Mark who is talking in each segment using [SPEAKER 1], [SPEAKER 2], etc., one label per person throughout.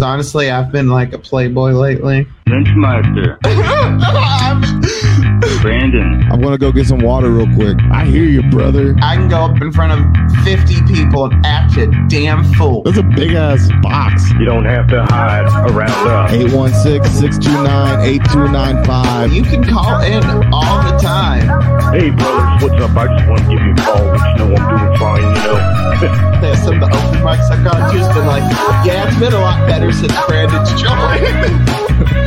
[SPEAKER 1] Honestly, I've been like a playboy lately.
[SPEAKER 2] Benchmaster, Brandon.
[SPEAKER 3] I'm gonna go get some water real quick. I hear you, brother.
[SPEAKER 1] I can go up in front of 50 people and act a damn fool.
[SPEAKER 3] That's a big ass box.
[SPEAKER 2] You don't have to hide around us.
[SPEAKER 3] 816-629-8295.
[SPEAKER 1] You can call in all the time.
[SPEAKER 2] Hey, brothers, what's up? I just want to give you a call. Let you know I'm doing fine, you know.
[SPEAKER 1] There's some of the open mics I've gone to has been like, yeah, it's been a lot better since Brandon's joined.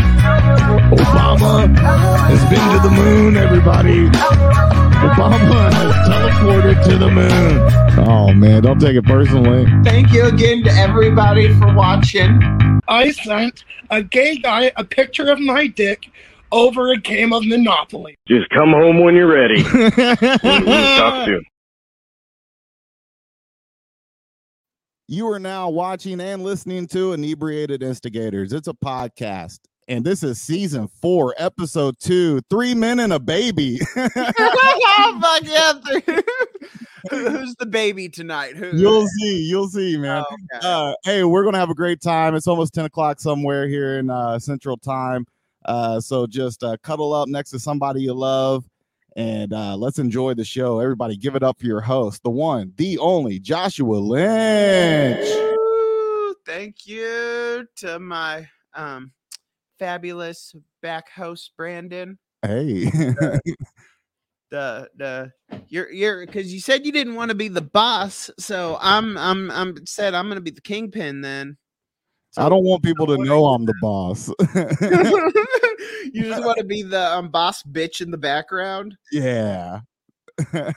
[SPEAKER 3] Obama has been to the moon, everybody. Obama has teleported to the moon. Oh man, don't take it personally.
[SPEAKER 1] Thank you again to everybody for watching.
[SPEAKER 4] I sent a gay guy a picture of my dick over a game of Monopoly.
[SPEAKER 2] just come home when you're ready. We'll talk soon.
[SPEAKER 3] You are now watching and listening to Inebriated Instigators. It's a podcast, and this is season four, episode two, three men and a baby.
[SPEAKER 1] Oh, Fuck yeah. Who- Who's the baby tonight? Who?
[SPEAKER 3] you'll see, you'll see, man.
[SPEAKER 1] Oh, okay.
[SPEAKER 3] Uh, hey, we're gonna have a great time. It's almost ten o'clock somewhere here in uh, Central Time, uh, so just uh, cuddle up next to somebody you love, and uh, let's enjoy the show. Everybody, give it up for your host, the one, the only, Joshua Lynch.
[SPEAKER 1] Woo! Thank you to my um, fabulous back host Brandon.
[SPEAKER 3] Hey,
[SPEAKER 1] The the you're you're because you said you didn't want to be the boss, so I'm I'm I'm said I'm gonna be the kingpin then.
[SPEAKER 3] I don't want people to know I'm the boss.
[SPEAKER 1] you just want to be the um, boss bitch in the background.
[SPEAKER 3] yeah.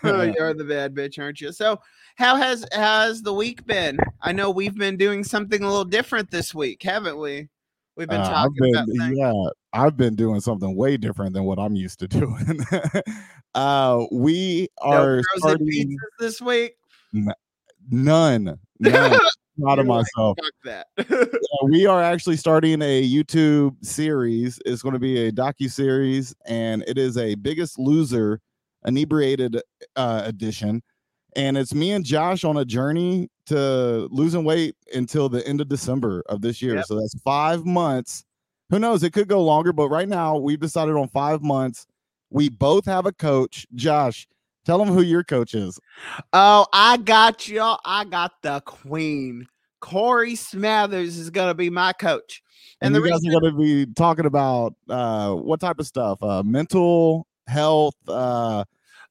[SPEAKER 1] Oh, you're the bad bitch, aren't you? So, how has how's the week been? I know we've been doing something a little different this week, haven't we? We've been
[SPEAKER 3] Uh,
[SPEAKER 1] talking about things.
[SPEAKER 3] yeah, I've been doing something way different than what I'm used to doing. uh, we
[SPEAKER 1] No
[SPEAKER 3] are
[SPEAKER 1] frozen
[SPEAKER 3] starting
[SPEAKER 1] pizzas this week.
[SPEAKER 3] none, none. Proud
[SPEAKER 1] You're like,
[SPEAKER 3] of myself.
[SPEAKER 1] Fuck that.
[SPEAKER 3] Uh, we are actually starting a YouTube series. It's going to be a docu series, and it is a Biggest Loser inebriated uh, edition. And it's me and Josh on a journey to losing weight until the end of December of this year.
[SPEAKER 1] Yep.
[SPEAKER 3] So that's five months. Who knows? It could go longer, but right now we've decided on five months. We both have a coach. Josh, tell them who your coach is.
[SPEAKER 1] oh, I got y'all. I got the queen. Corey Smathers is gonna be my coach.
[SPEAKER 3] and,
[SPEAKER 1] And the
[SPEAKER 3] you guys
[SPEAKER 1] reason
[SPEAKER 3] are going to be talking about uh, what type of stuff uh, mental health uh,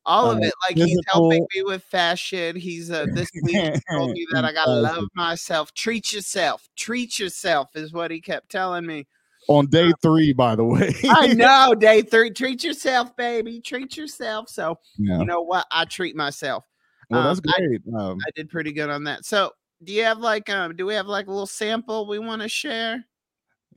[SPEAKER 1] all of
[SPEAKER 3] uh,
[SPEAKER 1] it, like he's helping
[SPEAKER 3] physical-
[SPEAKER 1] me with fashion. He's uh, this week he told me that I gotta love myself. Treat yourself. Treat yourself is what he kept telling me.
[SPEAKER 3] on day three by the way
[SPEAKER 1] I know, day three. Treat yourself, baby. Treat yourself. So
[SPEAKER 3] yeah.
[SPEAKER 1] you know what? I treat myself.
[SPEAKER 3] well that's
[SPEAKER 1] um, I-
[SPEAKER 3] great um,
[SPEAKER 1] I did pretty good on that. So do you have like um do we have like a little sample we want to share?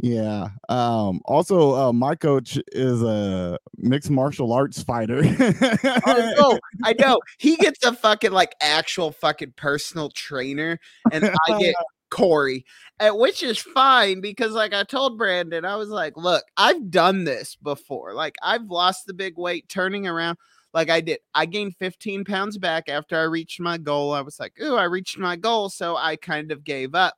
[SPEAKER 3] yeah um, also uh, my coach is a mixed martial arts fighter
[SPEAKER 1] I know, Oh, I know. He gets a fucking like actual fucking personal trainer, and I get Corey, and, which is fine because like I told Brandon, I was like, look, I've done this before. Like I've lost the big weight, turning around. Like I did, I gained 15 pounds back after I reached my goal. I was like, ooh, I reached my goal, so I kind of gave up.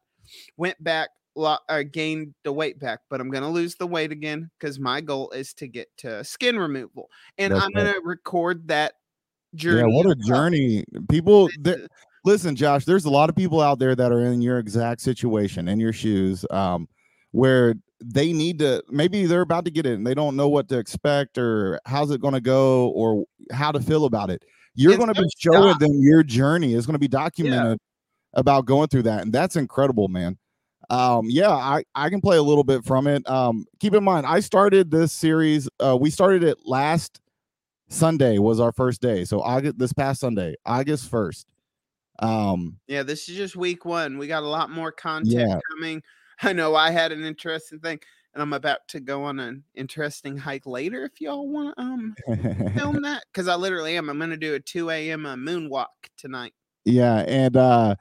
[SPEAKER 1] Went back, lo- uh, gained the weight back, but I'm gonna lose the weight again because my goal is to get to skin removal, and
[SPEAKER 3] That's
[SPEAKER 1] I'm
[SPEAKER 3] right.
[SPEAKER 1] gonna record that journey.
[SPEAKER 3] yeah what a
[SPEAKER 1] of how
[SPEAKER 3] journey people
[SPEAKER 1] this
[SPEAKER 3] there,
[SPEAKER 1] is.
[SPEAKER 3] listen josh there's a lot of people out there that are in your exact situation in your shoes um where they need to maybe they're about to get it and they don't know what to expect or how's it going to go or how to feel about it you're
[SPEAKER 1] It's
[SPEAKER 3] going to
[SPEAKER 1] no
[SPEAKER 3] be showing
[SPEAKER 1] shock.
[SPEAKER 3] them your journey it's going to be documented about going through that and that's incredible man um yeah i i can play a little bit from it um keep in mind i started this series uh we started it last sunday was our first day so august this past sunday august 1st um
[SPEAKER 1] Yeah, this is just week one. We got a lot more content
[SPEAKER 3] Yeah.
[SPEAKER 1] coming. I know I had an interesting thing, and I'm about to go on an interesting hike later. If y'all want to um film that, because I literally am. I'm gonna do a 2 a.m. Uh, moonwalk tonight.
[SPEAKER 3] yeah and uh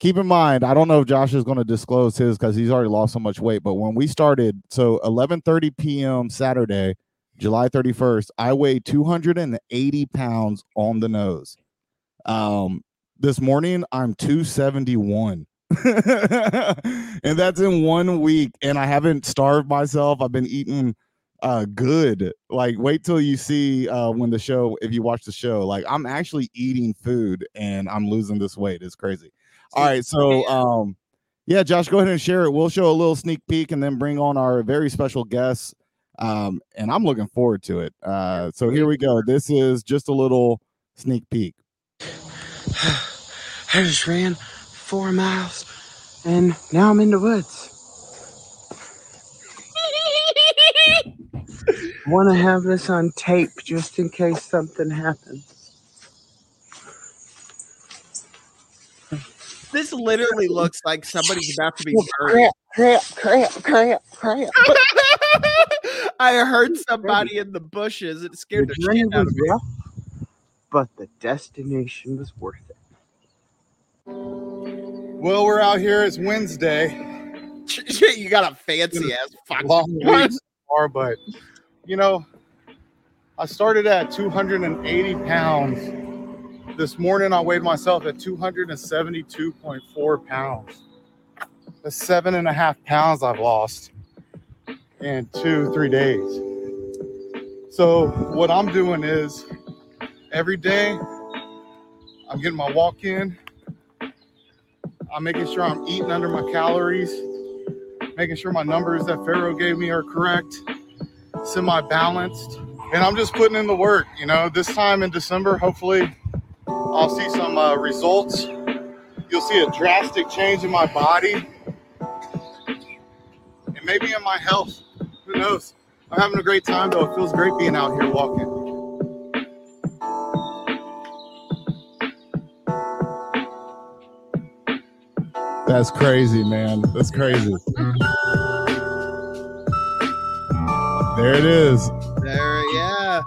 [SPEAKER 3] keep in mind i don't know if josh is going to disclose his because he's already lost so much weight but when we started so 11 30 p.m saturday july 31st i weighed 280 pounds on the nose um this morning i'm 271 and that's in one week. And I haven't starved myself. I've been eating uh good. Like wait till you see uh when the show if you watch the show. Like I'm actually eating food and I'm losing this weight. It's crazy. All right, so um yeah, Josh, go ahead and share it. We'll show a little sneak peek and then bring on our very special guests. Um, and I'm looking forward to it. Uh so here we go. This is just a little sneak peek.
[SPEAKER 5] I just ran four miles and now I'm in the woods. Want to have this on tape just in case something happens. This literally looks like somebody's about to be burned.
[SPEAKER 4] Crap, crap, crap, crap.
[SPEAKER 5] I heard somebody in the bushes. It scared the shit out of me.
[SPEAKER 6] rough, but the destination was worth it.
[SPEAKER 7] Well, we're out here. It's Wednesday.
[SPEAKER 5] you got a fancy ass fucking
[SPEAKER 7] Long week so far, but you know, I started at 280 pounds. This morning, I weighed myself at 272.4 pounds. That's seven and a half pounds I've lost in two, three days. So, what I'm doing is every day I'm getting my walk in, I'm making sure I'm eating under my calories. making sure my numbers that Pharaoh gave me are correct, semi balanced. And I'm just putting in the work, you know. This time in December, hopefully, I'll see some uh, results. You'll see a drastic change in my body and maybe in my health. Who knows? I'm having a great time though. It feels great being out here walking.
[SPEAKER 3] That's crazy, man. That's crazy. There it is.
[SPEAKER 5] There, yeah.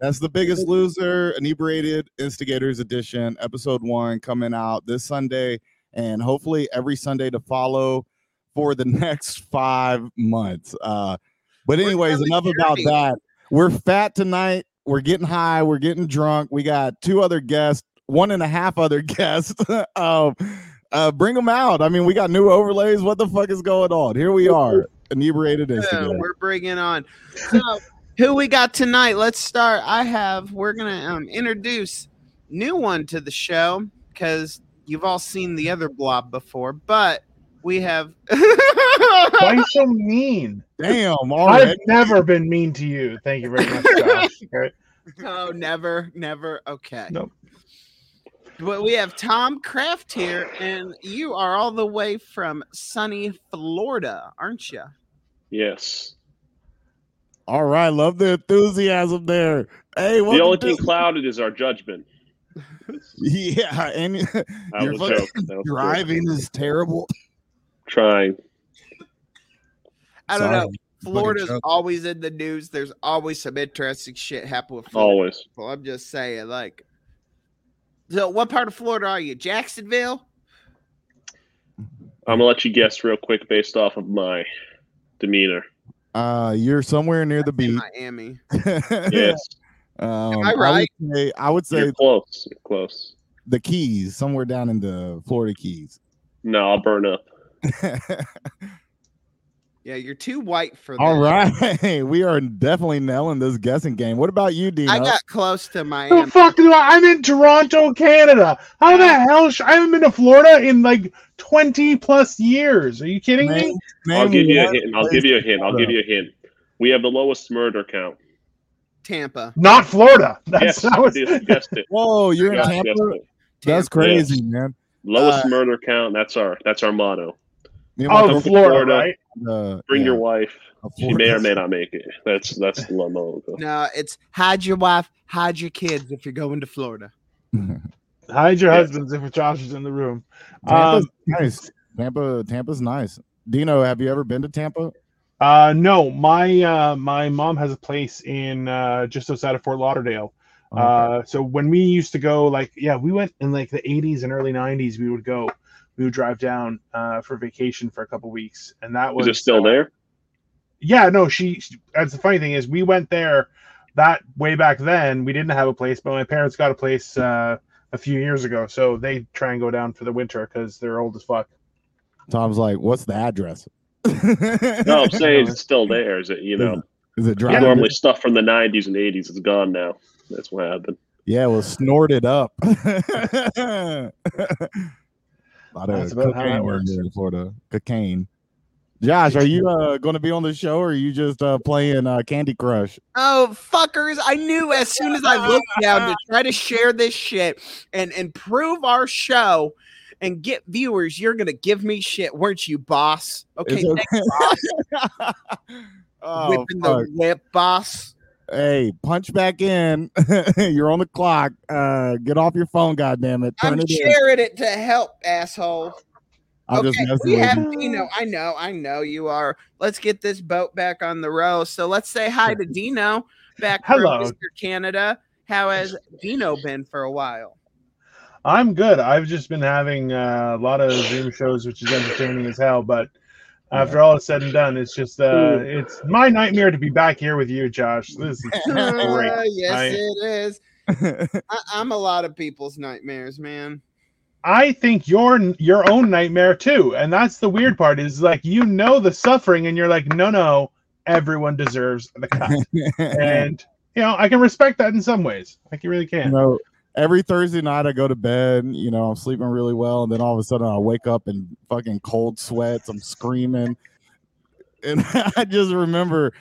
[SPEAKER 3] That's the biggest loser, inebriated instigators edition, episode one coming out this Sunday, and hopefully every Sunday to follow for the next five months. Uh, but
[SPEAKER 5] We're
[SPEAKER 3] anyways,
[SPEAKER 5] telling
[SPEAKER 3] enough about
[SPEAKER 5] Jeremy.
[SPEAKER 3] that. We're fat tonight. We're getting high. We're getting drunk. We got two other guests, one and a half other guests. um, uh, bring them out. I mean, we got new overlays. What the fuck is going on? Here we are, inebriated
[SPEAKER 5] Yeah,
[SPEAKER 3] instigators.
[SPEAKER 5] we're bringing on. So, who we got tonight? Let's start. I have. We're gonna um, introduce new one to the show because you've all seen the other blob before, but we have.
[SPEAKER 8] Why are you so mean?
[SPEAKER 3] Damn,
[SPEAKER 8] I've
[SPEAKER 3] already.
[SPEAKER 8] never been mean to you. Thank you very much, Josh. Great.
[SPEAKER 5] oh, never, never. Okay.
[SPEAKER 8] Nope.
[SPEAKER 5] But we have Tom Kraft here, and you are all the way from sunny Florida, aren't you?
[SPEAKER 9] Yes.
[SPEAKER 3] All right, love the enthusiasm there. Hey,
[SPEAKER 9] The only
[SPEAKER 3] welcome
[SPEAKER 9] thing
[SPEAKER 3] to-
[SPEAKER 9] clouded is our judgment.
[SPEAKER 3] Yeah, and
[SPEAKER 9] That
[SPEAKER 3] You're
[SPEAKER 9] was
[SPEAKER 3] fucking
[SPEAKER 9] joke. That was joke.
[SPEAKER 3] driving is terrible.
[SPEAKER 9] Trying.
[SPEAKER 5] I don't know.
[SPEAKER 3] Sorry.
[SPEAKER 5] Florida's
[SPEAKER 3] joke.
[SPEAKER 5] always in the news. There's always some interesting shit happening with Florida.
[SPEAKER 9] Always.
[SPEAKER 5] people. I'm just saying, like, so what part of Florida are you? Jacksonville?
[SPEAKER 9] I'm gonna let you guess real quick based off of my demeanor.
[SPEAKER 3] Uh, you're somewhere near the beach.
[SPEAKER 5] Miami.
[SPEAKER 9] Yes.
[SPEAKER 3] um,
[SPEAKER 5] I right?
[SPEAKER 3] I would say, I would say
[SPEAKER 9] You're close. You're close.
[SPEAKER 3] the Keys, somewhere down in the Florida Keys.
[SPEAKER 9] No, I'll burn up.
[SPEAKER 5] Yeah, you're too white for that.
[SPEAKER 3] All right, we are definitely nailing this guessing game. What about you, Dino?
[SPEAKER 5] I got close to
[SPEAKER 8] The
[SPEAKER 5] Miami.
[SPEAKER 8] fuck do I? I'm in Toronto, Canada. How the hell? Sh- I haven't been to Florida in like 20 plus years. Are you kidding
[SPEAKER 3] Name-
[SPEAKER 8] me?
[SPEAKER 9] I'll
[SPEAKER 3] name
[SPEAKER 9] give you a
[SPEAKER 3] one
[SPEAKER 9] hint. I'll
[SPEAKER 3] place-
[SPEAKER 9] give you a hint. I'll give you a hint. We have the lowest murder count.
[SPEAKER 5] Tampa.
[SPEAKER 8] Not Florida. That's
[SPEAKER 9] Yes,
[SPEAKER 8] that was
[SPEAKER 9] you guessed it.
[SPEAKER 3] Whoa, you're in
[SPEAKER 9] Yes,
[SPEAKER 3] Tampa. Uh,
[SPEAKER 9] yes, yes.
[SPEAKER 3] That's
[SPEAKER 5] Tampa.
[SPEAKER 3] crazy, man.
[SPEAKER 9] Lowest murder count. That's our that's our motto.
[SPEAKER 3] Me and my
[SPEAKER 8] oh, Florida,
[SPEAKER 9] from Florida.
[SPEAKER 8] right?
[SPEAKER 3] girlfriend, uh,
[SPEAKER 9] Bring
[SPEAKER 3] yeah,
[SPEAKER 9] your wife.
[SPEAKER 3] of
[SPEAKER 9] She may or
[SPEAKER 3] Florida.
[SPEAKER 9] may not make it. That's that's the motto.
[SPEAKER 5] No, it's hide your wife, hide your kids if you're going to Florida.
[SPEAKER 8] Hide your
[SPEAKER 9] Yeah.
[SPEAKER 8] husbands if Josh is in the room.
[SPEAKER 3] Tampa's
[SPEAKER 8] Um,
[SPEAKER 3] nice. Tampa, Tampa's nice. Dino, have you ever been to Tampa?
[SPEAKER 8] Uh, no, my uh, my mom has a place in uh, just outside of Fort Lauderdale. Uh, so when we used to go, like, yeah, we went in like the 80s and early 90s. We would go, we would drive down uh, for vacation for a couple weeks, and that was
[SPEAKER 9] Is it still there?
[SPEAKER 8] Yeah, no, she. she- That's the funny thing is we went there that way back then. We didn't have a place, but my parents got a place uh, a few years ago. So they try and go down for the winter because they're old as fuck.
[SPEAKER 3] Tom's like, what's the address?
[SPEAKER 9] No, I'm saying it's still there. Is it you know
[SPEAKER 3] Is it dry?
[SPEAKER 9] normally stuff from the '90s and '80s is gone now. That's what happened.
[SPEAKER 3] Yeah, it was snorted up. A lot
[SPEAKER 8] That's
[SPEAKER 3] of
[SPEAKER 8] about how that
[SPEAKER 3] cocaine
[SPEAKER 8] works.
[SPEAKER 3] in Florida. Cocaine. Josh, are you uh, going to be on the show or are you just uh, playing uh, Candy Crush?
[SPEAKER 5] Oh fuckers! I knew as soon as I looked down to try to share this shit and improve our show and get viewers, you're gonna give me shit, weren't you, boss? Okay,
[SPEAKER 3] It's
[SPEAKER 5] thanks,
[SPEAKER 3] okay. oh,
[SPEAKER 5] whipping
[SPEAKER 3] fuck.
[SPEAKER 5] the whip, boss.
[SPEAKER 3] Hey, punch back in. You're on the clock. Uh, get off your phone, goddammit. Turn
[SPEAKER 5] I'm
[SPEAKER 3] it in.
[SPEAKER 5] sharing it to help, asshole.
[SPEAKER 3] I'm just
[SPEAKER 5] okay,
[SPEAKER 3] messing
[SPEAKER 5] we
[SPEAKER 3] with
[SPEAKER 5] have
[SPEAKER 3] you.
[SPEAKER 5] Dino. I know, I know you are. Let's get this boat back on the road. So let's say hi to Dino back from
[SPEAKER 8] Hello.
[SPEAKER 5] Mr. Canada. How has Dino been for a while?
[SPEAKER 8] I'm good. I've just been having uh, a lot of Zoom shows, which is entertaining as hell. But after all is said and done, it's just uh, it's my nightmare to be back here with you, Josh. This is great.
[SPEAKER 5] Uh, yes,
[SPEAKER 8] I-
[SPEAKER 5] it is. I, I'm a lot of people's nightmares, man.
[SPEAKER 8] I think your your own nightmare too, and that's the weird part is like you know the suffering, and you're like, no, no, everyone deserves the cut, and you know I can respect that in some ways. Like you really
[SPEAKER 3] you
[SPEAKER 8] can.
[SPEAKER 3] know, every Thursday night I go to bed, you know, I'm sleeping really well, and then all of a sudden I wake up in fucking cold sweats, I'm screaming. And I just remember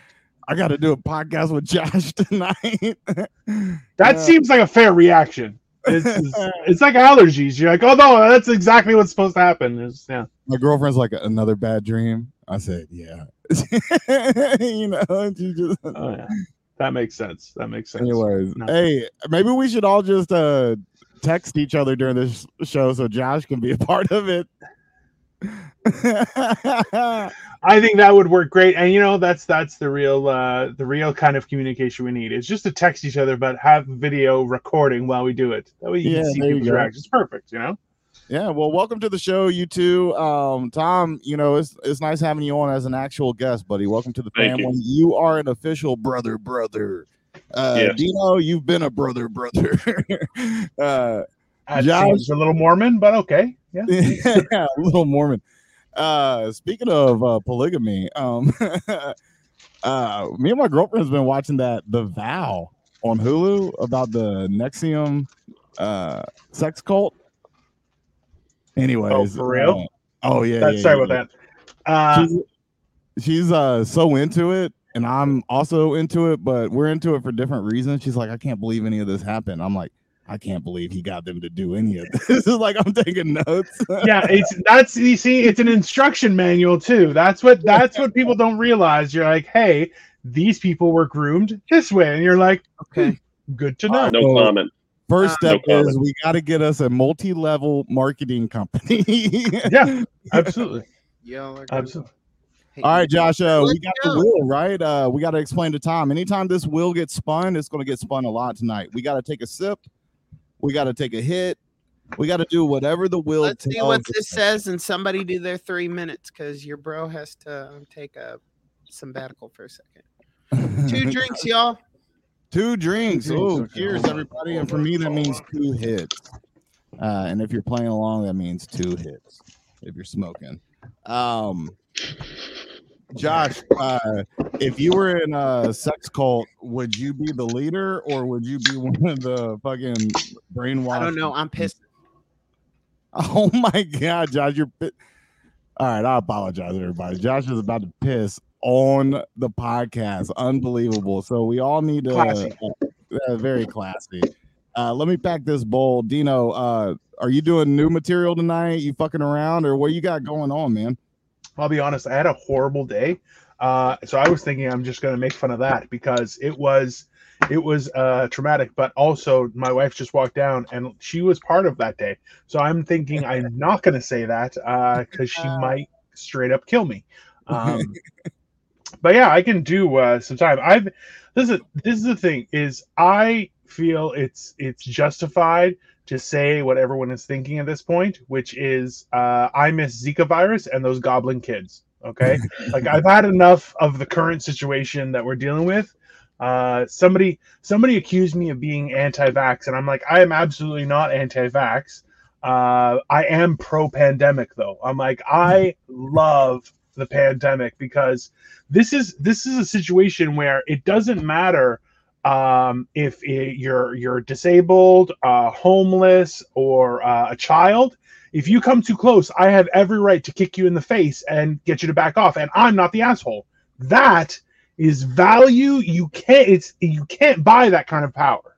[SPEAKER 3] I gotta do a podcast with Josh tonight.
[SPEAKER 8] That
[SPEAKER 3] Yeah.
[SPEAKER 8] seems like a fair reaction. It's, it's, it's like allergies. You're like, oh no, that's exactly what's supposed to happen. It's- yeah.
[SPEAKER 3] My girlfriend's like another bad dream. I said, Yeah. you know, and she just
[SPEAKER 8] Oh, yeah. That makes sense. That makes sense.
[SPEAKER 3] anyways.
[SPEAKER 8] No.
[SPEAKER 3] Hey, maybe we should all just uh text each other during this show so Josh can be a part of it.
[SPEAKER 8] I think that would work great. And you know, that's that's the real uh the real kind of communication we need. It's just to text each other but have video recording while we do it. That way you
[SPEAKER 3] Yeah,
[SPEAKER 8] can see
[SPEAKER 3] there you
[SPEAKER 8] people's
[SPEAKER 3] go.
[SPEAKER 8] reactions. Perfect, you know?
[SPEAKER 3] Yeah, well, welcome to the show, you two. Um, Tom, you know it's it's nice having you on as an actual guest, buddy. Welcome to the
[SPEAKER 9] Thank you.
[SPEAKER 3] family. You. are an official brother, brother. Uh,
[SPEAKER 9] Yeah.
[SPEAKER 3] Dino, you've been a brother, brother. uh,
[SPEAKER 8] That
[SPEAKER 3] Josh-
[SPEAKER 8] seems a little Mormon, but okay. Yeah.
[SPEAKER 3] yeah, little Mormon. Uh, speaking of uh, polygamy, um, uh, me and my girlfriend's been watching that The Vow on Hulu about the Nexium uh, sex cult. Anyways,
[SPEAKER 8] for real?
[SPEAKER 3] uh, oh yeah.
[SPEAKER 8] That's
[SPEAKER 3] yeah,
[SPEAKER 8] sorry
[SPEAKER 3] yeah, yeah.
[SPEAKER 8] about that. Uh
[SPEAKER 3] she's, she's uh so into it and i'm also into it but we're into it for different reasons she's like i can't believe any of this happened i'm like i can't believe he got them to do any of this It's like i'm taking notes
[SPEAKER 8] yeah, it's that's you see, it's an instruction manual too. That's what that's what people don't realize. You're like, hey, these people were groomed this way, and you're like,
[SPEAKER 5] Okay.
[SPEAKER 8] good to know.
[SPEAKER 9] No
[SPEAKER 3] Oh.
[SPEAKER 9] comment.
[SPEAKER 5] Uh,
[SPEAKER 3] first
[SPEAKER 9] No
[SPEAKER 3] step
[SPEAKER 9] comment.
[SPEAKER 3] is we got to get us a multi-level marketing company
[SPEAKER 8] Yeah, absolutely,
[SPEAKER 5] Y'all are gonna
[SPEAKER 8] absolutely.
[SPEAKER 5] hate
[SPEAKER 3] all
[SPEAKER 5] me.
[SPEAKER 3] right josh uh, we
[SPEAKER 5] Let's
[SPEAKER 3] got
[SPEAKER 5] go.
[SPEAKER 3] the wheel right uh we got to explain to tom anytime this wheel gets spun it's going to get spun a lot tonight we got to take a sip we got to take a hit we got to do whatever the wheel
[SPEAKER 5] Let's see
[SPEAKER 3] tells
[SPEAKER 5] what
[SPEAKER 3] us.
[SPEAKER 5] this says, and somebody do their three minutes because your bro has to um, take a sabbatical for a second. Two drinks, y'all.
[SPEAKER 3] Two drinks.
[SPEAKER 8] drinks,
[SPEAKER 3] Oh,
[SPEAKER 8] okay.
[SPEAKER 3] cheers, everybody. And for me, that means two hits. Uh, and if you're playing along, that means two hits. If you're smoking. Um Josh, uh, if you were in a sex cult, would you be the leader or would you be one of the fucking brainwashed?
[SPEAKER 5] I don't know. I'm pissed.
[SPEAKER 3] Oh my god, Josh, you're pi- all right. I apologize, everybody. Josh is about to piss on the podcast. Unbelievable. So we all need to
[SPEAKER 8] Classy.
[SPEAKER 3] uh, very classy. Uh, let me pack this bowl. Dino, uh, are you doing new material tonight? You fucking around or what you got going on, man?
[SPEAKER 8] I'll be honest, I had a horrible day. Uh, so I was thinking I'm just gonna make fun of that because it was it was uh traumatic, but also my wife just walked down and she was part of that day. So I'm thinking I'm not gonna say that uh because she might straight up kill me. Um but yeah, I can do uh some time. I've this is this is the thing is I feel it's it's justified to say what everyone is thinking at this point, which is uh, I miss Zika virus and those goblin kids. Okay. like I've had enough of the current situation that we're dealing with. Uh, somebody somebody accused me of being anti-vax, and I'm like, I am absolutely not anti-vax. Uh, I am pro-pandemic though. I'm like, I love the pandemic because this is this is a situation where it doesn't matter um, if it- you're you're disabled, uh, homeless, or uh, a child. If you come too close, I have every right to kick you in the face and get you to back off, and I'm not the asshole. That is value. You can't. It's you can't buy that kind of power.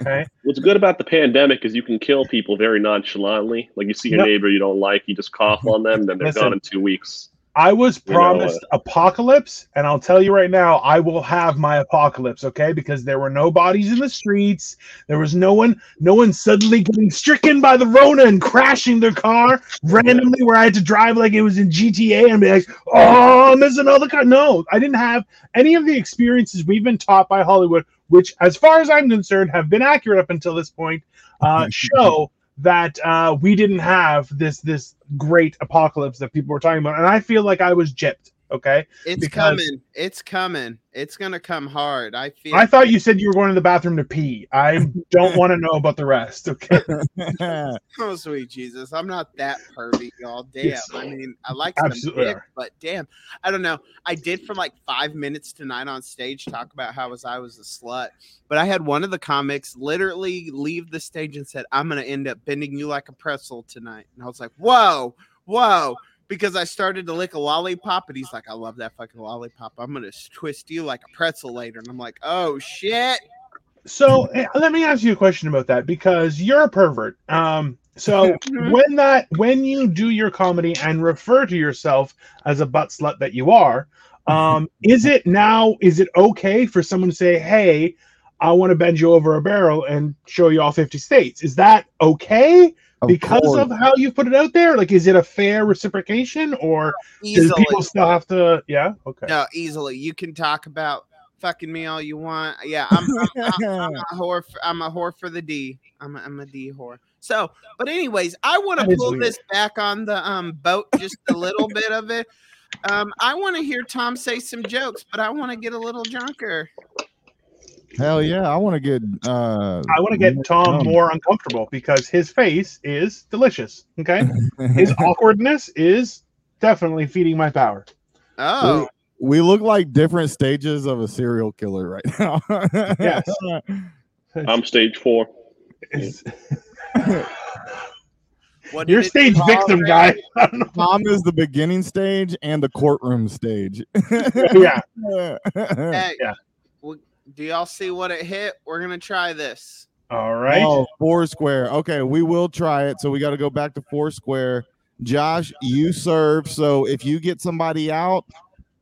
[SPEAKER 8] Okay.
[SPEAKER 9] What's good about the pandemic is you can kill people very nonchalantly. Like you see your
[SPEAKER 8] Yep.
[SPEAKER 9] neighbor you don't like, you just cough on them, then they're
[SPEAKER 8] Listen.
[SPEAKER 9] gone in two weeks.
[SPEAKER 8] I was
[SPEAKER 9] You know,
[SPEAKER 8] promised apocalypse, and I'll tell you right now, I will have my apocalypse, okay? Because there were no bodies in the streets. There was no one, no one suddenly getting stricken by the Rona and crashing their car randomly, where I had to drive like it was in GTA and be like, "Oh, there's another car." No, I didn't have any of the experiences we've been taught by Hollywood, which, as far as I'm concerned, have been accurate up until this point. Uh, show that uh, we didn't have this this great apocalypse that people were talking about, and I feel like I was gypped. Okay,
[SPEAKER 1] It's
[SPEAKER 8] Because-
[SPEAKER 1] coming. It's coming. It's gonna come hard. I feel.
[SPEAKER 8] I thought you said you were going to the bathroom to pee. I don't want to know about the rest. Okay,
[SPEAKER 1] Oh, sweet Jesus. I'm not that pervy, y'all. Damn.
[SPEAKER 8] Yes.
[SPEAKER 1] I mean, I like some
[SPEAKER 8] Absolutely
[SPEAKER 1] dick,
[SPEAKER 8] are.
[SPEAKER 1] but damn. I don't know. I did for like five minutes tonight on stage talk about how was I was a slut. But I had one of the comics literally leave the stage and said, I'm gonna end up bending you like a pretzel tonight. And I was like, Whoa, whoa. Because I started to lick a lollipop, and he's like, I love that fucking lollipop. I'm gonna twist you like a pretzel later. And I'm like, oh shit.
[SPEAKER 8] so eh, let me ask you a question about that because you're a pervert. Um, so when that when you do your comedy and refer to yourself as a butt slut that you are, um, is it now is it okay for someone to say, "Hey, I want to bend you over a barrel and show you all 50 states"? Is that okay? because of how you put it out there? Like, is it a fair reciprocation, or do
[SPEAKER 1] Easily.
[SPEAKER 8] people still have to? Yeah, okay.
[SPEAKER 1] No, easily. You can talk about fucking me all you want. Yeah, I'm, I'm, I'm, I'm a whore. For, I'm a whore for the D. I'm a, I'm a D whore. So, but anyways, I want
[SPEAKER 8] That
[SPEAKER 1] to
[SPEAKER 8] is
[SPEAKER 1] pull
[SPEAKER 8] weird.
[SPEAKER 1] this back on the um boat just a little bit of it. Um, I want to hear Tom say some jokes, but I want to get a little drunker.
[SPEAKER 3] hell yeah, I want to get. Uh,
[SPEAKER 8] I want to get Tom more uncomfortable because his face is delicious. Okay, his awkwardness is definitely feeding my power.
[SPEAKER 1] Oh,
[SPEAKER 3] we look like different stages of a serial killer right now.
[SPEAKER 8] Yes.
[SPEAKER 9] I'm stage four.
[SPEAKER 8] It's-
[SPEAKER 1] what
[SPEAKER 8] Your
[SPEAKER 1] did it
[SPEAKER 8] stage
[SPEAKER 1] involve,
[SPEAKER 8] victim
[SPEAKER 1] Ray?
[SPEAKER 8] guy. I don't know.
[SPEAKER 3] Tom is the beginning stage and the courtroom stage.
[SPEAKER 8] yeah,
[SPEAKER 1] Hey,
[SPEAKER 8] Yeah.
[SPEAKER 1] w- do y'all see what it hit? We're gonna try this.
[SPEAKER 8] all right.
[SPEAKER 3] Oh, four square. Okay, we will try it. So we got to go back to four square. Josh, you serve. So if you get somebody out,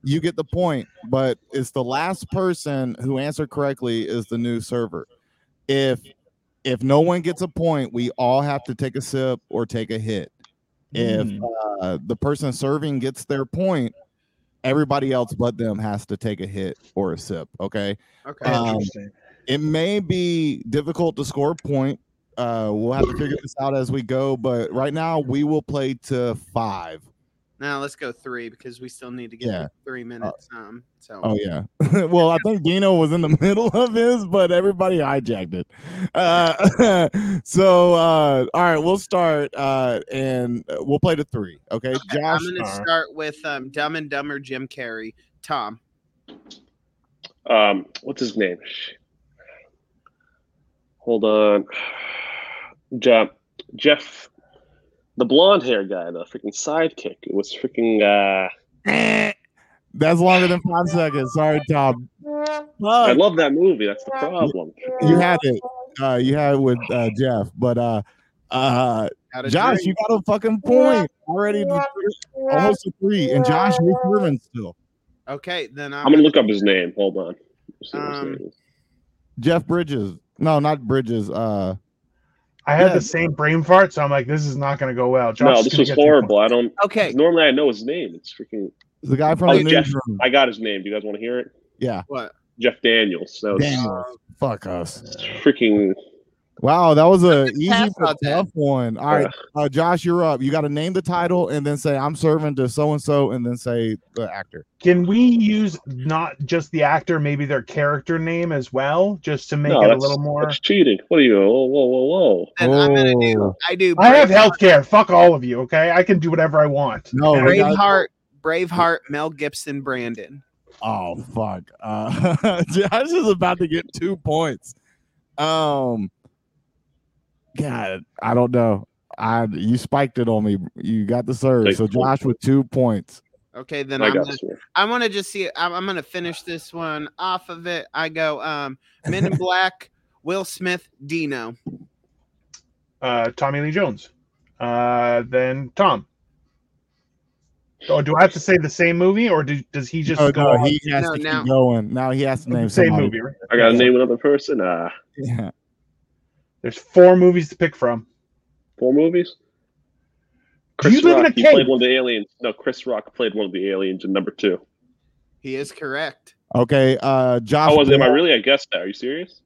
[SPEAKER 3] you get the point. But it's the last person who answered correctly is the new server. If if no one gets a point, we all have to take a sip or take a hit. If
[SPEAKER 8] Hmm.
[SPEAKER 3] uh, the person serving gets their point, everybody else but them has to take a hit or a sip. Okay
[SPEAKER 1] Okay.
[SPEAKER 8] Uh,
[SPEAKER 3] um,
[SPEAKER 8] Interesting.
[SPEAKER 3] it may be difficult to score a point. Uh, we'll have to figure this out as we go, but right now we will play to five.
[SPEAKER 1] now let's go three because we still need to get
[SPEAKER 3] Yeah.
[SPEAKER 1] to three minutes. Um. So.
[SPEAKER 3] Oh yeah. well, I think Dino was in the middle of his, but everybody hijacked it. Uh, so uh, all right, we'll start uh, and we'll play to three. Okay, Josh.
[SPEAKER 1] I'm going to
[SPEAKER 8] Star.
[SPEAKER 1] start with um, Dumb and Dumber Jim Carrey. Tom.
[SPEAKER 9] Um, what's his name? Shit. Hold on. Jeff, Jeff, the blonde hair guy, the freaking sidekick. It was freaking. Uh,
[SPEAKER 3] That's longer than five seconds. Sorry, Tom.
[SPEAKER 8] Oh,
[SPEAKER 9] I
[SPEAKER 3] Fuck.
[SPEAKER 9] love that movie. That's the problem.
[SPEAKER 3] you had it. Uh, you had it with uh, Jeff, but uh, uh,
[SPEAKER 1] Out of
[SPEAKER 3] Josh, you
[SPEAKER 1] drink.
[SPEAKER 3] got a fucking point already. to three- Almost a three, and Josh, you're serving still.
[SPEAKER 1] Okay, then I'm,
[SPEAKER 9] I'm gonna look up his name. Hold on. Let's see what his
[SPEAKER 1] Um,
[SPEAKER 9] name is.
[SPEAKER 3] Jeff Bridges. No, not Bridges. Uh,
[SPEAKER 8] I had
[SPEAKER 3] yeah.
[SPEAKER 8] the same brain fart, so I'm like, this is not going to go well. Josh
[SPEAKER 9] no,
[SPEAKER 8] is
[SPEAKER 9] this
[SPEAKER 8] gonna
[SPEAKER 9] was
[SPEAKER 8] get some
[SPEAKER 9] horrible.
[SPEAKER 8] points.
[SPEAKER 9] I don't.
[SPEAKER 1] Okay,
[SPEAKER 9] Normally, I know his name. It's freaking.
[SPEAKER 3] the guy from
[SPEAKER 9] Oh,
[SPEAKER 3] the
[SPEAKER 9] Jeff.
[SPEAKER 3] newsroom.
[SPEAKER 9] I got his name. Do you guys want to hear it?
[SPEAKER 3] Yeah,
[SPEAKER 1] what?
[SPEAKER 9] Oh, Jeff Daniels. That was
[SPEAKER 3] Daniels. Fuck us.
[SPEAKER 9] freaking
[SPEAKER 3] Wow, that was a easy
[SPEAKER 5] pass
[SPEAKER 3] but
[SPEAKER 5] out that.
[SPEAKER 3] tough one. All right,
[SPEAKER 9] Yeah.
[SPEAKER 3] uh, Josh, you're up. You got to name the title and then say I'm serving to so and so, and then say the actor.
[SPEAKER 8] Can we use not just the actor, maybe their character name as well, just to make
[SPEAKER 9] No,
[SPEAKER 8] it a
[SPEAKER 9] that's-
[SPEAKER 8] little more?
[SPEAKER 9] That's cheating. What are you? Whoa, whoa, whoa, whoa.
[SPEAKER 5] And I'm gonna
[SPEAKER 3] Whoa.
[SPEAKER 5] do. I do.
[SPEAKER 8] I have
[SPEAKER 5] Brave-
[SPEAKER 8] healthcare. Fuck all of you. Okay, I can do whatever I want.
[SPEAKER 3] No, we gotta-
[SPEAKER 5] Braveheart. Braveheart. Mel Gibson. Brandon.
[SPEAKER 3] Oh fuck. Uh Josh is about to get two points. Um God, I don't know. I you spiked it on me. You got the serve.
[SPEAKER 9] Take
[SPEAKER 3] So
[SPEAKER 9] the point.
[SPEAKER 3] Josh with two points.
[SPEAKER 5] Okay, then
[SPEAKER 9] I
[SPEAKER 5] I'm
[SPEAKER 9] got
[SPEAKER 5] gonna,
[SPEAKER 9] this one.
[SPEAKER 5] I want to just see. I'm, I'm gonna finish this one off of it. I go. Um, Men in Black. Will Smith. Dino.
[SPEAKER 8] Uh, Tommy Lee Jones. Uh, then Tom. Oh, do I have to say the same movie, or do, does he just
[SPEAKER 3] Oh
[SPEAKER 8] go?
[SPEAKER 3] no,
[SPEAKER 8] on?
[SPEAKER 3] he has
[SPEAKER 5] No,
[SPEAKER 3] to
[SPEAKER 5] now-
[SPEAKER 3] keep going. Now he has to name
[SPEAKER 8] same
[SPEAKER 3] somebody.
[SPEAKER 8] movie. Right?
[SPEAKER 9] I gotta
[SPEAKER 8] Yeah.
[SPEAKER 9] name another person. Uh,
[SPEAKER 3] Yeah.
[SPEAKER 8] There's four movies to pick from.
[SPEAKER 9] four movies.
[SPEAKER 8] Do
[SPEAKER 9] Chris
[SPEAKER 8] you live in
[SPEAKER 9] Rock.
[SPEAKER 8] a
[SPEAKER 9] he
[SPEAKER 8] cave?
[SPEAKER 9] played one of the aliens. No, Chris Rock played one of the aliens in number two.
[SPEAKER 5] He is correct.
[SPEAKER 3] Okay, uh Josh.
[SPEAKER 9] Oh, was am I really? I guess that. Are you serious?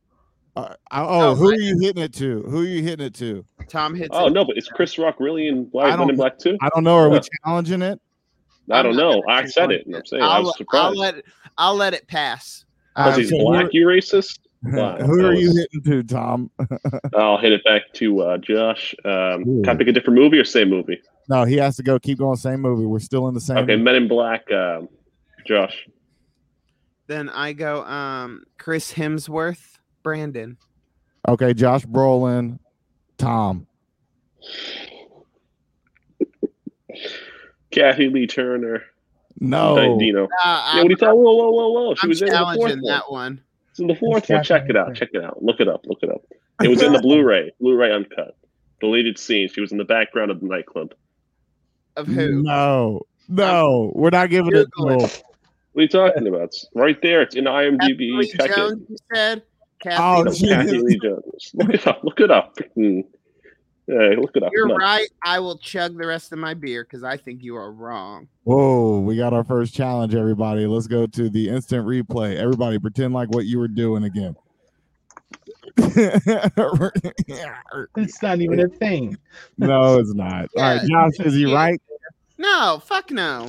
[SPEAKER 3] uh, oh,
[SPEAKER 5] Oh,
[SPEAKER 3] who
[SPEAKER 5] my-
[SPEAKER 3] are you hitting it to? Who are you hitting it to?
[SPEAKER 5] Tom hits.
[SPEAKER 9] Oh
[SPEAKER 5] it.
[SPEAKER 9] no, but is Chris Rock really in
[SPEAKER 3] I
[SPEAKER 9] Black
[SPEAKER 3] don't-
[SPEAKER 9] Men in Black Two?
[SPEAKER 3] I don't know. Are we
[SPEAKER 9] Yeah.
[SPEAKER 3] challenging it?
[SPEAKER 9] I don't
[SPEAKER 5] I'm not
[SPEAKER 9] know.
[SPEAKER 5] gonna
[SPEAKER 9] I said
[SPEAKER 5] challenge
[SPEAKER 9] it. and I'm saying I
[SPEAKER 5] I'll,
[SPEAKER 9] was
[SPEAKER 5] I'll
[SPEAKER 9] surprised.
[SPEAKER 5] let. I'll let it pass.
[SPEAKER 9] Because
[SPEAKER 3] Uh,
[SPEAKER 9] he's
[SPEAKER 3] so who-
[SPEAKER 9] black, you racist. Wow,
[SPEAKER 3] who
[SPEAKER 9] that
[SPEAKER 3] are you
[SPEAKER 9] was-
[SPEAKER 3] hitting to, Tom?
[SPEAKER 9] I'll hit it back to uh, Josh. Um,
[SPEAKER 3] Ooh.
[SPEAKER 9] can I pick a different movie or same movie?
[SPEAKER 3] No, he has to go. Keep going. Same movie. We're still in the same.
[SPEAKER 9] Okay, Men in Black. Um, Josh.
[SPEAKER 5] Then I go. Um, Chris Hemsworth. Brandon.
[SPEAKER 3] Okay, Josh Brolin, Tom.
[SPEAKER 9] Kathy Lee Turner. Oh.
[SPEAKER 3] No,
[SPEAKER 9] Dino.
[SPEAKER 5] Uh,
[SPEAKER 9] yeah, what do you thought? Whoa, whoa, whoa, whoa! She
[SPEAKER 5] I'm
[SPEAKER 9] was in the fourth
[SPEAKER 5] challenging
[SPEAKER 9] one.
[SPEAKER 5] that one.
[SPEAKER 9] It's in the fourth one.
[SPEAKER 8] Kathy
[SPEAKER 9] Check
[SPEAKER 8] Lee
[SPEAKER 9] it out.
[SPEAKER 8] Turner.
[SPEAKER 9] Check it out. Look it up. Look it up. It was in the Blu-ray, Blu-ray uncut, deleted scene. She was in the background of the nightclub.
[SPEAKER 5] Of who?
[SPEAKER 3] no, no. We're not giving it. to
[SPEAKER 5] Googling.
[SPEAKER 3] him.
[SPEAKER 9] What are you talking about? It's right there. It's in IMDb.
[SPEAKER 5] Lee
[SPEAKER 9] Check it.
[SPEAKER 5] Jones. You said.
[SPEAKER 3] Oh,
[SPEAKER 5] Kathy,
[SPEAKER 9] No,
[SPEAKER 3] Jesus.
[SPEAKER 9] Kathy Lee Jones. Look it up. Look it up. Freaking- Hey, look it up.
[SPEAKER 5] you're
[SPEAKER 9] Come on.
[SPEAKER 5] right. I will chug the rest of my beer because I think you are wrong.
[SPEAKER 3] Whoa, we got our first challenge, everybody. Let's go to the instant replay. Everybody, pretend like what you were doing again.
[SPEAKER 8] It's not even
[SPEAKER 3] Um,
[SPEAKER 8] a thing.
[SPEAKER 3] no, it's not. All right, Josh, is he right?
[SPEAKER 9] Mm-hmm.
[SPEAKER 5] No, fuck no.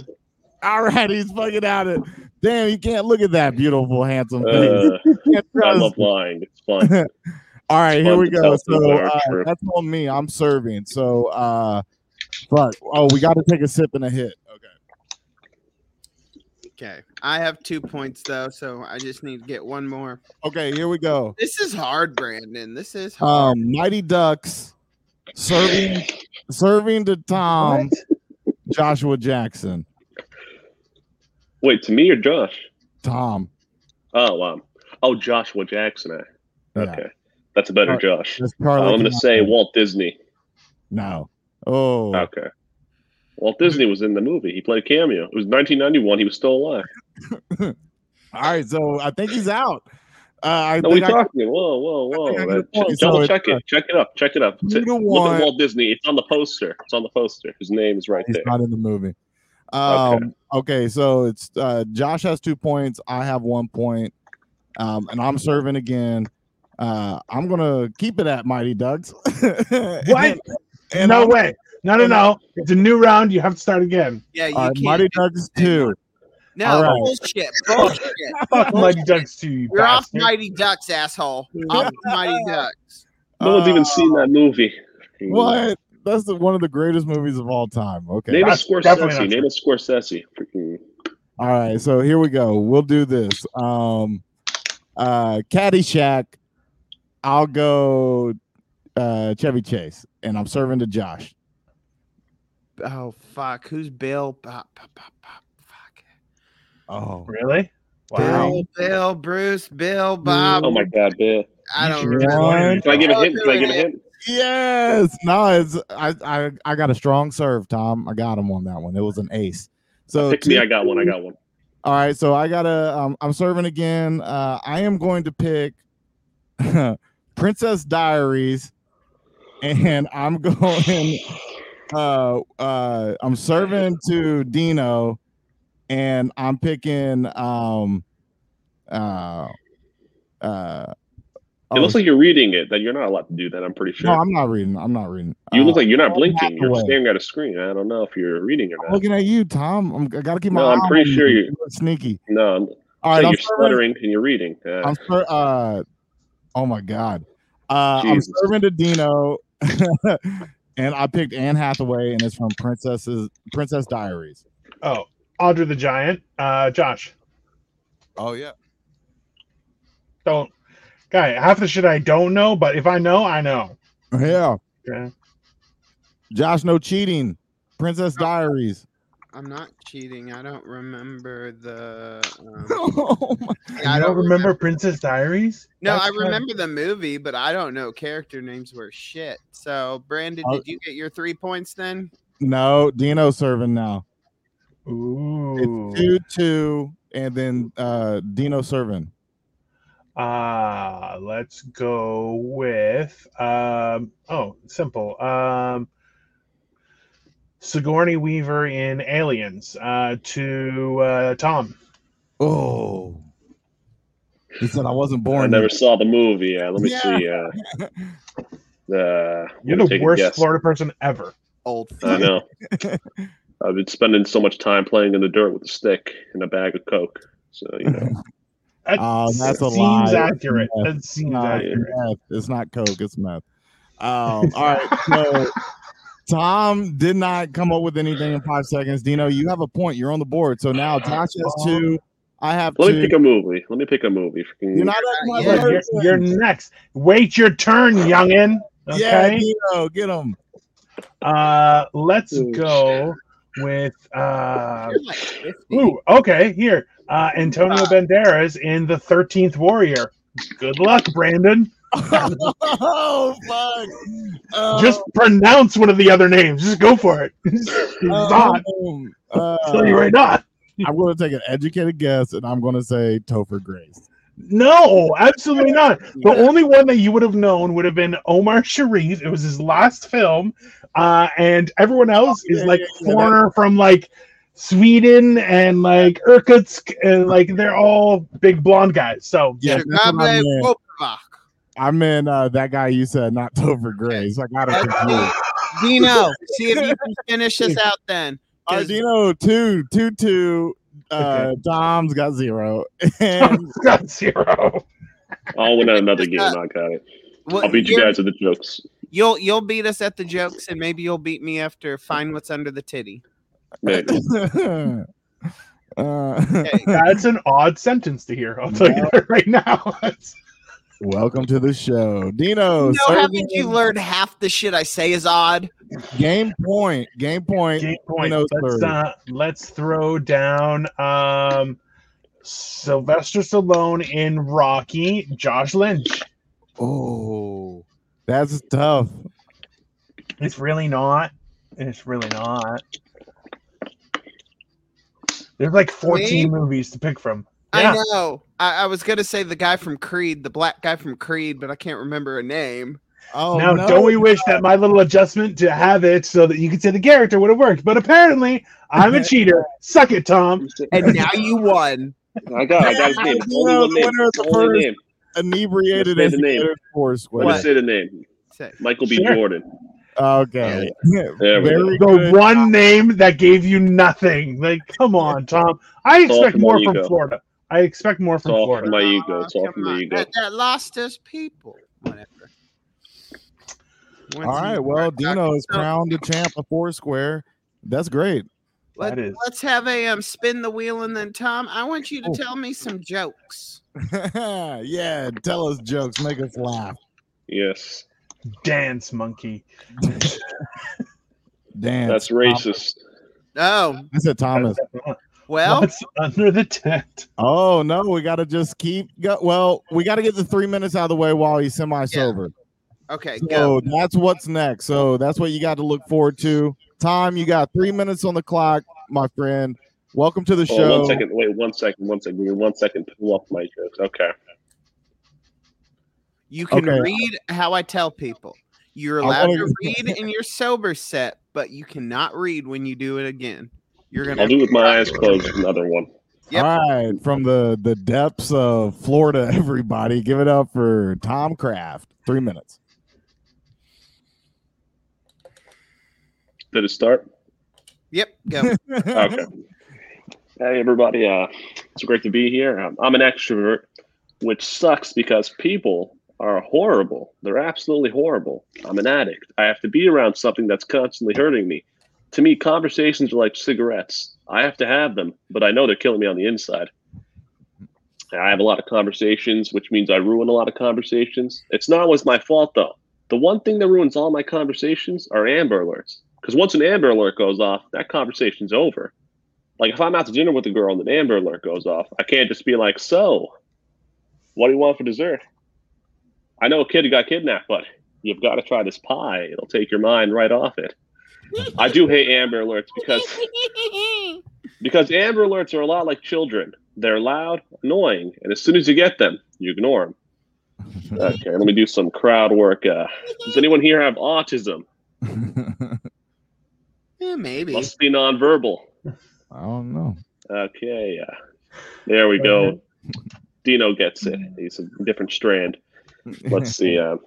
[SPEAKER 3] All right, he's fucking out it. Damn, you can't look at that beautiful, handsome face.
[SPEAKER 9] Uh,
[SPEAKER 3] You can't
[SPEAKER 9] I
[SPEAKER 3] trust
[SPEAKER 9] love lying. It's fun.
[SPEAKER 3] All right, here
[SPEAKER 9] fun
[SPEAKER 3] we
[SPEAKER 9] to tell
[SPEAKER 3] go.
[SPEAKER 9] people
[SPEAKER 3] So
[SPEAKER 9] that aren't
[SPEAKER 3] uh,
[SPEAKER 9] true.
[SPEAKER 3] that's on me. I'm serving. So uh fuck. Oh, we got to take a sip and a hit. Okay.
[SPEAKER 5] Okay. I have two points though, so I just need to get one more.
[SPEAKER 3] Okay, here we go.
[SPEAKER 5] This is hard, Brandon. This is hard.
[SPEAKER 3] Um Mighty Ducks serving serving to Tom
[SPEAKER 8] What?
[SPEAKER 3] Joshua Jackson.
[SPEAKER 9] Wait, to me or Josh?
[SPEAKER 3] Tom.
[SPEAKER 9] Oh, um, oh, Joshua Jackson. eh?
[SPEAKER 3] Yeah.
[SPEAKER 9] Okay, that's a better
[SPEAKER 3] Alright.
[SPEAKER 9] Josh.
[SPEAKER 3] That's
[SPEAKER 9] Uh,
[SPEAKER 3] Charlie
[SPEAKER 9] I'm gonna
[SPEAKER 3] Kaufman.
[SPEAKER 9] say Walt Disney.
[SPEAKER 3] no. Oh.
[SPEAKER 9] Okay. Walt Disney was in the movie. He played a cameo. It was 1991. He was still alive.
[SPEAKER 3] All right, so I think he's out. Uh, I
[SPEAKER 9] No, we
[SPEAKER 3] think I,
[SPEAKER 9] talking. Whoa, whoa,
[SPEAKER 3] I think I
[SPEAKER 9] whoa!
[SPEAKER 3] get a
[SPEAKER 9] man. Che-
[SPEAKER 3] point. So
[SPEAKER 9] double
[SPEAKER 3] it's,
[SPEAKER 9] check
[SPEAKER 3] uh,
[SPEAKER 9] it. Check it up. Check it up.
[SPEAKER 3] two
[SPEAKER 9] T-
[SPEAKER 3] to
[SPEAKER 9] Look
[SPEAKER 3] one.
[SPEAKER 9] at Walt Disney. It's on the poster. It's on the poster. His name is right
[SPEAKER 3] he's
[SPEAKER 9] there.
[SPEAKER 3] not in the movie.
[SPEAKER 9] Okay.
[SPEAKER 3] Um, okay. so it's uh, Josh has two points. I have one point, um, and I'm serving again. Uh, I'm gonna keep it at Mighty Ducks.
[SPEAKER 8] What?
[SPEAKER 3] And
[SPEAKER 8] no
[SPEAKER 3] I'm-
[SPEAKER 8] way. No, no,
[SPEAKER 3] and
[SPEAKER 8] no. It's a new round. You have to start again.
[SPEAKER 5] yeah, you
[SPEAKER 3] All right,
[SPEAKER 5] can't.
[SPEAKER 3] Mighty
[SPEAKER 5] do-
[SPEAKER 3] Ducks two.
[SPEAKER 5] no
[SPEAKER 3] all right.
[SPEAKER 5] bullshit.
[SPEAKER 1] Oh,
[SPEAKER 5] Bullshit.
[SPEAKER 8] Fuck Mighty Ducks to you.
[SPEAKER 5] You're off
[SPEAKER 8] bastard.
[SPEAKER 5] Mighty Ducks, asshole. Off the Mighty Ducks.
[SPEAKER 9] No one's
[SPEAKER 3] Uh,
[SPEAKER 9] even seen that movie.
[SPEAKER 3] What? That's the, one of the greatest movies of all time. Okay.
[SPEAKER 9] Name a
[SPEAKER 8] That's definitely not
[SPEAKER 9] Scorsese. Name a Scorsese. Freaking
[SPEAKER 3] all right. So here we go. We'll do this. Um, uh, Caddyshack. I'll go uh, Chevy Chase, and I'm serving to Josh.
[SPEAKER 5] Oh fuck. Who's Bill? Bop, bop, bop, bop. Fuck.
[SPEAKER 3] Oh,
[SPEAKER 8] Really? Wow.
[SPEAKER 5] Bill, Bill, Bruce, Bill, Bob.
[SPEAKER 9] Oh my
[SPEAKER 3] Um,
[SPEAKER 9] God, Bill.
[SPEAKER 5] I don't
[SPEAKER 3] One.
[SPEAKER 5] remember.
[SPEAKER 9] Can I give
[SPEAKER 3] oh,
[SPEAKER 9] a hint? Can I give a hint?
[SPEAKER 3] Yes. No, it's I, I I got a strong serve, Tom. I got him on that one. It was an ace. So
[SPEAKER 9] Pick me.
[SPEAKER 3] Oh, two-
[SPEAKER 9] I got one. I got one.
[SPEAKER 3] All right, so I gotta. Um, I'm serving again. Uh, I am going to pick Princess Diaries, and I'm going. Uh, uh, I'm serving to Dino, and I'm picking. Um, uh, uh,
[SPEAKER 9] It looks like you're reading it. That you're not allowed to do that. I'm pretty sure.
[SPEAKER 3] no, I'm not reading. I'm not reading.
[SPEAKER 9] you look
[SPEAKER 3] Uh,
[SPEAKER 9] like you're not
[SPEAKER 3] I'm
[SPEAKER 9] blinking. You're
[SPEAKER 3] halfway.
[SPEAKER 9] staring at a screen. I don't know if you're reading or
[SPEAKER 3] I'm
[SPEAKER 9] not.
[SPEAKER 3] looking at you, Tom. I'm, I gotta keep my.
[SPEAKER 9] No,
[SPEAKER 3] eye
[SPEAKER 9] I'm pretty
[SPEAKER 3] on
[SPEAKER 9] sure you-
[SPEAKER 3] look sneaky.
[SPEAKER 9] No, I'm,
[SPEAKER 3] All right,
[SPEAKER 9] so
[SPEAKER 3] I'm
[SPEAKER 9] you're
[SPEAKER 3] serving.
[SPEAKER 9] stuttering and you're reading. Uh,
[SPEAKER 3] I'm ser- uh, oh my god, uh, I'm
[SPEAKER 9] Jesus.
[SPEAKER 3] serving to Dino, and I picked Anne Hathaway, and it's from Princess's Princess Diaries.
[SPEAKER 8] Oh, Audrey the Giant. Uh, Josh,
[SPEAKER 1] Oh yeah.
[SPEAKER 8] don't. Guy, half the shit I don't know, but if I know, I know.
[SPEAKER 3] Yeah,
[SPEAKER 8] Okay.
[SPEAKER 3] Josh, no cheating. Princess Diaries.
[SPEAKER 5] I'm not cheating. I don't remember the. Um,
[SPEAKER 3] oh my
[SPEAKER 5] I
[SPEAKER 8] You
[SPEAKER 5] don't
[SPEAKER 8] remember Princess Diaries.
[SPEAKER 5] No,
[SPEAKER 8] That's
[SPEAKER 5] I
[SPEAKER 8] kinda-
[SPEAKER 5] remember the movie, but I don't know character names were shit. So, Brandon,
[SPEAKER 3] Oh.
[SPEAKER 5] did you get your three points then?
[SPEAKER 3] No, Dino serving now.
[SPEAKER 8] Ooh.
[SPEAKER 3] It's two two, and then uh Dino serving.
[SPEAKER 8] Uh, let's go with um oh, simple. Um Sigourney Weaver in Aliens uh to uh Tom.
[SPEAKER 3] Oh, he said I wasn't
[SPEAKER 9] I
[SPEAKER 3] born.
[SPEAKER 9] never
[SPEAKER 3] yet.
[SPEAKER 9] saw the movie. Uh, let me
[SPEAKER 3] Yeah.
[SPEAKER 9] see. Uh, uh,
[SPEAKER 8] You're
[SPEAKER 9] gonna
[SPEAKER 8] the
[SPEAKER 9] take a
[SPEAKER 8] worst
[SPEAKER 9] guess.
[SPEAKER 8] Florida person ever.
[SPEAKER 1] Old.
[SPEAKER 9] I know. I've been spending so much time playing in the dirt with a stick and a bag of coke. So you know,
[SPEAKER 8] That
[SPEAKER 3] Oh, that's a
[SPEAKER 8] seems
[SPEAKER 3] lie.
[SPEAKER 8] accurate.
[SPEAKER 3] Yes.
[SPEAKER 8] That seems
[SPEAKER 3] No, it's,
[SPEAKER 8] accurate.
[SPEAKER 3] meth. It's not coke. It's meth. Um, all right. So Tom did not come up with anything in five seconds. Dino, you have a point. You're on the board. So now Josh has two. I have
[SPEAKER 9] let me
[SPEAKER 3] two.
[SPEAKER 9] pick a movie. Let me pick a movie. Freaking-
[SPEAKER 3] You're not at my
[SPEAKER 5] Yeah,
[SPEAKER 8] Yeah,
[SPEAKER 3] third
[SPEAKER 8] you're,
[SPEAKER 3] one.
[SPEAKER 8] you're next. Wait your turn, youngin.
[SPEAKER 3] Yeah,
[SPEAKER 8] Okay.
[SPEAKER 3] Dino, get him.
[SPEAKER 8] Uh, let's
[SPEAKER 9] Ooh.
[SPEAKER 8] go with uh
[SPEAKER 5] You're like 50.
[SPEAKER 8] Ooh, okay, here. Uh, Antonio
[SPEAKER 3] Ah.
[SPEAKER 5] Uh,
[SPEAKER 8] Banderas in The 13th Warrior. Good luck, Brandon.
[SPEAKER 3] oh fuck! Oh,
[SPEAKER 8] Just pronounce one of the other names. Just go for it. He's not.
[SPEAKER 3] um, uh,
[SPEAKER 8] I'll tell you right now.
[SPEAKER 3] I'm going to take an educated guess, and I'm going to say Topher Grace.
[SPEAKER 8] No, absolutely not. The only one that you would have known would have been Omar Sharif. It was his last film. Uh, and everyone else is
[SPEAKER 3] yeah,
[SPEAKER 8] like
[SPEAKER 3] yeah, yeah,
[SPEAKER 8] foreigner from like Sweden and like Irkutsk and like they're all big blonde guys. So yeah,
[SPEAKER 3] Yeah, that's what I
[SPEAKER 5] Chicago
[SPEAKER 3] meant.
[SPEAKER 5] Wolfpack.
[SPEAKER 3] I meant uh, that guy you said, not Topher Grace. I got it confused.
[SPEAKER 5] Dino, see if you can finish this out then.
[SPEAKER 3] Ardino two two two. Uh, Dom's got zero, and
[SPEAKER 8] got zero.
[SPEAKER 9] I'll win at another game. I got it.
[SPEAKER 5] What-
[SPEAKER 9] I'll beat you
[SPEAKER 5] you're-
[SPEAKER 9] guys with the jokes.
[SPEAKER 5] You'll you'll beat us at the jokes, and maybe you'll beat me after find what's under the titty.
[SPEAKER 9] Maybe.
[SPEAKER 3] uh,
[SPEAKER 8] That's an odd sentence to hear. I'll tell you that right now. That's-
[SPEAKER 3] welcome to the show, Dino.
[SPEAKER 5] No,
[SPEAKER 3] serving
[SPEAKER 5] haven't you learned half the shit I say is odd?
[SPEAKER 3] game point? Game point.
[SPEAKER 8] Game point.
[SPEAKER 3] Dino's
[SPEAKER 8] Let's,
[SPEAKER 3] third.
[SPEAKER 8] uh, let's throw down um, Sylvester Stallone in Rocky, Josh Lynch.
[SPEAKER 3] Oh, that's tough.
[SPEAKER 8] It's really not. It's really not. There's like 14 movies to pick from. Yeah.
[SPEAKER 5] I know. I, I was gonna say the guy from Creed, the black guy from Creed, but I can't remember a name.
[SPEAKER 3] Oh,
[SPEAKER 8] now,
[SPEAKER 3] no.
[SPEAKER 8] don't we wish that my little adjustment to have it so that you could say the character would have worked? But apparently, I'm a cheater. Suck it, Tom.
[SPEAKER 5] And now you won.
[SPEAKER 9] I got. I got his name. It's
[SPEAKER 3] Yeah,
[SPEAKER 9] Only
[SPEAKER 3] the
[SPEAKER 9] one name.
[SPEAKER 3] winner is the
[SPEAKER 9] Only
[SPEAKER 3] first.
[SPEAKER 9] name.
[SPEAKER 3] inebriated
[SPEAKER 9] Say
[SPEAKER 3] and
[SPEAKER 9] the name.
[SPEAKER 3] foursquare.
[SPEAKER 9] Let me say the name.
[SPEAKER 5] Say-
[SPEAKER 9] Michael B.
[SPEAKER 8] Sure.
[SPEAKER 9] Jordan.
[SPEAKER 3] Okay,
[SPEAKER 9] There we
[SPEAKER 3] very
[SPEAKER 9] go.
[SPEAKER 8] the
[SPEAKER 3] good.
[SPEAKER 8] one name that gave you nothing. Like, come on, Tom. I
[SPEAKER 9] It's all
[SPEAKER 8] expect
[SPEAKER 9] from
[SPEAKER 8] more
[SPEAKER 9] my
[SPEAKER 8] from
[SPEAKER 9] ego.
[SPEAKER 8] Florida. I expect more
[SPEAKER 9] It's
[SPEAKER 8] from
[SPEAKER 9] all from
[SPEAKER 8] Florida.
[SPEAKER 9] my ego. It's all
[SPEAKER 5] Oh, Come
[SPEAKER 9] from the
[SPEAKER 5] on.
[SPEAKER 9] ego.
[SPEAKER 5] That, that lost us people. Whatever. Once
[SPEAKER 3] All right,
[SPEAKER 5] you-
[SPEAKER 3] well,
[SPEAKER 5] Doc-
[SPEAKER 3] Dino is
[SPEAKER 5] so
[SPEAKER 3] crowned the champ of foursquare. That's great.
[SPEAKER 5] Let,
[SPEAKER 8] That is-
[SPEAKER 5] us have AM spin the wheel, and then Tom, I want you to
[SPEAKER 3] Oh.
[SPEAKER 5] tell me some jokes.
[SPEAKER 3] yeah, tell us jokes, make us laugh.
[SPEAKER 9] Yes.
[SPEAKER 8] Dance monkey.
[SPEAKER 3] Dance.
[SPEAKER 9] That's racist.
[SPEAKER 5] Oh
[SPEAKER 3] I said Thomas.
[SPEAKER 5] well,
[SPEAKER 8] What's under the tent?
[SPEAKER 3] Oh no, we gotta just keep. Go- well, we gotta get the three minutes out of the way while he's semi sober.
[SPEAKER 5] okay, go.
[SPEAKER 3] So that's what's next. So that's what you got to look forward to. Tom, you got three minutes on the clock, my friend. Welcome to the
[SPEAKER 9] Oh,
[SPEAKER 3] show.
[SPEAKER 9] one second. Wait, one second. One second. Give me one second to pull up my jokes. Okay.
[SPEAKER 5] You can
[SPEAKER 3] Okay.
[SPEAKER 5] read how I tell people. You're
[SPEAKER 3] I
[SPEAKER 5] allowed
[SPEAKER 3] wanna-
[SPEAKER 5] to read in your sober set, but you cannot read when you do it again. You're gonna
[SPEAKER 9] I'll do it with my eyes closed. Another one.
[SPEAKER 5] Yep.
[SPEAKER 3] All right, from the the depths of Florida, everybody, give it up for Tom Craft. Three minutes.
[SPEAKER 9] Did it start?
[SPEAKER 5] Yep. Go.
[SPEAKER 9] okay. Hey, everybody. Uh, it's great to be here. Um, I'm an extrovert, which sucks because people are horrible. They're absolutely horrible. I'm an addict. I have to be around something that's constantly hurting me. To me, conversations are like cigarettes. I have to have them, but I know they're killing me on the inside. I have a lot of conversations, which means I ruin a lot of conversations. It's not always my fault, though. The one thing that ruins all my conversations are Amber Alerts. Because once an Amber Alert goes off, that conversation's over. Like if I'm out to dinner with a girl and an Amber Alert goes off, I can't just be like, "So, what do you want for dessert?" I know a kid who got kidnapped, but you've got to try this pie. It'll take your mind right off it. I do hate Amber Alerts because because Amber Alerts are a lot like children. They're loud, annoying, and as soon as you get them, you ignore them. Okay, let me do some crowd work. Uh, does anyone here have autism?
[SPEAKER 5] yeah, Eh, maybe.
[SPEAKER 9] Must be nonverbal.
[SPEAKER 3] I don't know.
[SPEAKER 9] Okay. Uh, there we go. Dino gets it. He's a different strand. Let's see. Uh,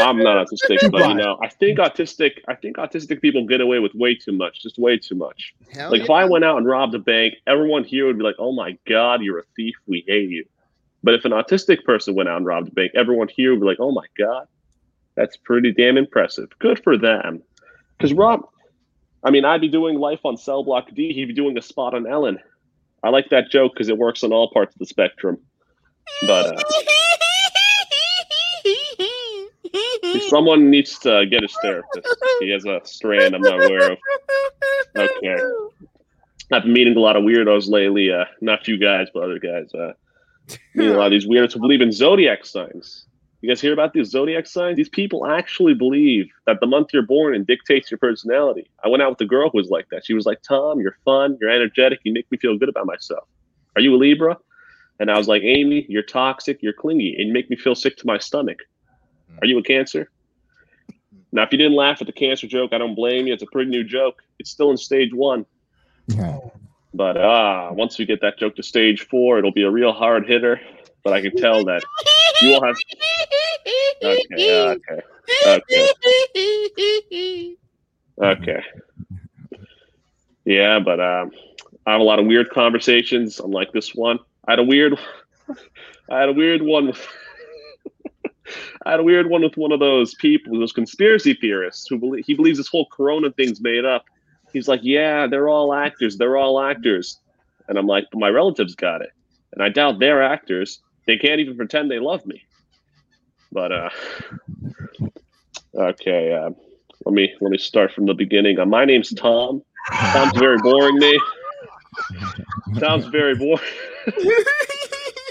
[SPEAKER 9] I'm not autistic, but you know, I think autistic. I think autistic people get away with way too much. Just way too much.
[SPEAKER 5] Hell
[SPEAKER 9] Like
[SPEAKER 5] yeah.
[SPEAKER 9] if I went out and robbed a bank, everyone here would be like, "Oh my god, you're a thief. We hate you." But if an autistic person went out and robbed a bank, everyone here would be like, "Oh my god, that's pretty damn impressive. Good for them." Because Rob, I mean, I'd be doing life on cell block D. He'd be doing a spot on Ellen. I like that joke because it works on all parts of the spectrum. But uh, someone needs to get his therapist. He has a strand I'm not aware of. Okay. I've been meeting a lot of weirdos lately. Uh, not you guys, but other guys. Uh, meeting a lot of these weirdos who believe in zodiac signs. You guys hear about these zodiac signs? These people actually believe that the month you're born in dictates your personality. I went out with a girl who was like that. She was like, "Tom, you're fun. You're energetic. You make me feel good about myself. Are you a Libra?" And I was like, "Amy, you're toxic. You're clingy, and you make me feel sick to my stomach. Are you a Cancer?" Now, if you didn't laugh at the cancer joke, I don't blame you. It's a pretty new joke. It's still in stage one.
[SPEAKER 3] Yeah.
[SPEAKER 9] But ah, once we get that joke to stage four, it'll be a real hard hitter. But I can tell that you will have. Okay, uh, okay, okay, okay. Yeah, but um, I have a lot of weird conversations, unlike this one. I had a weird, I had a weird one with. I had a weird one with one of those people, those conspiracy theorists who believe he believes this whole corona thing's made up. He's like, "Yeah, they're all actors. They're all actors," and I'm like, "But my relatives got it, and I doubt they're actors. They can't even pretend they love me." But uh, okay, uh, let me let me start from the beginning. Uh, my name's Tom. Tom's a very boring name. Tom's a very boring.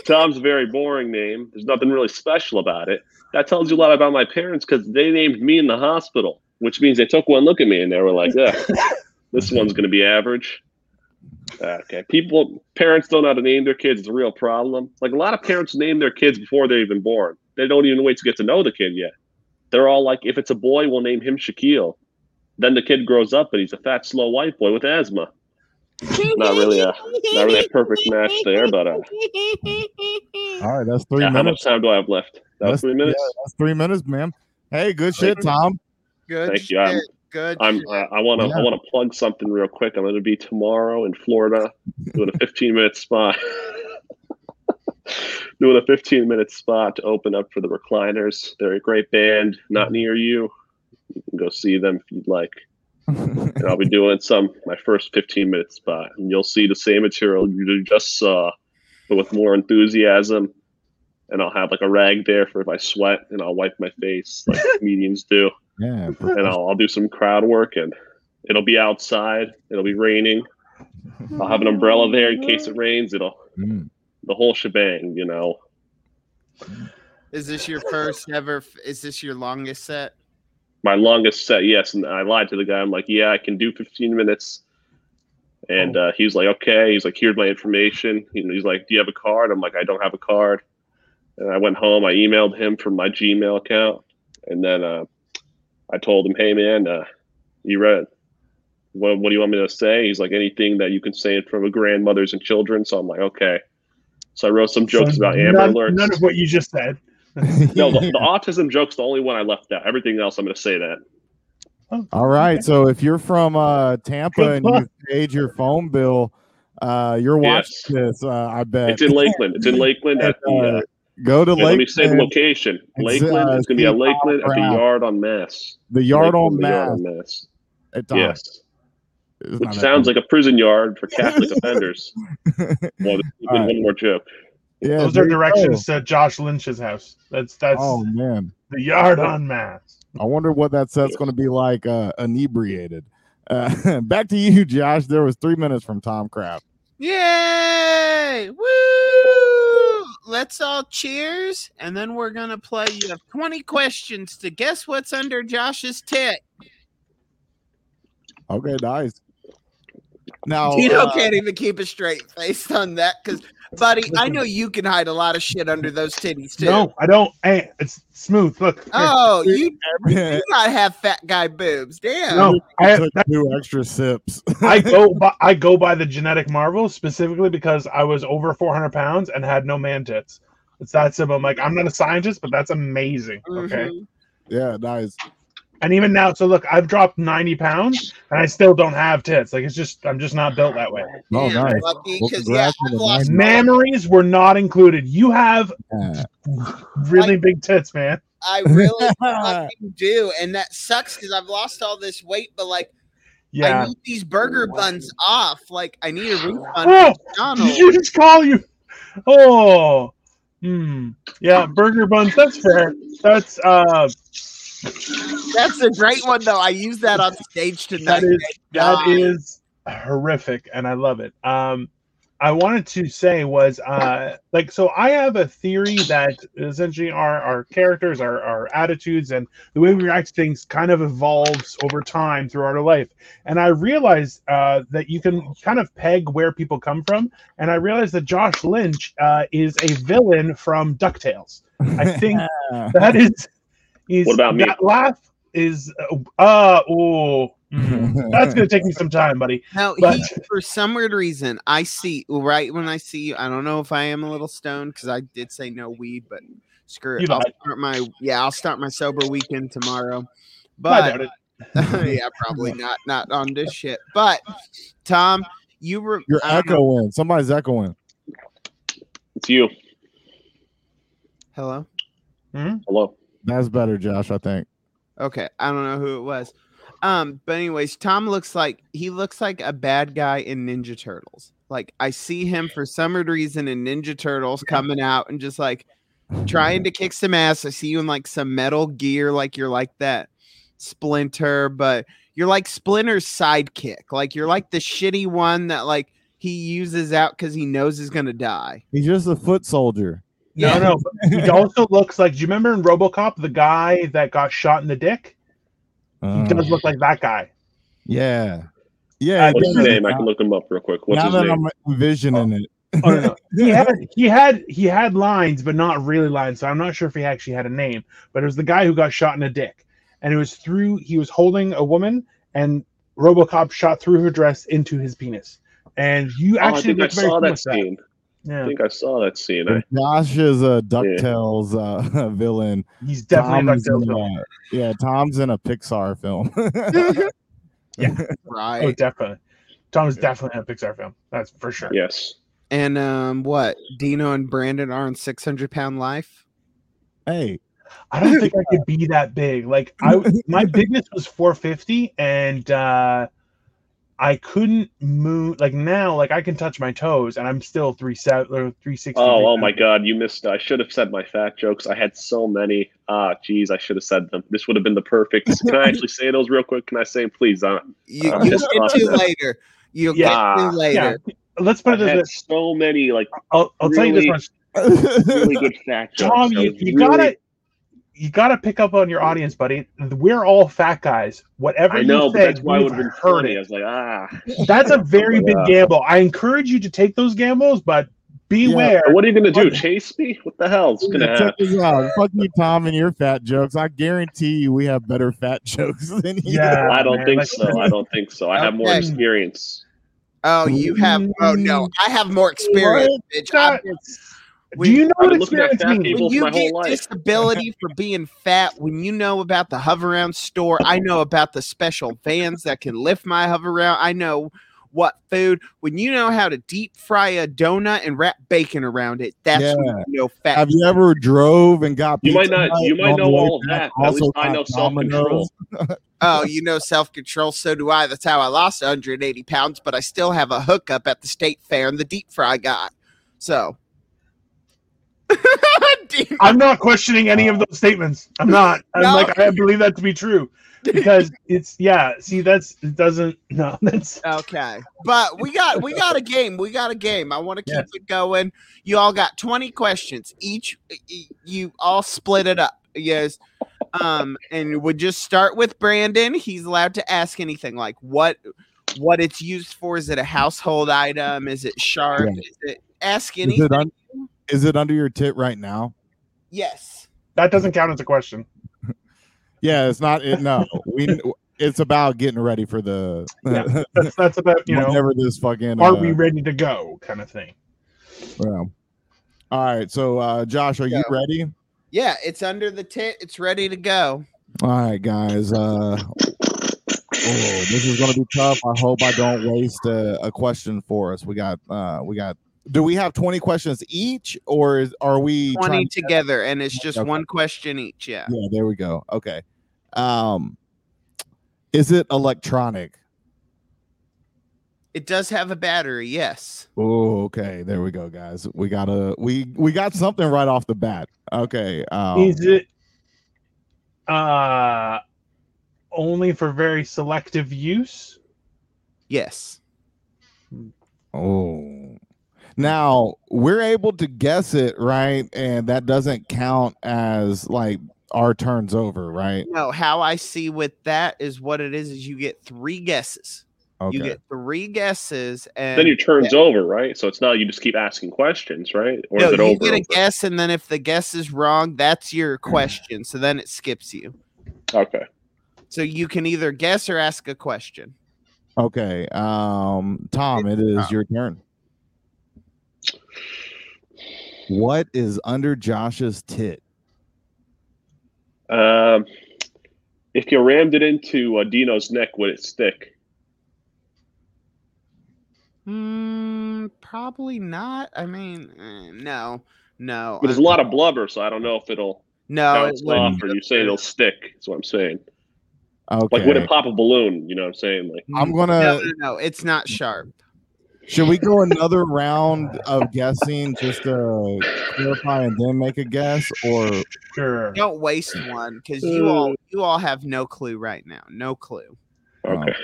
[SPEAKER 9] Tom's a very boring name. There's nothing really special about it. That tells you a lot about my parents because they named me in the hospital, which means they took one look at me and they were like, "Yeah, this one's going to be average." Okay, people, parents don't know how to name their kids. It's a real problem. Like a lot of parents name their kids before they're even born. They don't even wait to get to know the kid yet. They're all like, if it's a boy, we'll name him Shaquille. Then the kid grows up and he's a fat, slow white boy with asthma. Not really a not really a perfect match there, but uh,
[SPEAKER 3] All right, that's three
[SPEAKER 9] yeah, how
[SPEAKER 3] minutes.
[SPEAKER 9] much time do I have left? That
[SPEAKER 3] That's-
[SPEAKER 9] was three minutes.
[SPEAKER 3] yeah, that's three minutes, man. Hey, good shit, Tom.
[SPEAKER 5] Good.
[SPEAKER 9] Thank you. I'm-
[SPEAKER 5] Shit. Good.
[SPEAKER 9] I'm uh,
[SPEAKER 5] shit.
[SPEAKER 9] I want to I want to plug something real quick. I'm going to be tomorrow in Florida doing a 15 minute spot. doing a 15 minute spot to open up for the Recliners. They're a great band. Not near you. You can go see them if you'd like. and I'll be doing some my first 15 minute spot, and you'll see the same material you just saw, but with more enthusiasm. And I'll have like a rag there for if I sweat, and I'll wipe my face like comedians do
[SPEAKER 3] Yeah.
[SPEAKER 9] and I'll, I'll do some crowd work and it'll be outside it'll be raining i'll have an umbrella there in case it rains it'll
[SPEAKER 3] Mm.
[SPEAKER 9] the whole shebang you know
[SPEAKER 5] Is this your first ever? f- Is this your longest set?
[SPEAKER 9] my longest set yes and i lied to the guy i'm like yeah i can do 15 minutes and
[SPEAKER 8] Oh.
[SPEAKER 9] uh, he's like okay he's like here's my information He- he's like do you have a card i'm like i don't have a card and i went home i emailed him from my gmail account and then uh, i told him hey man uh, you read what, what do you want me to say? He's like, anything that you can say in front of grandmothers and children. So I'm like, okay. So I wrote some jokes
[SPEAKER 8] So
[SPEAKER 9] about Amber
[SPEAKER 8] none,
[SPEAKER 9] Alerts.
[SPEAKER 8] None of what you just said.
[SPEAKER 9] no, the, the autism joke's the only one I left out. Everything else, I'm going to say that.
[SPEAKER 3] All right. So if you're from uh, Tampa and you paid your phone bill, uh, you're watching
[SPEAKER 9] Yes.
[SPEAKER 3] this. Uh, I bet.
[SPEAKER 9] It's in Lakeland. It's in Lakeland at the. Uh,
[SPEAKER 3] Go to
[SPEAKER 9] wait, let me say the
[SPEAKER 3] Lakeland,
[SPEAKER 9] location.
[SPEAKER 3] It's,
[SPEAKER 9] Lakeland.
[SPEAKER 3] uh,
[SPEAKER 9] It's going to be at
[SPEAKER 3] Steve
[SPEAKER 9] Lakeland at the
[SPEAKER 3] Brown.
[SPEAKER 9] Yard on Mass.
[SPEAKER 3] the yard on
[SPEAKER 9] Lakeland, the
[SPEAKER 3] mass.
[SPEAKER 9] Yard on Mass.
[SPEAKER 3] It's on.
[SPEAKER 9] Yes.
[SPEAKER 3] It's
[SPEAKER 9] Which
[SPEAKER 3] not that
[SPEAKER 9] sounds
[SPEAKER 3] big.
[SPEAKER 9] like a prison yard for Catholic offenders. Well, there's
[SPEAKER 3] All right.
[SPEAKER 9] one more joke.
[SPEAKER 3] yeah,
[SPEAKER 8] Those
[SPEAKER 3] there
[SPEAKER 8] are
[SPEAKER 3] you go.
[SPEAKER 8] directions to Josh Lynch's house. That's that's
[SPEAKER 3] Oh man,
[SPEAKER 8] the yard on mass.
[SPEAKER 3] I wonder what that set's going to be like. Uh, inebriated. Uh, back to you, Josh. There was three minutes from Tom Kraft.
[SPEAKER 5] Yay! Woo! Let's all cheers, and then we're gonna play. You have 20 questions to guess what's under Josh's tit.
[SPEAKER 3] Okay, nice. Now,
[SPEAKER 5] Tito
[SPEAKER 3] uh,
[SPEAKER 5] can't even keep a straight face on that because, buddy, I know you can hide a lot of shit under those titties too.
[SPEAKER 8] No, I don't. Hey, it's smooth. Look.
[SPEAKER 5] Oh, you
[SPEAKER 3] uh,
[SPEAKER 5] do not have fat guy boobs. Damn.
[SPEAKER 8] no, I,
[SPEAKER 3] took two extra sips.
[SPEAKER 8] I go by I go by the genetic marvels specifically because I was over 400 pounds and had no man tits. It's that simple. I'm like, I'm not a scientist, but that's amazing. Okay.
[SPEAKER 5] Mhm.
[SPEAKER 3] yeah, nice.
[SPEAKER 8] And even now, so look, I've dropped 90 pounds and I still don't have tits. Like it's just I'm just not built that way.
[SPEAKER 3] Oh,
[SPEAKER 5] Damn,
[SPEAKER 3] nice.
[SPEAKER 5] lucky,
[SPEAKER 3] Well,
[SPEAKER 5] 'cause, yeah,
[SPEAKER 3] congrats on
[SPEAKER 5] I've
[SPEAKER 3] the
[SPEAKER 5] lost
[SPEAKER 3] nine-
[SPEAKER 8] Mammaries were not included. You have
[SPEAKER 9] Uh,
[SPEAKER 3] Yeah.
[SPEAKER 8] really big tits, man.
[SPEAKER 5] I really fucking do, and that sucks because I've lost all this weight. But like, I
[SPEAKER 8] Yeah.
[SPEAKER 5] need these burger buns off. Like, I need a refund.
[SPEAKER 8] Oh, did you just call you? Oh. Hmm. Yeah, burger buns. That's fair. That's uh
[SPEAKER 5] That's a great one, though. I used that on stage tonight.
[SPEAKER 8] That is that
[SPEAKER 5] God.
[SPEAKER 8] is horrific, and I love it. Um, I wanted to say was uh, like so I have a theory that essentially our our characters, our our attitudes, and the way we react to things kind of evolves over time throughout our life. And I realized uh, that you can kind of peg where people come from. And I realized that Josh Lynch uh, is a villain from Ducktales. I think that is. Is
[SPEAKER 9] What about me?
[SPEAKER 8] That laugh is uh, uh oh. That's gonna take me some time, buddy.
[SPEAKER 5] No,
[SPEAKER 8] But-
[SPEAKER 5] he, for some weird reason, I see right when I see you. I don't know if I am a little stoned because I did say no weed, but screw it.
[SPEAKER 8] You
[SPEAKER 5] I'll
[SPEAKER 8] lied.
[SPEAKER 5] start my yeah, I'll start my sober weekend tomorrow.
[SPEAKER 8] I
[SPEAKER 5] But
[SPEAKER 8] doubt it.
[SPEAKER 5] yeah, probably not not on this shit. But Tom, you were
[SPEAKER 3] You're
[SPEAKER 5] I don't know-
[SPEAKER 3] echoing. Somebody's echoing.
[SPEAKER 9] It's you.
[SPEAKER 5] hello.
[SPEAKER 9] Hello.
[SPEAKER 3] That's better, Josh. I think.
[SPEAKER 5] Okay, I don't know who it was. Um, but anyways, Tom looks like he looks like a bad guy in Ninja Turtles. Like I see him for some weird reason in Ninja Turtles coming out and just like trying to kick some ass. I see you in like some metal gear, like you're like that Splinter, but you're like Splinter's sidekick. Like you're like the shitty one that like he uses out because he knows he's gonna die.
[SPEAKER 3] He's just a foot soldier.
[SPEAKER 8] No, no. but He also looks like. Do you remember in RoboCop the guy that got shot in the dick? He
[SPEAKER 3] Uh,
[SPEAKER 8] does look like that guy.
[SPEAKER 3] yeah. Yeah. he
[SPEAKER 9] What's his
[SPEAKER 3] does.
[SPEAKER 9] name? I can look him up real quick. What's
[SPEAKER 3] now
[SPEAKER 9] his
[SPEAKER 3] that
[SPEAKER 9] name?
[SPEAKER 3] I'm envisioning it.
[SPEAKER 8] Oh, no, no. He had he had he had lines, but not really lines. So I'm not sure if he actually had a name. But it was the guy who got shot in the dick, and it was through. He was holding a woman, and RoboCop shot through her dress into his penis. And you
[SPEAKER 9] Oh, I
[SPEAKER 8] actually
[SPEAKER 9] think I
[SPEAKER 8] look very
[SPEAKER 9] saw
[SPEAKER 8] similar
[SPEAKER 9] that
[SPEAKER 8] to that.
[SPEAKER 9] scene. I
[SPEAKER 8] Yeah,
[SPEAKER 9] think I saw that scene. I,
[SPEAKER 3] If Josh is a DuckTales uh, villain.
[SPEAKER 8] he's definitely a
[SPEAKER 3] Tom's in,
[SPEAKER 8] DuckTales villain.
[SPEAKER 3] uh, yeah, Tom's in a Pixar film.
[SPEAKER 5] Right.
[SPEAKER 8] Oh, definitely. Tom's definitely a Pixar film. That's for sure.
[SPEAKER 9] yes.
[SPEAKER 5] And um what Dino and Brandon are on six hundred pound life.
[SPEAKER 3] hey,
[SPEAKER 8] I don't think I could be that big. Like I my biggest was 450 and uh I couldn't move like now like I can touch my toes and I'm still 37 or 360.
[SPEAKER 9] Oh, oh my God! You missed. I should have said my fat jokes. I had so many. Ah, geez, I should have said them. This would have been the perfect. Can I actually say those real quick? Can I say them, please? Uh,
[SPEAKER 5] You,
[SPEAKER 9] Uh,
[SPEAKER 5] you'll
[SPEAKER 9] just
[SPEAKER 5] get
[SPEAKER 9] on
[SPEAKER 5] to
[SPEAKER 9] the-
[SPEAKER 5] later. You'll get
[SPEAKER 9] Yeah,
[SPEAKER 5] to later.
[SPEAKER 8] Let's
[SPEAKER 9] I
[SPEAKER 8] put it this way.
[SPEAKER 9] had so many like
[SPEAKER 8] I'll, I'll tell you this
[SPEAKER 9] really-
[SPEAKER 8] much.
[SPEAKER 9] really good fat jokes.
[SPEAKER 8] Tom,
[SPEAKER 9] I
[SPEAKER 8] you,
[SPEAKER 9] was
[SPEAKER 8] you
[SPEAKER 9] really-
[SPEAKER 8] gotta you gotta pick up on your audience, buddy. We're all fat guys. Whatever
[SPEAKER 9] I know,
[SPEAKER 8] you
[SPEAKER 9] but
[SPEAKER 8] say,
[SPEAKER 9] that's why it
[SPEAKER 8] we've
[SPEAKER 9] would have been
[SPEAKER 8] heard
[SPEAKER 9] funny.
[SPEAKER 8] it.
[SPEAKER 9] I was like, ah,
[SPEAKER 8] That's a very
[SPEAKER 9] my
[SPEAKER 8] big
[SPEAKER 9] God.
[SPEAKER 8] gamble. I encourage you to take those gambles, but Beware.
[SPEAKER 9] What are you going to do?
[SPEAKER 3] Okay.
[SPEAKER 9] Chase me? What the hell is going to happen?
[SPEAKER 3] Check this out. Fuck you, Tom, and your fat jokes. I guarantee you, we have better fat jokes than you.
[SPEAKER 8] Yeah,
[SPEAKER 9] I don't
[SPEAKER 8] man,
[SPEAKER 9] think
[SPEAKER 8] like-
[SPEAKER 9] so. I don't think so. I have more
[SPEAKER 5] Okay.
[SPEAKER 9] experience.
[SPEAKER 5] Oh, you have. Oh
[SPEAKER 3] Mm.
[SPEAKER 5] no, I have more experience, bitch. I'm
[SPEAKER 8] That-
[SPEAKER 5] we-
[SPEAKER 8] do you know
[SPEAKER 9] I've
[SPEAKER 8] what
[SPEAKER 9] been looking at
[SPEAKER 8] experience
[SPEAKER 9] fat
[SPEAKER 8] means?
[SPEAKER 5] when
[SPEAKER 9] people. for
[SPEAKER 5] you
[SPEAKER 9] my
[SPEAKER 5] get
[SPEAKER 9] whole life.
[SPEAKER 5] disability for being fat, when you know about the hover round store, I know about the special vans that can lift my hover round. I know what food. When you know how to deep fry a donut and wrap bacon around it, that's
[SPEAKER 3] Yeah.
[SPEAKER 5] when you know fat.
[SPEAKER 3] Have you ever drove and got?
[SPEAKER 9] You might
[SPEAKER 3] Pizza
[SPEAKER 9] not-
[SPEAKER 3] Hut
[SPEAKER 9] you might
[SPEAKER 3] on the
[SPEAKER 9] know
[SPEAKER 3] way
[SPEAKER 9] all of
[SPEAKER 3] back,
[SPEAKER 9] that, but at least
[SPEAKER 3] also
[SPEAKER 9] I
[SPEAKER 3] got
[SPEAKER 9] know self-control.
[SPEAKER 3] Domino's?
[SPEAKER 5] Oh, you know self control. So do I. That's how I lost 180 pounds, but I still have a hookup at the state fair and the deep fry guy. So. Deep-
[SPEAKER 8] I'm not questioning any of those statements. I'm not. I'm
[SPEAKER 5] No.
[SPEAKER 8] like I believe that to be true because it's yeah. See, that's it doesn't no. That's
[SPEAKER 5] Okay. But we got we got a game. We got a game. I want to keep
[SPEAKER 8] Yes.
[SPEAKER 5] it going. You all got 20 questions. Each y- you all split it up. Yes. Um and we just start with Brandon. He's allowed to ask anything like what what it's used for. Is it a household item? Is it sharp?
[SPEAKER 3] Yeah.
[SPEAKER 5] Is it ask
[SPEAKER 3] Is
[SPEAKER 5] anything?
[SPEAKER 3] it, un- is it under your tit right now?
[SPEAKER 5] yes.
[SPEAKER 8] that doesn't count as a question.
[SPEAKER 3] Yeah, it's not. It, no, we. It's about getting ready for the.
[SPEAKER 8] Yeah. That's that's about you know.
[SPEAKER 3] whenever this fucking.
[SPEAKER 8] Are
[SPEAKER 3] uh,
[SPEAKER 8] we ready to go? Kind of thing.
[SPEAKER 3] yeah. All right, so uh, Josh, are you
[SPEAKER 5] Go.
[SPEAKER 3] ready?
[SPEAKER 5] Yeah, it's under the tent. It's ready to go.
[SPEAKER 3] All right, guys. Uh, oh, this is gonna be tough. I hope I don't waste a, a question for us. We got, uh, we got. Do we have twenty questions each, or is, are we
[SPEAKER 5] 20
[SPEAKER 3] trying-
[SPEAKER 5] together and it's just
[SPEAKER 3] Okay.
[SPEAKER 5] one question each. Yeah.
[SPEAKER 3] Yeah, there we go. Okay. Um, is it electronic?
[SPEAKER 5] It does have a battery. Yes.
[SPEAKER 3] Oh, okay. There we go, guys. We got a we we got something right off the bat. Okay. Um,
[SPEAKER 8] Is it uh only for very selective use?
[SPEAKER 5] Yes.
[SPEAKER 3] Oh. Now we're able to guess it, right? And that doesn't count as like our turns over, right?
[SPEAKER 5] No, how I see with that is what it is is you get three guesses.
[SPEAKER 3] Okay.
[SPEAKER 5] You get three guesses and
[SPEAKER 9] Then your turn's over, right? So it's not you just keep asking questions, right? Or
[SPEAKER 5] no,
[SPEAKER 9] is it
[SPEAKER 5] you
[SPEAKER 9] over? Mm-hmm.
[SPEAKER 5] get a
[SPEAKER 9] over?
[SPEAKER 5] guess and then if the guess is wrong, that's your question. So then it skips you.
[SPEAKER 9] Okay.
[SPEAKER 5] So you can either guess or ask a question.
[SPEAKER 3] okay. Um, Tom, it is your turn. What is under Josh's tit?
[SPEAKER 9] Um, if you rammed it into uh, Dino's neck, would it stick?
[SPEAKER 5] Hmm, probably not. I mean, eh, no. No.
[SPEAKER 9] But there's
[SPEAKER 5] I-
[SPEAKER 9] a lot of blubber, so I don't know if it'll
[SPEAKER 5] no, it
[SPEAKER 9] bounce off
[SPEAKER 5] wouldn't.
[SPEAKER 9] or you say it'll stick. That's what I'm saying.
[SPEAKER 3] Okay.
[SPEAKER 9] Like, would it pop a balloon? You know what I'm saying? Like,
[SPEAKER 3] I'm gonna.
[SPEAKER 5] No, no, no, it's not sharp.
[SPEAKER 3] Should we go another round of guessing just to clarify and then make a guess, or
[SPEAKER 8] Sure.
[SPEAKER 5] Don't waste one because you
[SPEAKER 9] Uh.
[SPEAKER 5] all you all have no clue right now. No clue.
[SPEAKER 9] okay.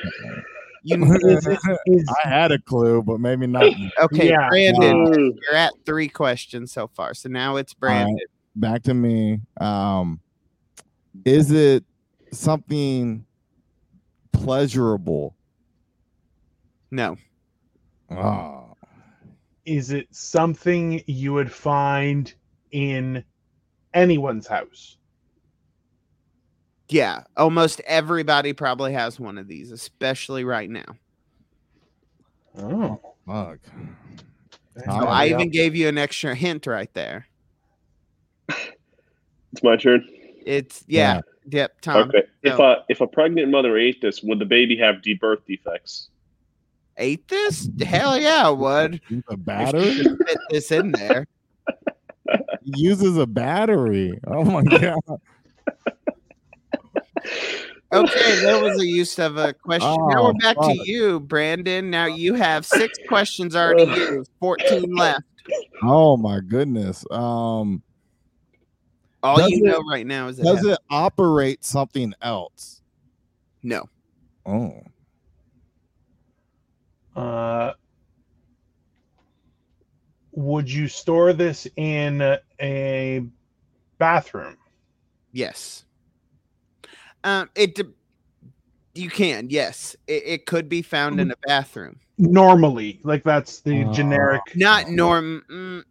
[SPEAKER 5] You
[SPEAKER 8] Is-
[SPEAKER 3] I had a clue, but maybe not.
[SPEAKER 5] okay,
[SPEAKER 8] Yeah.
[SPEAKER 5] Brandon.
[SPEAKER 9] Mm.
[SPEAKER 5] You're at three questions so far. So now it's
[SPEAKER 3] right.
[SPEAKER 5] Brandon.
[SPEAKER 3] Back to me. Um, is it something pleasurable?
[SPEAKER 5] No.
[SPEAKER 3] Oh,
[SPEAKER 8] is it something you would find in anyone's house?
[SPEAKER 5] Yeah. Almost everybody probably has one of these, especially right now.
[SPEAKER 8] Oh.
[SPEAKER 3] fuck.
[SPEAKER 5] So
[SPEAKER 3] Oh,
[SPEAKER 5] I
[SPEAKER 3] yeah.
[SPEAKER 5] even gave you an extra hint right there.
[SPEAKER 9] It's my turn.
[SPEAKER 5] It's yeah. Yep, Tom.
[SPEAKER 9] okay. If
[SPEAKER 5] Um, no.
[SPEAKER 9] a if a pregnant mother ate this, would the baby have debirth defects?
[SPEAKER 5] Ate this? Hell yeah, I would.
[SPEAKER 3] Use a
[SPEAKER 5] If she
[SPEAKER 3] battery
[SPEAKER 5] could Fit this in there.
[SPEAKER 3] uses a battery. Oh my god.
[SPEAKER 5] Okay, that was a use of a question. now we're
[SPEAKER 3] Oh,
[SPEAKER 5] back
[SPEAKER 3] fuck.
[SPEAKER 5] to you, Brandon. Now you have six questions already used, 14 left.
[SPEAKER 3] Oh my goodness. Um,
[SPEAKER 5] All
[SPEAKER 3] Does
[SPEAKER 5] you
[SPEAKER 3] it-
[SPEAKER 5] know right now is it
[SPEAKER 3] does
[SPEAKER 5] has-
[SPEAKER 3] it operate something else?
[SPEAKER 5] no.
[SPEAKER 3] Oh.
[SPEAKER 8] Uh, would you store this in a bathroom?
[SPEAKER 5] Yes. Um, it de- you can. Yes, it, it could be found in a bathroom.
[SPEAKER 8] normally like that's the
[SPEAKER 3] Uh,
[SPEAKER 8] generic
[SPEAKER 5] Not norm. Mm,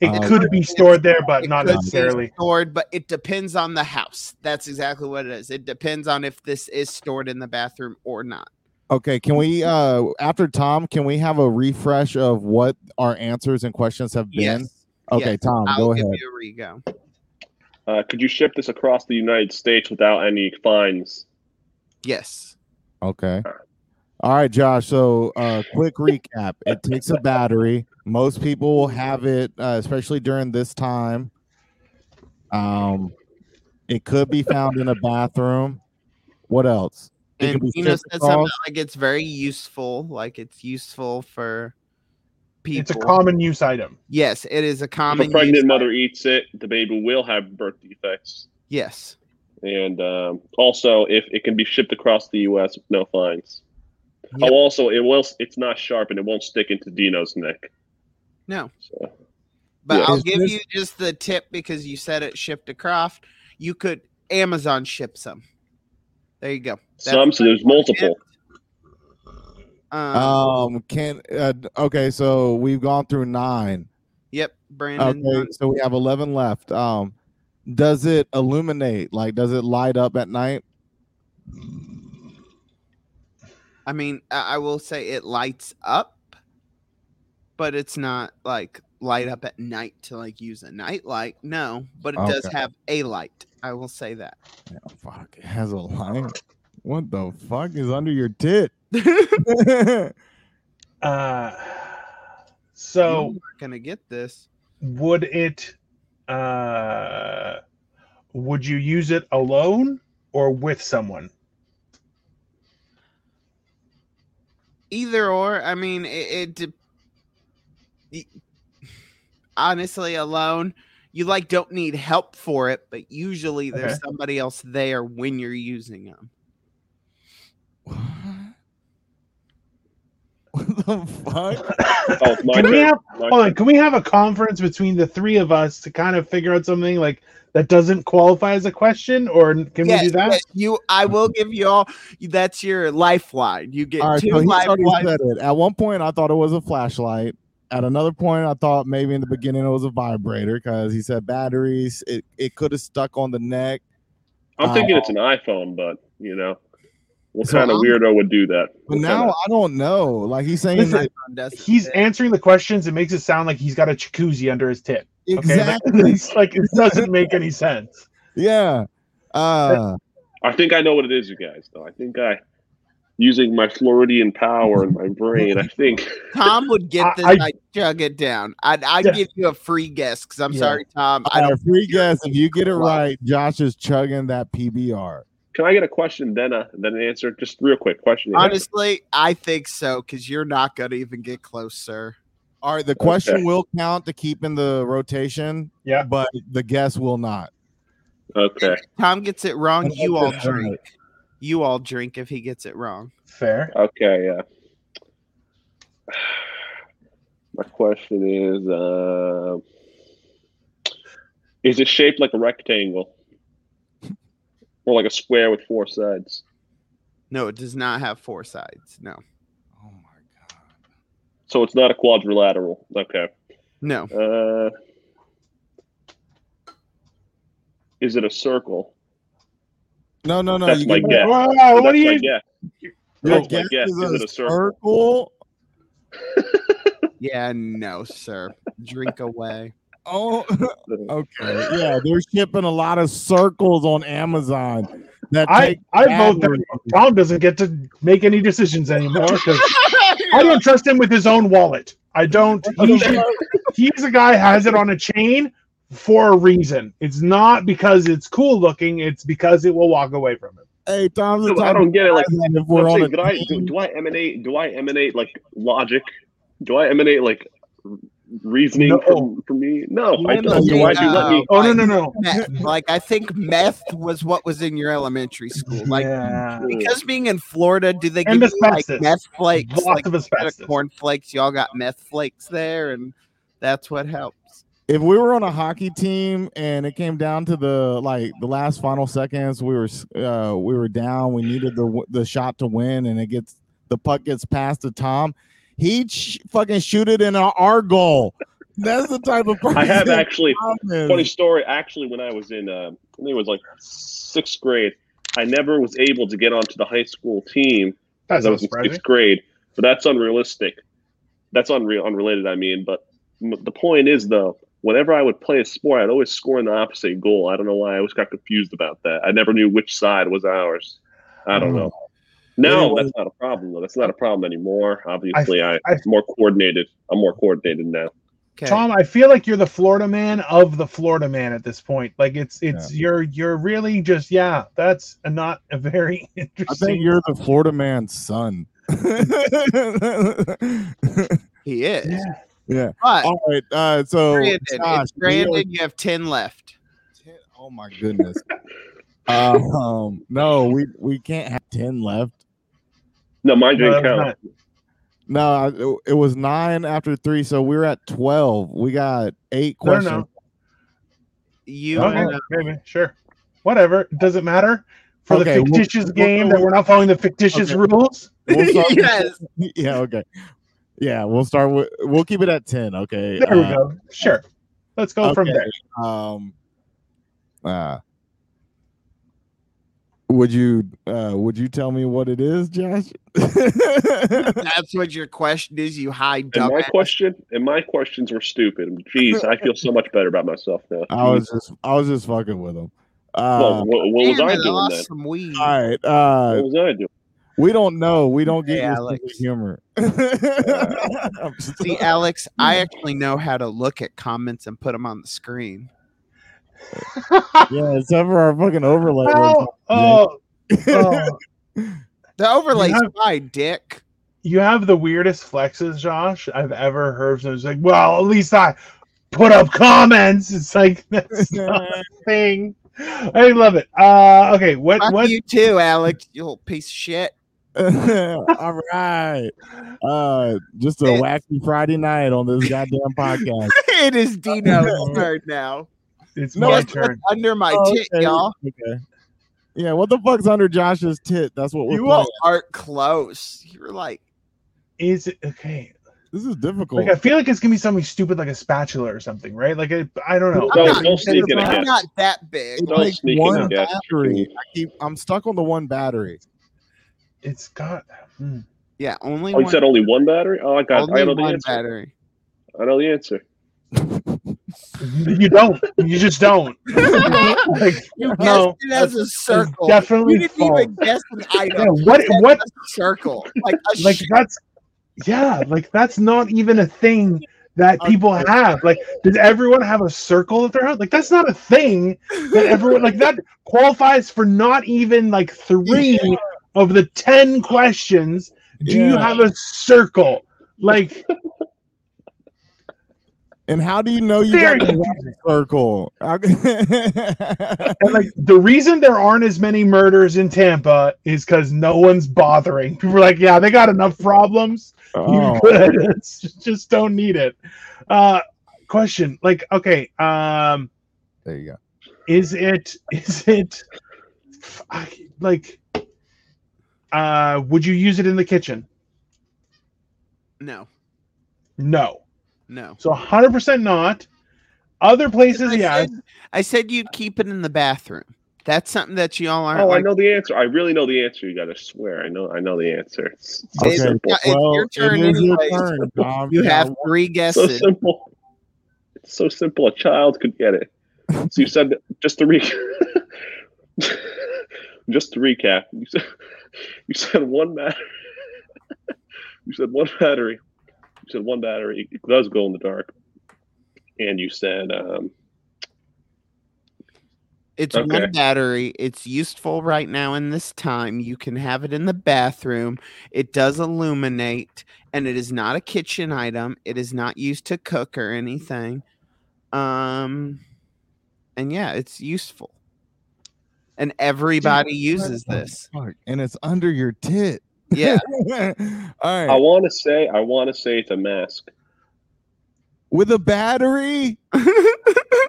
[SPEAKER 8] it
[SPEAKER 3] uh,
[SPEAKER 8] could be stored there but
[SPEAKER 5] it
[SPEAKER 8] not
[SPEAKER 5] could be
[SPEAKER 8] necessarily
[SPEAKER 5] stored, but it depends on the house. That's exactly what it is. It depends on if this is stored in the bathroom or not.
[SPEAKER 3] Okay, can we uh after Tom, can we have a refresh of what our answers and questions have been?
[SPEAKER 5] Yes.
[SPEAKER 3] Okay,
[SPEAKER 5] yes.
[SPEAKER 3] Tom,
[SPEAKER 5] I'll
[SPEAKER 3] Oh, go
[SPEAKER 5] give
[SPEAKER 3] ahead.
[SPEAKER 5] you a rego.
[SPEAKER 9] Uh, could you ship this across the United States without any fines?
[SPEAKER 5] Yes.
[SPEAKER 3] Okay. All right, Josh. So, uh, quick recap. It takes a battery. Most people will have it, uh, especially during this time. Um, it could be found in a bathroom. What else? It
[SPEAKER 5] And
[SPEAKER 3] could be
[SPEAKER 5] Gino
[SPEAKER 3] shipped
[SPEAKER 5] said something
[SPEAKER 3] across.
[SPEAKER 5] like it's very useful. Like it's useful for people.
[SPEAKER 8] it's a common use item
[SPEAKER 5] yes, it is a
[SPEAKER 9] If a
[SPEAKER 5] common.
[SPEAKER 9] pregnant
[SPEAKER 5] use-
[SPEAKER 9] mother eats it, the baby will have birth defects.
[SPEAKER 5] Yes.
[SPEAKER 9] And um, also, if it can be shipped across the U.S. with no fines.
[SPEAKER 5] Yep.
[SPEAKER 9] Oh, also, it will. It's not sharp and it won't stick into Dino's neck.
[SPEAKER 5] No.
[SPEAKER 9] So,
[SPEAKER 5] But
[SPEAKER 9] Yeah.
[SPEAKER 5] I'll
[SPEAKER 3] Is
[SPEAKER 5] give
[SPEAKER 3] this-
[SPEAKER 5] you just the tip because you said it shipped to Croft. You could Amazon ship some. There you go.
[SPEAKER 9] some, so there's multiple.
[SPEAKER 5] Um,
[SPEAKER 3] Um, can uh, okay. So we've gone through nine.
[SPEAKER 5] yep, Brandon.
[SPEAKER 3] Okay, so we have eleven left. Um, does it illuminate? Like, does it light up at night?
[SPEAKER 5] I mean, I I will say it lights up, but it's not like light up at night to like use a night light. No, but it does
[SPEAKER 3] Okay.
[SPEAKER 5] have a light. I will say that.
[SPEAKER 3] Oh, fuck, it has a line. What the fuck is under your tit?
[SPEAKER 8] uh
[SPEAKER 5] You're
[SPEAKER 8] so
[SPEAKER 5] not gonna get this.
[SPEAKER 8] would it uh would you use it alone or with someone
[SPEAKER 5] Either or, I mean, it, it de- y- honestly alone. You like don't need help for it, but usually there's
[SPEAKER 8] Okay.
[SPEAKER 5] somebody else there when you're using them.
[SPEAKER 3] what the fuck?
[SPEAKER 9] Oh, it's my
[SPEAKER 8] Can we
[SPEAKER 9] turn.
[SPEAKER 8] have-
[SPEAKER 9] My
[SPEAKER 8] Hold on, can we have a conference between the three of us to kind of figure out something like that doesn't qualify as a question, or can
[SPEAKER 5] yes,
[SPEAKER 8] we do that?
[SPEAKER 5] yes, you. I will give you all. That's your lifeline. You get
[SPEAKER 3] All right,
[SPEAKER 5] two
[SPEAKER 3] so he already
[SPEAKER 5] lifelines.
[SPEAKER 3] said it. At one point, I thought it was a flashlight. At another point, I thought maybe in the beginning it was a vibrator because he said batteries. It it could have stuck on the neck.
[SPEAKER 9] I'm
[SPEAKER 8] Oh.
[SPEAKER 3] Uh,
[SPEAKER 9] thinking it's an iPhone, but you know, what
[SPEAKER 3] So
[SPEAKER 9] kind of
[SPEAKER 3] I'm-
[SPEAKER 9] weirdo would do that?
[SPEAKER 3] But
[SPEAKER 9] What
[SPEAKER 3] now
[SPEAKER 9] kinda-
[SPEAKER 3] I don't know. Like he's saying
[SPEAKER 8] Listen,
[SPEAKER 3] that-
[SPEAKER 5] iPhone does it.
[SPEAKER 8] He's answering the questions. It makes it sound like he's got a jacuzzi under his tip. Okay, like,
[SPEAKER 3] exactly.
[SPEAKER 8] it's like it doesn't make any sense.
[SPEAKER 3] yeah. Uh,
[SPEAKER 9] I think I know what it is, you guys. Though I think I, using my Floridian power and my brain, I think
[SPEAKER 5] Tom would
[SPEAKER 8] I-
[SPEAKER 5] get this.
[SPEAKER 8] I-
[SPEAKER 5] I, would jug it down. I'd, I'd
[SPEAKER 8] Yeah.
[SPEAKER 5] give you a free guess because I'm
[SPEAKER 8] Yeah.
[SPEAKER 5] sorry, Tom. I
[SPEAKER 3] I
[SPEAKER 5] don't.
[SPEAKER 3] free guess. If you get it
[SPEAKER 5] Wow.
[SPEAKER 3] right, Josh is chugging that PBR.
[SPEAKER 9] Can I get a question, then a then an answer? Just real quick question. and answer.
[SPEAKER 5] Honestly, I think so because you're not gonna even get close, sir.
[SPEAKER 3] All right, the question
[SPEAKER 9] Okay.
[SPEAKER 3] will count to keep in the rotation.
[SPEAKER 8] Yeah.
[SPEAKER 3] but the guess will not.
[SPEAKER 9] Okay,
[SPEAKER 5] Tom gets it wrong.
[SPEAKER 3] And
[SPEAKER 5] You all
[SPEAKER 3] that's it, right.
[SPEAKER 5] drink. You all drink if he gets it wrong.
[SPEAKER 8] Fair.
[SPEAKER 9] okay, uh, yeah. My question is, uh, is it shaped like a rectangle, or like a square with four sides?
[SPEAKER 5] No, it does not have four sides. No,
[SPEAKER 3] Oh my god!
[SPEAKER 9] So it's not a quadrilateral. Okay.
[SPEAKER 5] no.
[SPEAKER 9] Uh, is it a circle?
[SPEAKER 3] No, no, no.
[SPEAKER 9] That's
[SPEAKER 3] you
[SPEAKER 9] my
[SPEAKER 3] get-
[SPEAKER 9] guess.
[SPEAKER 8] Wow,
[SPEAKER 9] That's
[SPEAKER 8] Oh, what do
[SPEAKER 9] my
[SPEAKER 8] you?
[SPEAKER 9] guess.
[SPEAKER 3] Your
[SPEAKER 9] That's my
[SPEAKER 3] guess
[SPEAKER 9] guess.
[SPEAKER 3] is,
[SPEAKER 9] Is it
[SPEAKER 3] a
[SPEAKER 9] a circle?
[SPEAKER 3] circle?
[SPEAKER 5] Yeah, no, sir. Drink away.
[SPEAKER 3] Oh, okay. Yeah, they're shipping a lot of circles on Amazon. That
[SPEAKER 8] I
[SPEAKER 3] take
[SPEAKER 8] I vote that
[SPEAKER 3] batteries.
[SPEAKER 8] Tom doesn't get to make any decisions anymore because I don't trust him with his own wallet. I don't. He should he's a guy has it on a chain for a reason. It's not because it's cool looking. It's because it will walk away from him.
[SPEAKER 3] Hey, Tom's the
[SPEAKER 9] No, I
[SPEAKER 3] type
[SPEAKER 9] don't
[SPEAKER 3] of
[SPEAKER 9] get it.
[SPEAKER 3] guy
[SPEAKER 9] Like,
[SPEAKER 3] that if
[SPEAKER 9] I'm
[SPEAKER 3] we're on
[SPEAKER 9] saying,
[SPEAKER 3] a
[SPEAKER 9] did I, do,
[SPEAKER 3] team-
[SPEAKER 9] do I emanate? Do I emanate like logic? Do I emanate like r- reasoning
[SPEAKER 8] No.
[SPEAKER 9] from, from me? No, I
[SPEAKER 5] Remember,
[SPEAKER 9] don't. Do I do? Let me.
[SPEAKER 5] uh,
[SPEAKER 8] Oh no no no!
[SPEAKER 5] Meth. Like I think meth was what was in your elementary school. Like
[SPEAKER 8] yeah.
[SPEAKER 5] because being in Florida, do they
[SPEAKER 8] And
[SPEAKER 5] give you like
[SPEAKER 8] asbestos.
[SPEAKER 5] meth flakes?
[SPEAKER 8] Lots
[SPEAKER 5] like
[SPEAKER 8] of
[SPEAKER 5] instead
[SPEAKER 8] asbestos.
[SPEAKER 5] corn flakes, y'all got meth flakes there, and that's what helps.
[SPEAKER 3] if we were on a hockey team and it came down to the like the last final seconds we were s- uh we were down we needed the w- the shot to win and it gets the puck gets passed to Tom. He'd sh- fucking shoot it in our goal. That's the type of person
[SPEAKER 9] I have actually
[SPEAKER 3] Tom uh, is.
[SPEAKER 9] funny story. Actually, when I was in, uh, I think it was like sixth grade, I never was able to get onto the high school team
[SPEAKER 8] That's
[SPEAKER 9] because I
[SPEAKER 8] not
[SPEAKER 9] was in
[SPEAKER 8] surprising.
[SPEAKER 9] sixth grade. But that's unrealistic. That's unreal, unrelated. I mean, but m- the point is though, whenever I would play a sport, I'd always score in the opposite goal. I don't know why I always got confused about that. I never knew which side was ours. I
[SPEAKER 8] Hmm.
[SPEAKER 9] don't know. No,
[SPEAKER 3] Anyway.
[SPEAKER 9] that's not a problem though. That's not a problem anymore. Obviously, I,
[SPEAKER 8] I-
[SPEAKER 9] am more coordinated. I'm more coordinated now.
[SPEAKER 5] Okay.
[SPEAKER 8] Tom, I feel like you're the Florida man of the Florida man at this point. Like it's it's you're you're really just yeah. That's a, not a very
[SPEAKER 3] I
[SPEAKER 8] interesting.
[SPEAKER 3] think you're the Florida man's son.
[SPEAKER 5] he is.
[SPEAKER 3] Yeah.
[SPEAKER 5] But
[SPEAKER 3] All right. Uh, so
[SPEAKER 5] Brandon,
[SPEAKER 3] Josh,
[SPEAKER 5] it's
[SPEAKER 3] we are-
[SPEAKER 5] Brandon, you have 10 left.
[SPEAKER 3] Oh my goodness. Uh, um, no, we we can't have ten left.
[SPEAKER 9] No,
[SPEAKER 8] No,
[SPEAKER 9] mine didn't
[SPEAKER 8] that's
[SPEAKER 9] count.
[SPEAKER 8] not-
[SPEAKER 3] No, I- it- it was nine after three, so we are at twelve. We got eight
[SPEAKER 8] No, no,
[SPEAKER 3] questions.
[SPEAKER 8] no.
[SPEAKER 5] You
[SPEAKER 8] Okay,
[SPEAKER 5] are
[SPEAKER 8] maybe sure, whatever. Does it matter for
[SPEAKER 3] Okay,
[SPEAKER 8] the
[SPEAKER 3] we'll-
[SPEAKER 8] fictitious
[SPEAKER 3] we'll-
[SPEAKER 8] game that we're not following the fictitious
[SPEAKER 3] Okay.
[SPEAKER 8] rules?
[SPEAKER 3] We'll start with-
[SPEAKER 5] yes.
[SPEAKER 3] yeah. Okay. Yeah, we'll start with. We'll keep it at ten. Okay.
[SPEAKER 8] There we
[SPEAKER 3] uh,
[SPEAKER 8] go. Sure, let's go from
[SPEAKER 3] okay,
[SPEAKER 8] there.
[SPEAKER 3] Um. Uh, would you uh would you tell me what it is, Josh?
[SPEAKER 5] That's what your question is, you high
[SPEAKER 9] And my
[SPEAKER 5] dumbass.
[SPEAKER 9] question and my questions were stupid. Jeez, I feel so much better about myself now.
[SPEAKER 3] I was just I was just fucking with him. Uh,
[SPEAKER 9] well, what, what was
[SPEAKER 5] Damn
[SPEAKER 9] I
[SPEAKER 5] it, I
[SPEAKER 9] doing
[SPEAKER 5] lost
[SPEAKER 9] then?
[SPEAKER 5] some weed.
[SPEAKER 3] all right. Uh,
[SPEAKER 9] What was I doing?
[SPEAKER 3] we don't know. We don't get
[SPEAKER 5] Hey,
[SPEAKER 3] your
[SPEAKER 5] Alex.
[SPEAKER 3] sense of humor. I'm just-
[SPEAKER 5] See, Alex, I actually know how to look at comments and put them on the screen.
[SPEAKER 3] yeah, except for our fucking overlay.
[SPEAKER 8] How- oh, oh,
[SPEAKER 5] The overlay's
[SPEAKER 8] have-
[SPEAKER 5] fine, dick.
[SPEAKER 8] you have the weirdest flexes, Josh, I've ever heard. From. It's like, well, at least I put up comments. It's like that's not a thing. I love it. Uh, okay, what
[SPEAKER 5] Fuck
[SPEAKER 8] what?
[SPEAKER 5] you too, Alex, you little piece of shit.
[SPEAKER 3] All right. Uh, just a
[SPEAKER 5] It-
[SPEAKER 3] wacky Friday night on this goddamn podcast.
[SPEAKER 5] it is Dino's turn now.
[SPEAKER 8] It's
[SPEAKER 3] No,
[SPEAKER 8] my
[SPEAKER 5] Guess what's
[SPEAKER 8] turn.
[SPEAKER 5] under my
[SPEAKER 3] Oh,
[SPEAKER 5] tit,
[SPEAKER 3] okay,
[SPEAKER 5] y'all.
[SPEAKER 3] Okay. Yeah, what the fuck's under Josh's tit? That's what we're
[SPEAKER 5] You
[SPEAKER 3] playing.
[SPEAKER 5] all aren't close. You're like,
[SPEAKER 8] Is it okay?
[SPEAKER 3] This is difficult.
[SPEAKER 8] Like I feel like it's gonna be something stupid, like a spatula or something, right? Like I, I don't know.
[SPEAKER 9] No,
[SPEAKER 5] I'm not-
[SPEAKER 9] don't sneak it
[SPEAKER 5] I'm
[SPEAKER 9] again.
[SPEAKER 5] not that big.
[SPEAKER 3] It
[SPEAKER 9] Don't
[SPEAKER 3] takes
[SPEAKER 9] sneak in
[SPEAKER 3] one
[SPEAKER 9] a guess.
[SPEAKER 3] battery. I keep, I'm stuck on the one battery.
[SPEAKER 8] It's got. hmm.
[SPEAKER 5] Yeah, only
[SPEAKER 9] Oh,
[SPEAKER 5] one.
[SPEAKER 9] you said only one battery? Oh, I got.
[SPEAKER 5] only
[SPEAKER 9] I know the
[SPEAKER 5] one
[SPEAKER 9] answer.
[SPEAKER 5] battery.
[SPEAKER 9] I know the answer.
[SPEAKER 8] You don't. You just don't. like,
[SPEAKER 5] You
[SPEAKER 8] no,
[SPEAKER 5] guessed it as a
[SPEAKER 8] it's
[SPEAKER 5] circle.
[SPEAKER 8] definitely
[SPEAKER 5] You didn't
[SPEAKER 8] false.
[SPEAKER 5] even guess an item.
[SPEAKER 8] Yeah, what?
[SPEAKER 5] You said
[SPEAKER 8] What?
[SPEAKER 5] just a circle? Like a
[SPEAKER 8] Like
[SPEAKER 5] shape.
[SPEAKER 8] that's. Yeah, like that's not even a thing that people have. Like, does everyone have a circle at their house? Like, that's not a thing that everyone like that qualifies for not even like three of the ten questions. Do you
[SPEAKER 3] Yeah.
[SPEAKER 8] have a circle? Like,
[SPEAKER 3] And how do you know you
[SPEAKER 8] Very
[SPEAKER 3] got the right circle?
[SPEAKER 8] And like the reason there aren't as many murders in Tampa is because no one's bothering. People are like, yeah, they got enough problems.
[SPEAKER 3] Oh,
[SPEAKER 8] You could it's just- just don't need it. Uh, question, like, okay, um,
[SPEAKER 3] there you go.
[SPEAKER 8] is it is it I- like, uh, would you use it in the kitchen?
[SPEAKER 5] No,
[SPEAKER 8] No.
[SPEAKER 5] no.
[SPEAKER 8] So 100 percent not. Other places,
[SPEAKER 5] I
[SPEAKER 8] yeah.
[SPEAKER 5] said, I said you'd keep it in the bathroom. That's something that you all aren't.
[SPEAKER 9] Oh, I
[SPEAKER 5] like,
[SPEAKER 9] know the answer. I really know the answer. You gotta swear. I know. I know the answer. It's so
[SPEAKER 3] Okay,
[SPEAKER 9] simple.
[SPEAKER 5] yeah, it's your
[SPEAKER 3] well,
[SPEAKER 5] turn
[SPEAKER 3] it is your
[SPEAKER 5] anyways.
[SPEAKER 3] turn, Tom.
[SPEAKER 5] You
[SPEAKER 3] Yeah,
[SPEAKER 5] have three
[SPEAKER 9] so
[SPEAKER 5] guesses.
[SPEAKER 9] simple. It's so simple. A child could get it. So you said that, just to recap. just to recap, you said you said one battery. you said one battery. You said one battery. It does go in the dark. And you said um,
[SPEAKER 5] It's
[SPEAKER 9] Okay.
[SPEAKER 5] one battery. It's useful right now in this time. You can have it in the bathroom. It does illuminate, and it is not a kitchen item. It is not used to cook or anything. Um, and yeah, it's useful. And everybody uses this.
[SPEAKER 3] fuck, And it's under your tit.
[SPEAKER 5] Yeah,
[SPEAKER 3] All
[SPEAKER 9] I
[SPEAKER 3] right.
[SPEAKER 9] want to say, I want to say it's a mask.
[SPEAKER 3] With a battery?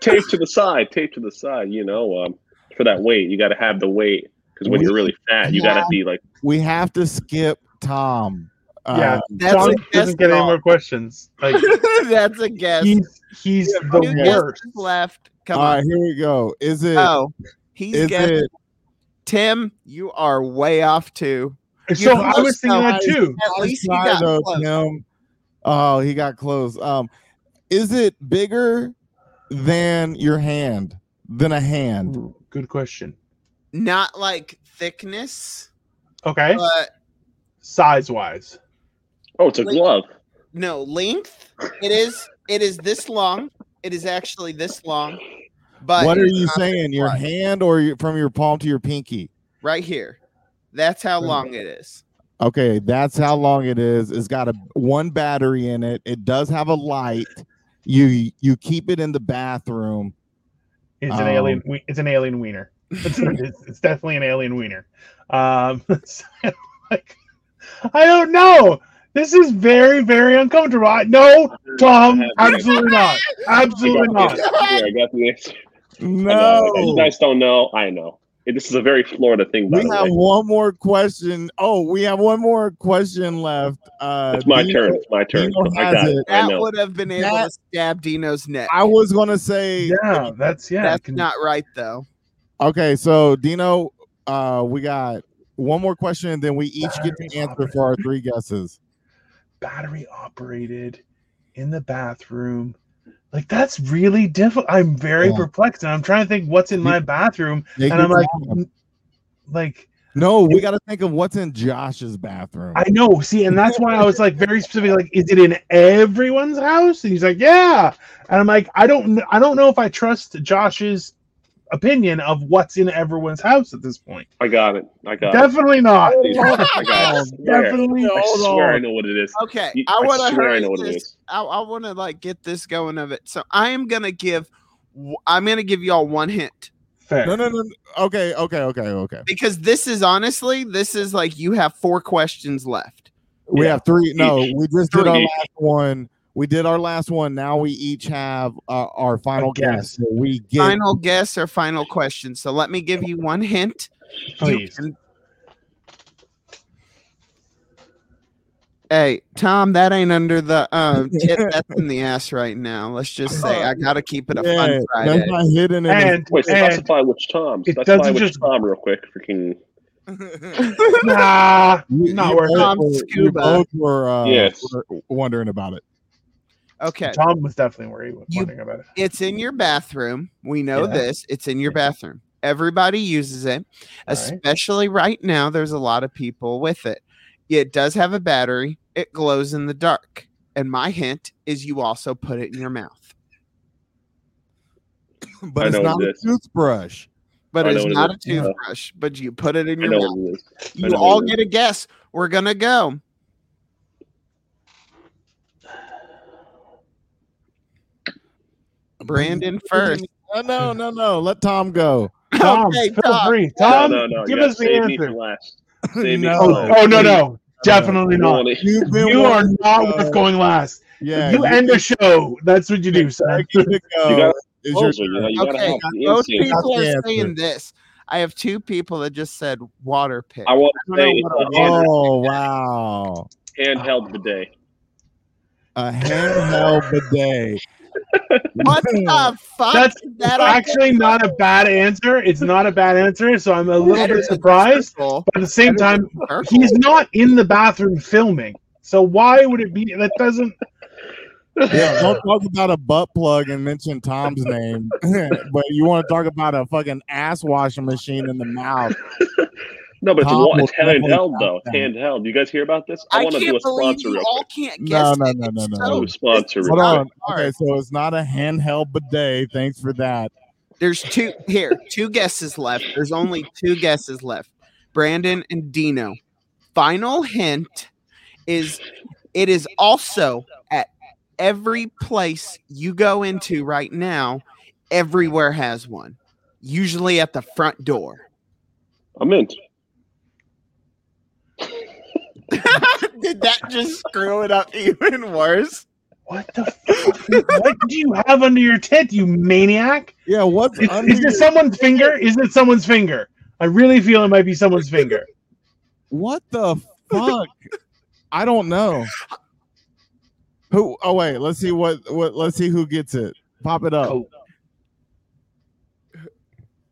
[SPEAKER 9] Tape to the side, tape to the side. You know, um, for that weight, you got to have the weight because when you're really fat, you got to be like,
[SPEAKER 3] we have to skip Tom.
[SPEAKER 8] Yeah.
[SPEAKER 5] That's
[SPEAKER 8] John
[SPEAKER 5] a guess
[SPEAKER 8] doesn't get any
[SPEAKER 5] call.
[SPEAKER 8] more questions. Like
[SPEAKER 5] That's a guess.
[SPEAKER 8] he's he's
[SPEAKER 5] Two
[SPEAKER 8] the
[SPEAKER 5] guesses
[SPEAKER 8] worst.
[SPEAKER 5] left.
[SPEAKER 3] all
[SPEAKER 5] Come
[SPEAKER 3] right, here we go. Is it?
[SPEAKER 5] on. Oh, he's
[SPEAKER 3] is
[SPEAKER 5] guessing.
[SPEAKER 3] it?
[SPEAKER 5] Tim, you are way off too.
[SPEAKER 8] So
[SPEAKER 5] You're
[SPEAKER 8] I was
[SPEAKER 5] close,
[SPEAKER 8] thinking
[SPEAKER 5] though.
[SPEAKER 8] that too.
[SPEAKER 5] At least oh, he
[SPEAKER 3] Try
[SPEAKER 5] got
[SPEAKER 3] though,
[SPEAKER 5] close.
[SPEAKER 3] Tim. Oh, he got close. Um, is it bigger than your hand? Than a hand?
[SPEAKER 8] Ooh, Good question.
[SPEAKER 5] Not like thickness,
[SPEAKER 8] Okay.
[SPEAKER 5] but
[SPEAKER 8] Size wise.
[SPEAKER 9] Oh, it's a
[SPEAKER 5] Wait.
[SPEAKER 9] glove.
[SPEAKER 5] no length. It is. It is this long. It is actually this long. But
[SPEAKER 3] what are
[SPEAKER 5] it's
[SPEAKER 3] you
[SPEAKER 5] not
[SPEAKER 3] saying? Your
[SPEAKER 5] wide.
[SPEAKER 3] hand or your, from your palm to your pinky?
[SPEAKER 5] Right here. That's how long it is.
[SPEAKER 3] Okay, that's how long it is. It's got a one battery in it. It does have a light. You you keep it in the bathroom.
[SPEAKER 8] It's
[SPEAKER 3] Um,
[SPEAKER 8] an alien. we- It's an alien wiener. It's, it's, it's definitely an alien wiener. Um, so, like, I don't know. This is very, very uncomfortable. I, no, Tom,
[SPEAKER 9] I have-
[SPEAKER 8] absolutely not. Absolutely
[SPEAKER 9] I got
[SPEAKER 8] not.
[SPEAKER 9] the answer. I got the answer. I know. You
[SPEAKER 3] No.
[SPEAKER 9] guys don't know. I know. This is a very Florida thing, by
[SPEAKER 3] We
[SPEAKER 9] the
[SPEAKER 3] have
[SPEAKER 9] way.
[SPEAKER 3] one more question. Oh, we have one more question left. Uh
[SPEAKER 9] It's my
[SPEAKER 3] Dino-
[SPEAKER 9] turn. It's my turn.
[SPEAKER 3] Dino
[SPEAKER 9] I
[SPEAKER 3] has
[SPEAKER 9] got it.
[SPEAKER 3] it.
[SPEAKER 9] I
[SPEAKER 5] That
[SPEAKER 9] know.
[SPEAKER 5] would have been able
[SPEAKER 3] That-
[SPEAKER 5] to stab Dino's neck.
[SPEAKER 3] I was gonna say
[SPEAKER 8] Yeah, that's yeah.
[SPEAKER 5] That's
[SPEAKER 8] can-
[SPEAKER 5] not right though.
[SPEAKER 3] okay, so Dino, uh we got one more question, and then we each get to
[SPEAKER 8] Battery
[SPEAKER 3] answer
[SPEAKER 8] operated.
[SPEAKER 3] for our three guesses.
[SPEAKER 8] battery operated in the bathroom. Like that's really difficult. I'm very
[SPEAKER 3] Yeah.
[SPEAKER 8] perplexed, and I'm trying to think what's in my bathroom,
[SPEAKER 3] Take
[SPEAKER 8] and
[SPEAKER 3] your
[SPEAKER 8] I'm like,
[SPEAKER 3] time.
[SPEAKER 8] n- like
[SPEAKER 3] no, we gotta think of what's in Josh's bathroom.
[SPEAKER 8] I know. See, and that's why I was like very specific. Like, is it in everyone's house? And he's like, yeah. And I'm like, I don't, kn- I don't know if I trust Josh's opinion of what's in everyone's house at this point.
[SPEAKER 9] I got it. I got it.
[SPEAKER 8] Definitely not.
[SPEAKER 9] I got it. I swear.
[SPEAKER 8] Definitely.
[SPEAKER 9] I
[SPEAKER 8] Hold
[SPEAKER 9] swear I
[SPEAKER 8] on.
[SPEAKER 9] know what it is.
[SPEAKER 5] Okay,
[SPEAKER 9] You-
[SPEAKER 5] I want
[SPEAKER 9] I
[SPEAKER 5] to
[SPEAKER 9] swear I
[SPEAKER 5] hurry
[SPEAKER 9] know what it
[SPEAKER 5] this.
[SPEAKER 9] is.
[SPEAKER 5] I, I want to like get this going of it. So I am gonna give. w- I'm gonna give y'all one hint
[SPEAKER 8] Fair.
[SPEAKER 3] No, no, no. no. Okay, okay, okay, okay.
[SPEAKER 5] because this is honestly this is like you have four questions left.
[SPEAKER 3] We
[SPEAKER 9] Yeah.
[SPEAKER 3] have three. No,
[SPEAKER 9] Each.
[SPEAKER 3] we just did our
[SPEAKER 9] Three.
[SPEAKER 3] last one. We did our last one. Now we each have uh, our final guess.
[SPEAKER 8] guess.
[SPEAKER 3] So we get
[SPEAKER 5] Final guess or final question. So let me give you one hint. You
[SPEAKER 8] Please.
[SPEAKER 5] can- Hey Tom, that ain't under the um tip. That's in the ass right now. Let's just say
[SPEAKER 8] Oh,
[SPEAKER 5] I gotta keep it a
[SPEAKER 3] yeah,
[SPEAKER 5] fun
[SPEAKER 3] that's
[SPEAKER 5] Friday.
[SPEAKER 3] not hidden in the-
[SPEAKER 8] And,
[SPEAKER 9] Wait,
[SPEAKER 8] and
[SPEAKER 9] specify which Tom.
[SPEAKER 8] it
[SPEAKER 9] Specify
[SPEAKER 8] doesn't
[SPEAKER 9] which
[SPEAKER 8] just-
[SPEAKER 9] Tom real quick. Freaking
[SPEAKER 8] nah,
[SPEAKER 3] you-
[SPEAKER 8] not
[SPEAKER 3] you
[SPEAKER 8] worth it.
[SPEAKER 5] Tom
[SPEAKER 3] both were- You
[SPEAKER 5] Scuba.
[SPEAKER 3] both were uh,
[SPEAKER 9] Yes.
[SPEAKER 3] were wondering about it.
[SPEAKER 5] Okay,
[SPEAKER 8] Tom was definitely worried,
[SPEAKER 5] You-
[SPEAKER 8] wondering about it.
[SPEAKER 5] it's in your bathroom. We know
[SPEAKER 8] Yeah.
[SPEAKER 5] this. It's in your
[SPEAKER 8] Yeah.
[SPEAKER 5] bathroom. Everybody uses it, especially right now. There's a lot of people with it. It does have a battery, it glows in the dark. And my hint is you also put it in your mouth,
[SPEAKER 3] But
[SPEAKER 9] I
[SPEAKER 3] it's
[SPEAKER 9] know
[SPEAKER 3] not a
[SPEAKER 9] this.
[SPEAKER 3] toothbrush.
[SPEAKER 5] but
[SPEAKER 9] I know
[SPEAKER 5] it's
[SPEAKER 9] what it
[SPEAKER 5] not a
[SPEAKER 9] is. Yeah.
[SPEAKER 5] toothbrush, but you put it in
[SPEAKER 9] I
[SPEAKER 5] your
[SPEAKER 9] know
[SPEAKER 5] mouth.
[SPEAKER 9] what it is. I
[SPEAKER 5] You
[SPEAKER 9] know what
[SPEAKER 5] all
[SPEAKER 9] it
[SPEAKER 5] get a guess. We're going to go. Brandon first.
[SPEAKER 3] Uh, no, no, no. Let Tom go.
[SPEAKER 8] Tom,
[SPEAKER 5] Okay,
[SPEAKER 8] feel
[SPEAKER 5] Tom.
[SPEAKER 8] free.
[SPEAKER 9] No,
[SPEAKER 8] Tom,
[SPEAKER 9] no, no.
[SPEAKER 8] give
[SPEAKER 9] yeah,
[SPEAKER 8] us the
[SPEAKER 9] save me for
[SPEAKER 8] answer.
[SPEAKER 9] last. Save me for
[SPEAKER 3] no.
[SPEAKER 9] last.
[SPEAKER 8] Oh, oh no, no, definitely
[SPEAKER 9] You don't
[SPEAKER 8] not.
[SPEAKER 9] wanna-
[SPEAKER 3] You've been
[SPEAKER 8] You are
[SPEAKER 3] wanting
[SPEAKER 8] not
[SPEAKER 3] to
[SPEAKER 8] worth
[SPEAKER 3] go.
[SPEAKER 8] going last.
[SPEAKER 3] Yeah,
[SPEAKER 8] you end the show. That's what you do,
[SPEAKER 3] I
[SPEAKER 8] son.
[SPEAKER 3] get to
[SPEAKER 9] You
[SPEAKER 3] go.
[SPEAKER 9] gotta-
[SPEAKER 3] It's your
[SPEAKER 9] Closer, you know, you gotta
[SPEAKER 5] Okay,
[SPEAKER 9] help the
[SPEAKER 5] both
[SPEAKER 3] That's
[SPEAKER 9] instinct.
[SPEAKER 5] people
[SPEAKER 3] the
[SPEAKER 5] are
[SPEAKER 3] answer.
[SPEAKER 5] saying this. I have two people that just said water pick.
[SPEAKER 9] I want to
[SPEAKER 5] I don't
[SPEAKER 9] say
[SPEAKER 5] know
[SPEAKER 9] it's
[SPEAKER 5] what
[SPEAKER 9] a hand,
[SPEAKER 3] Oh wow.
[SPEAKER 9] handheld bidet.
[SPEAKER 3] A handheld bidet.
[SPEAKER 5] What the fuck?
[SPEAKER 8] That's
[SPEAKER 5] is that on
[SPEAKER 8] Actually, not a bad answer. It's not a bad answer. So I'm a little
[SPEAKER 5] Better
[SPEAKER 8] bit
[SPEAKER 5] than
[SPEAKER 8] surprised,
[SPEAKER 5] circle.
[SPEAKER 8] but at the same
[SPEAKER 5] Better
[SPEAKER 8] time,
[SPEAKER 5] than circle.
[SPEAKER 8] he's not in the bathroom filming. So why would it be? That doesn't.
[SPEAKER 3] Yeah, don't talk about a butt plug and mention Tom's name, but you want to talk about a fucking ass washing mashine in the mouth.
[SPEAKER 9] No, but it's,
[SPEAKER 3] Tom
[SPEAKER 9] wa-
[SPEAKER 3] will
[SPEAKER 9] it's
[SPEAKER 3] definitely
[SPEAKER 9] handheld though.
[SPEAKER 3] count that.
[SPEAKER 9] Handheld. You guys hear about this? I,
[SPEAKER 5] I
[SPEAKER 9] want to do a
[SPEAKER 5] can't believe
[SPEAKER 9] sponsor
[SPEAKER 5] you
[SPEAKER 9] real
[SPEAKER 5] all
[SPEAKER 9] quick.
[SPEAKER 5] can't
[SPEAKER 3] No,
[SPEAKER 5] guess.
[SPEAKER 3] no,
[SPEAKER 5] it.
[SPEAKER 3] no, no,
[SPEAKER 5] It's
[SPEAKER 3] no,
[SPEAKER 5] so-
[SPEAKER 3] no.
[SPEAKER 9] Do a sponsor real
[SPEAKER 3] Hold
[SPEAKER 9] quick.
[SPEAKER 3] on.
[SPEAKER 5] hard.
[SPEAKER 3] Okay, so it's not a handheld bidet. Thanks for that.
[SPEAKER 5] There's two here, two guesses left. There's only two guesses left. Brandon and Dino. Final hint is it is also at every place you go into right now, everywhere has one. Usually at the front door.
[SPEAKER 9] I'm in.
[SPEAKER 5] Did that just screw it up even worse?
[SPEAKER 8] What the? Fuck? what do you have under your tent, you maniac?
[SPEAKER 3] Yeah, what's
[SPEAKER 8] Is,
[SPEAKER 3] under
[SPEAKER 8] is
[SPEAKER 3] your,
[SPEAKER 8] this someone's finger? Is it someone's finger? I really feel it might be someone's finger.
[SPEAKER 3] what the fuck? I don't know. Who? Oh wait, let's see what what. Let's see who gets it. Pop it up.
[SPEAKER 8] Oh.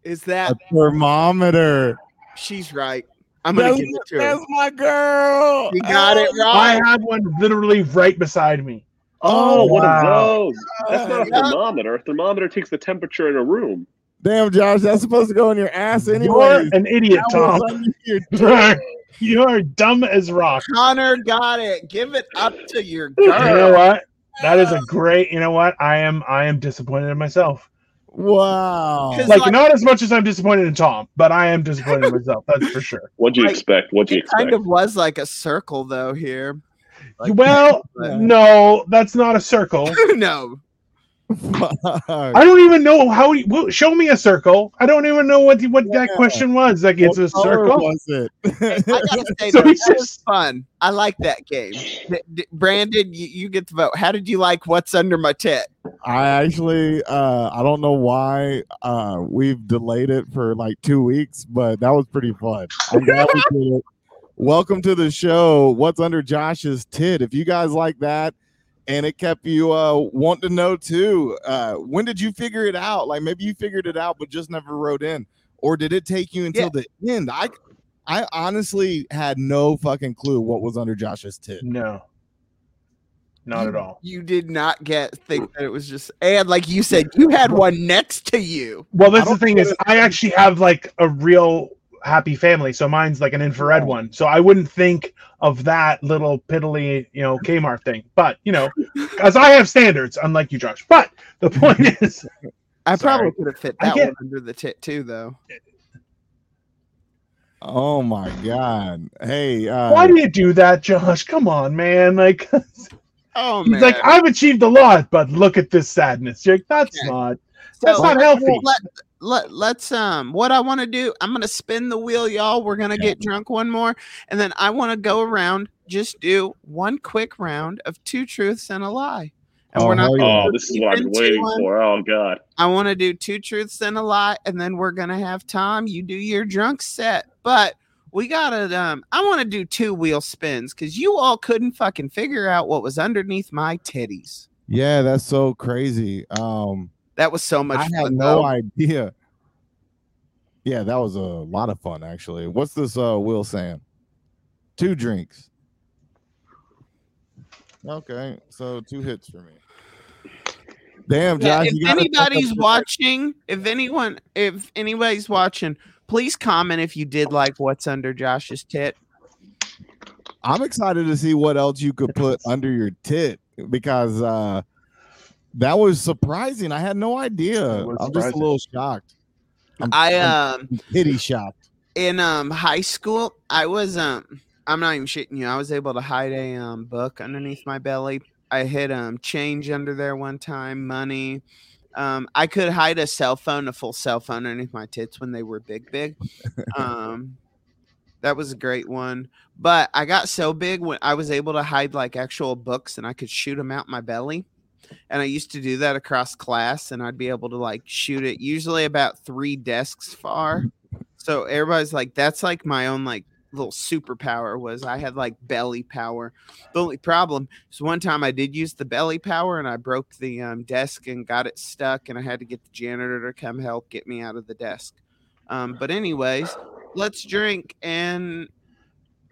[SPEAKER 5] Is
[SPEAKER 3] A
[SPEAKER 5] that
[SPEAKER 3] thermometer.
[SPEAKER 5] she's right? I'm gonna give it to her.
[SPEAKER 3] my girl.
[SPEAKER 5] You got it
[SPEAKER 8] I
[SPEAKER 5] right.
[SPEAKER 8] have one literally right beside me.
[SPEAKER 9] Oh, one
[SPEAKER 8] wow.
[SPEAKER 9] of those. That's not a
[SPEAKER 5] Yeah.
[SPEAKER 9] thermometer. A thermometer takes the temperature in a room.
[SPEAKER 3] Damn, Josh, that's supposed to go in your ass
[SPEAKER 8] You're
[SPEAKER 3] anyway.
[SPEAKER 8] an idiot, Tom. You're dumb as rock.
[SPEAKER 5] Connor got it. Give it up to your
[SPEAKER 8] You know
[SPEAKER 5] girl.
[SPEAKER 8] what? That is a great. You know what? I am. I am disappointed in myself.
[SPEAKER 3] Wow.
[SPEAKER 5] 'Cause- It's
[SPEAKER 8] Like,
[SPEAKER 5] like-
[SPEAKER 8] not as much as I'm disappointed in Tom, but I am disappointed in myself. That's for sure.
[SPEAKER 9] What'd you
[SPEAKER 5] Right.
[SPEAKER 9] expect? What'd you
[SPEAKER 5] It
[SPEAKER 9] expect?
[SPEAKER 5] kind of was like a circle though here. Like-
[SPEAKER 8] well,
[SPEAKER 5] but-
[SPEAKER 8] no, that's not a circle.
[SPEAKER 5] no.
[SPEAKER 3] Fuck.
[SPEAKER 8] I don't even know how. You, well, show me a circle. I don't even know what the, what that
[SPEAKER 3] Yeah.
[SPEAKER 8] question was. Like, it's a
[SPEAKER 3] What color
[SPEAKER 8] circle.
[SPEAKER 3] Was it?
[SPEAKER 5] I gotta say
[SPEAKER 8] So
[SPEAKER 5] though, that
[SPEAKER 8] it's
[SPEAKER 5] was
[SPEAKER 8] just-
[SPEAKER 5] fun. I like that game. D- d- Brandon, you, you get the vote. How did you like what's under my tent?
[SPEAKER 3] I actually, uh, I don't know why uh, we've delayed it for like two weeks, but that was pretty fun. I'm glad we did it. Welcome to the show. What's under Josh's tit? If you guys like that, and it kept you uh, want to know too. Uh, when did you figure it out? Like maybe you figured it out, but just never wrote in, or did it take you until the end? I, I honestly had no fucking clue what was under Josh's tit.
[SPEAKER 8] No, not at all.
[SPEAKER 5] You did not get think that it was just and like you said, you had one next to you.
[SPEAKER 8] Well,
[SPEAKER 3] I
[SPEAKER 8] that's the
[SPEAKER 3] don't
[SPEAKER 8] thing
[SPEAKER 3] know
[SPEAKER 8] is,
[SPEAKER 3] if-
[SPEAKER 8] I actually have like a real happy family, so mine's like an infrared
[SPEAKER 3] Yeah.
[SPEAKER 8] one. So I wouldn't think of that little piddly, you know, Kmart thing. But you know, because I have standards, unlike you, Josh. But the point is,
[SPEAKER 5] I
[SPEAKER 8] Sorry.
[SPEAKER 5] probably could have fit
[SPEAKER 8] I
[SPEAKER 5] that
[SPEAKER 8] get-
[SPEAKER 5] one under the tit too, though.
[SPEAKER 3] Oh my god! Hey, uh,
[SPEAKER 8] why do you do that, Josh? Come on, man! Like
[SPEAKER 5] Oh
[SPEAKER 8] he's like, I've achieved a lot, but look at this sadness. You're like, that's
[SPEAKER 5] Okay.
[SPEAKER 8] not.
[SPEAKER 5] So,
[SPEAKER 8] That's not healthy.
[SPEAKER 5] Let, let, let's um what I want to do, I'm gonna spin the wheel, y'all. We're gonna get drunk one more, and then I wanna go around, just do one quick round of two truths and a lie. And
[SPEAKER 3] Oh,
[SPEAKER 5] we're not
[SPEAKER 3] hell yeah.
[SPEAKER 9] Oh, this is what I've been waiting for. Oh God.
[SPEAKER 5] I want to do two truths and a lie, and then we're gonna have Tom. You do your drunk set, but we gotta. Um, I want to do two wheel spins because you all couldn't fucking figure out what was underneath my titties.
[SPEAKER 3] Yeah, that's so crazy. Um,
[SPEAKER 5] That was so much.
[SPEAKER 3] I had
[SPEAKER 5] fun,
[SPEAKER 3] no
[SPEAKER 5] though.
[SPEAKER 3] idea. Yeah, that was a lot of fun actually. What's this uh Will saying? Two drinks. Okay, so two hits for me. Damn,
[SPEAKER 5] Yeah,
[SPEAKER 3] Josh. you
[SPEAKER 5] if
[SPEAKER 3] gotta step up
[SPEAKER 5] anybody's
[SPEAKER 3] your-
[SPEAKER 5] watching, if anyone, if anybody's watching, please comment if you did like what's under Josh's tit.
[SPEAKER 3] I'm excited to see what else you could put under your tit because uh that was surprising. I had no idea.
[SPEAKER 8] It was
[SPEAKER 3] I'm just a
[SPEAKER 8] surprising.
[SPEAKER 3] little shocked. I'm,
[SPEAKER 5] I
[SPEAKER 3] I'm
[SPEAKER 5] um.
[SPEAKER 3] pity shocked.
[SPEAKER 5] in um high school, I was um I'm not even shitting you. I was able to hide a um book underneath my belly. I hid um change under there one time, money. Um, I could hide a cell phone, a full cell phone underneath my tits when they were big, big. Um, that was a great one. But I got so big when I was able to hide like actual books and I could shoot them out my belly. And I used to do that across class, and I'd be able to like shoot it usually about three desks far. So everybody's like, that's like my own like little superpower was I had like belly power. The only problem is one time I did use the belly power and I broke the um, desk and got it stuck, and I had to get the janitor to come help get me out of the desk. Um, but anyways, let's drink and.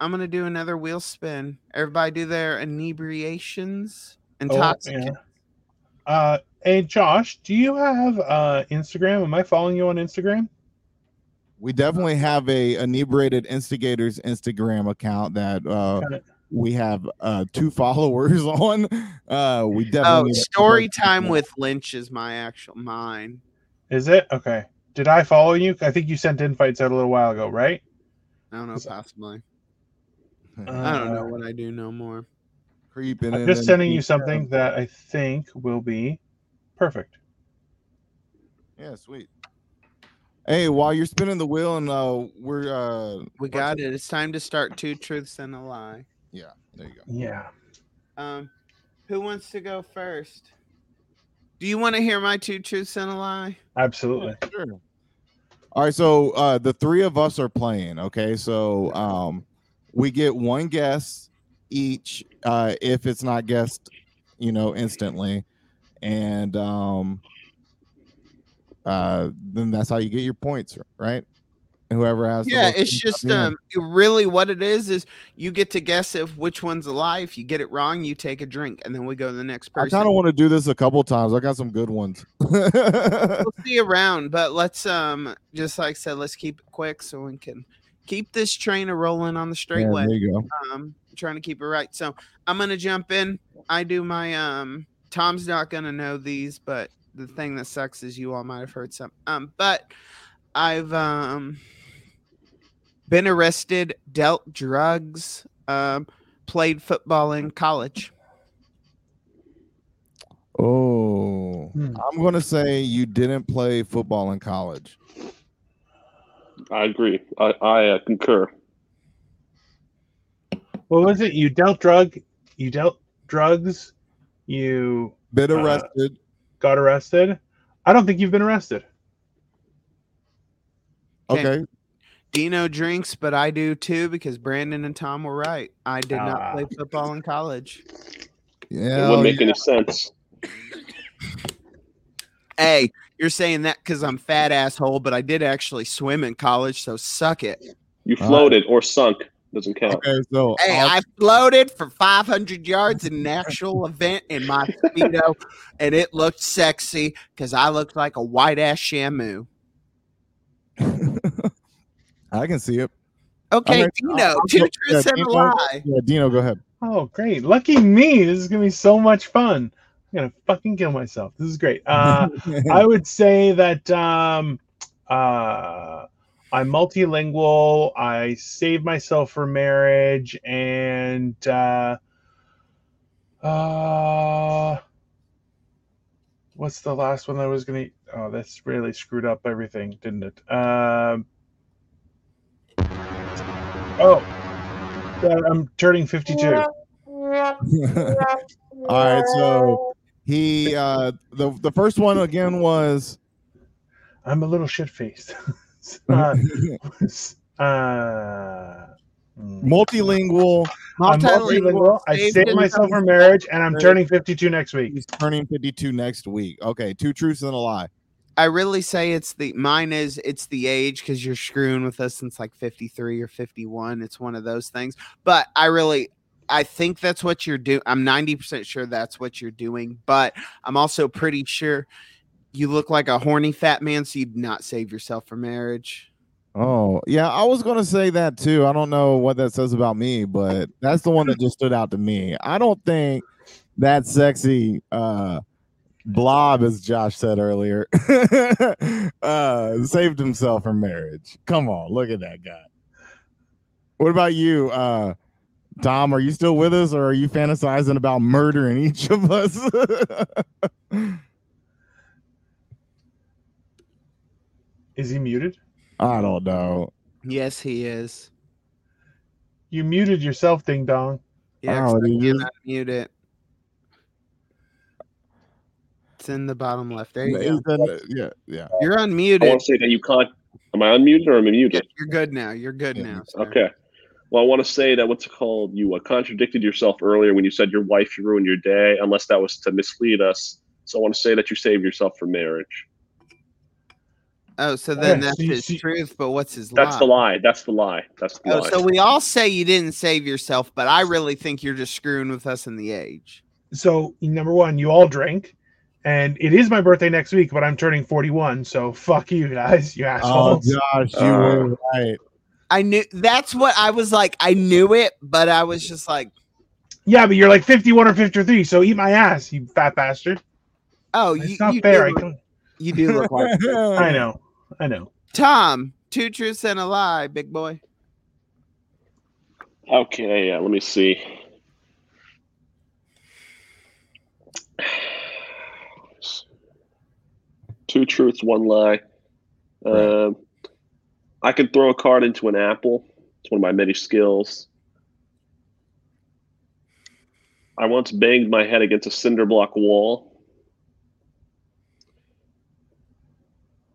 [SPEAKER 5] I'm gonna do another wheel spin. Everybody do their inebriations,
[SPEAKER 8] Oh,
[SPEAKER 5] intoxicants.
[SPEAKER 8] yeah. Uh, hey, Josh, do you have uh Instagram? Am I following you on Instagram?
[SPEAKER 3] We definitely have a inebriated instigators Instagram account that uh,
[SPEAKER 8] Got it.
[SPEAKER 3] we have uh, two followers on. Uh, we
[SPEAKER 5] Oh,
[SPEAKER 3] definitely need to
[SPEAKER 5] story
[SPEAKER 3] promote
[SPEAKER 5] time
[SPEAKER 3] that.
[SPEAKER 5] with Lynch is my actual mine.
[SPEAKER 8] Is it okay? Did I follow you? I think you sent invites out a little while ago, right?
[SPEAKER 5] I don't know,
[SPEAKER 8] Is-
[SPEAKER 5] possibly. I don't know what I do no more.
[SPEAKER 3] creeping.
[SPEAKER 8] I'm
[SPEAKER 3] in
[SPEAKER 8] just
[SPEAKER 3] and-
[SPEAKER 8] sending you
[SPEAKER 3] uh,
[SPEAKER 8] something that I think will be perfect.
[SPEAKER 3] Yeah, sweet. Hey, while you're spinning the wheel and uh, we're uh,
[SPEAKER 5] We got it. It's time to start two truths and a lie.
[SPEAKER 3] yeah, there you go.
[SPEAKER 8] Yeah.
[SPEAKER 5] Um, who wants to go first? Do you want to hear my two truths and a lie?
[SPEAKER 8] Absolutely.
[SPEAKER 3] Sure. All right, so uh, the three of us are playing. Okay, so um, We get one guess each uh, if it's not guessed, you know, instantly, and um, uh, then that's how you get your points, right? And whoever has the
[SPEAKER 5] Yeah,
[SPEAKER 3] most
[SPEAKER 5] it's
[SPEAKER 3] points
[SPEAKER 5] just
[SPEAKER 3] at the end.
[SPEAKER 5] um it really what it is is you get to guess if which one's a lie. If you get it wrong, you take a drink, and then we go to the next
[SPEAKER 3] I
[SPEAKER 5] person.
[SPEAKER 3] kind of want to do this a couple times. I got some good ones. yeah,
[SPEAKER 5] we'll see around, but let's um just like I said, let's keep it quick so we can keep this train a rolling on the straight way.
[SPEAKER 3] there you go.
[SPEAKER 5] Um trying to keep it right. So I'm gonna jump in. I do my um Tom's not gonna know these, but the thing that sucks is you all might have heard some. Um but I've um been arrested, dealt drugs, um, played football in college.
[SPEAKER 3] Oh,
[SPEAKER 8] Hmm.
[SPEAKER 3] I'm gonna say you didn't play football in college.
[SPEAKER 9] I agree. I, I uh, concur.
[SPEAKER 8] What was it? You dealt drug. You dealt drugs. You
[SPEAKER 3] Been
[SPEAKER 8] Uh,
[SPEAKER 3] arrested.
[SPEAKER 8] got arrested. I don't think you've been arrested.
[SPEAKER 5] okay.
[SPEAKER 3] okay,
[SPEAKER 5] Dino drinks, but I do too because Brandon and Tom were right. I did not play football in college.
[SPEAKER 9] it
[SPEAKER 3] yeah,
[SPEAKER 9] wouldn't make any sense.
[SPEAKER 5] Hey, you're saying that because I'm fat asshole, but I did actually swim in college, so suck it.
[SPEAKER 9] You
[SPEAKER 3] All right.
[SPEAKER 9] floated or sunk doesn't count.
[SPEAKER 3] okay. So uh,
[SPEAKER 5] Hey,
[SPEAKER 3] I'll-
[SPEAKER 5] I floated for 500 yards in an actual event in my speedo, and it looked sexy because I looked like a white ass shamu.
[SPEAKER 3] I can see it.
[SPEAKER 5] Okay,
[SPEAKER 3] right,
[SPEAKER 5] Dino,
[SPEAKER 3] I'll- I'll
[SPEAKER 5] two
[SPEAKER 3] go-
[SPEAKER 5] truths
[SPEAKER 3] yeah,
[SPEAKER 5] and a
[SPEAKER 3] Dino.
[SPEAKER 5] lie.
[SPEAKER 3] Yeah, Dino, go ahead.
[SPEAKER 8] Oh, great! Lucky me. This is gonna be so much fun. I'm gonna fucking kill myself. This is great. Uh, I would say that um, uh, I'm multilingual. I saved myself for marriage, and uh, uh, what's the last one I was gonna? Oh, that's really screwed up everything, didn't it? Um, oh, that I'm turning 52.
[SPEAKER 3] All right, so he uh the the first one again was
[SPEAKER 8] I'm a little shit faced. uh, was, uh, mm.
[SPEAKER 3] multilingual
[SPEAKER 8] I'm multilingual. I saved myself for marriage, and I'm
[SPEAKER 3] Great.
[SPEAKER 8] turning 52 next week.
[SPEAKER 3] he's turning 52 next week. Okay, two truths and a lie.
[SPEAKER 5] I really say it's the mine is it's the age because you're screwing with us since like 53 or 51. It's one of those things. But I really I think that's what you're doing. I'm 90% sure that's what you're doing, but I'm also pretty sure you look like a horny fat man, so you'd not save yourself for marriage.
[SPEAKER 3] Oh, yeah, I was going to say that too. I don't know what that says about me, but that's the one that just stood out to me. I don't think that sexy uh blob as Josh said earlier uh saved himself from marriage. Come on, look at that guy. What about you uh Tom, are you still with us or are you fantasizing about murdering each of us?
[SPEAKER 8] Is he muted?
[SPEAKER 3] I don't know.
[SPEAKER 5] Yes, he is.
[SPEAKER 8] You muted yourself, ding dong.
[SPEAKER 5] Yeah, 'cause
[SPEAKER 3] Oh,
[SPEAKER 5] I
[SPEAKER 3] dude,
[SPEAKER 5] can't
[SPEAKER 3] this-
[SPEAKER 5] unmute it. It's in the bottom left. There you
[SPEAKER 3] He's
[SPEAKER 5] go.
[SPEAKER 3] been- uh, Yeah, yeah.
[SPEAKER 5] You're
[SPEAKER 9] I want
[SPEAKER 5] unmuted.
[SPEAKER 9] to say that you can't. Am I unmuted or am I muted?
[SPEAKER 5] You're good now. You're good
[SPEAKER 3] Yeah.
[SPEAKER 5] now. sir.
[SPEAKER 9] Okay. Well, I want to say that what's it called? You uh, contradicted yourself earlier when you said your wife should ruin your day, unless that was to mislead us. So I want to say that you saved yourself for marriage.
[SPEAKER 5] Oh, so then
[SPEAKER 8] Yeah,
[SPEAKER 5] that's
[SPEAKER 8] see-
[SPEAKER 5] his
[SPEAKER 8] see-
[SPEAKER 5] truth, but what's his
[SPEAKER 9] That's
[SPEAKER 5] lie?
[SPEAKER 9] the lie. That's the lie. That's the
[SPEAKER 5] Oh,
[SPEAKER 9] lie.
[SPEAKER 5] so we all say you didn't save yourself, but I really think you're just screwing with us in the age.
[SPEAKER 8] So, number one, you all drink, and it is my birthday next week, but I'm turning 41. So, fuck you guys, you
[SPEAKER 3] Oh
[SPEAKER 8] assholes.
[SPEAKER 3] gosh, you were right.
[SPEAKER 5] I knew that's what I was like. I knew it, but I was just like,
[SPEAKER 8] yeah, but you're like 51 or 53, so eat my ass, you fat bastard.
[SPEAKER 5] oh, you,
[SPEAKER 8] It's not
[SPEAKER 5] you
[SPEAKER 8] fair. I,
[SPEAKER 5] Do look,
[SPEAKER 8] can,
[SPEAKER 5] you do look like
[SPEAKER 8] I know. I know.
[SPEAKER 5] Tom. Two truths and a lie, big boy.
[SPEAKER 9] Okay, yeah, let me see. Two truths, one lie.
[SPEAKER 3] Right.
[SPEAKER 9] Um, I can throw a card into an apple. It's one of my many skills. I once banged my head against a cinder block wall.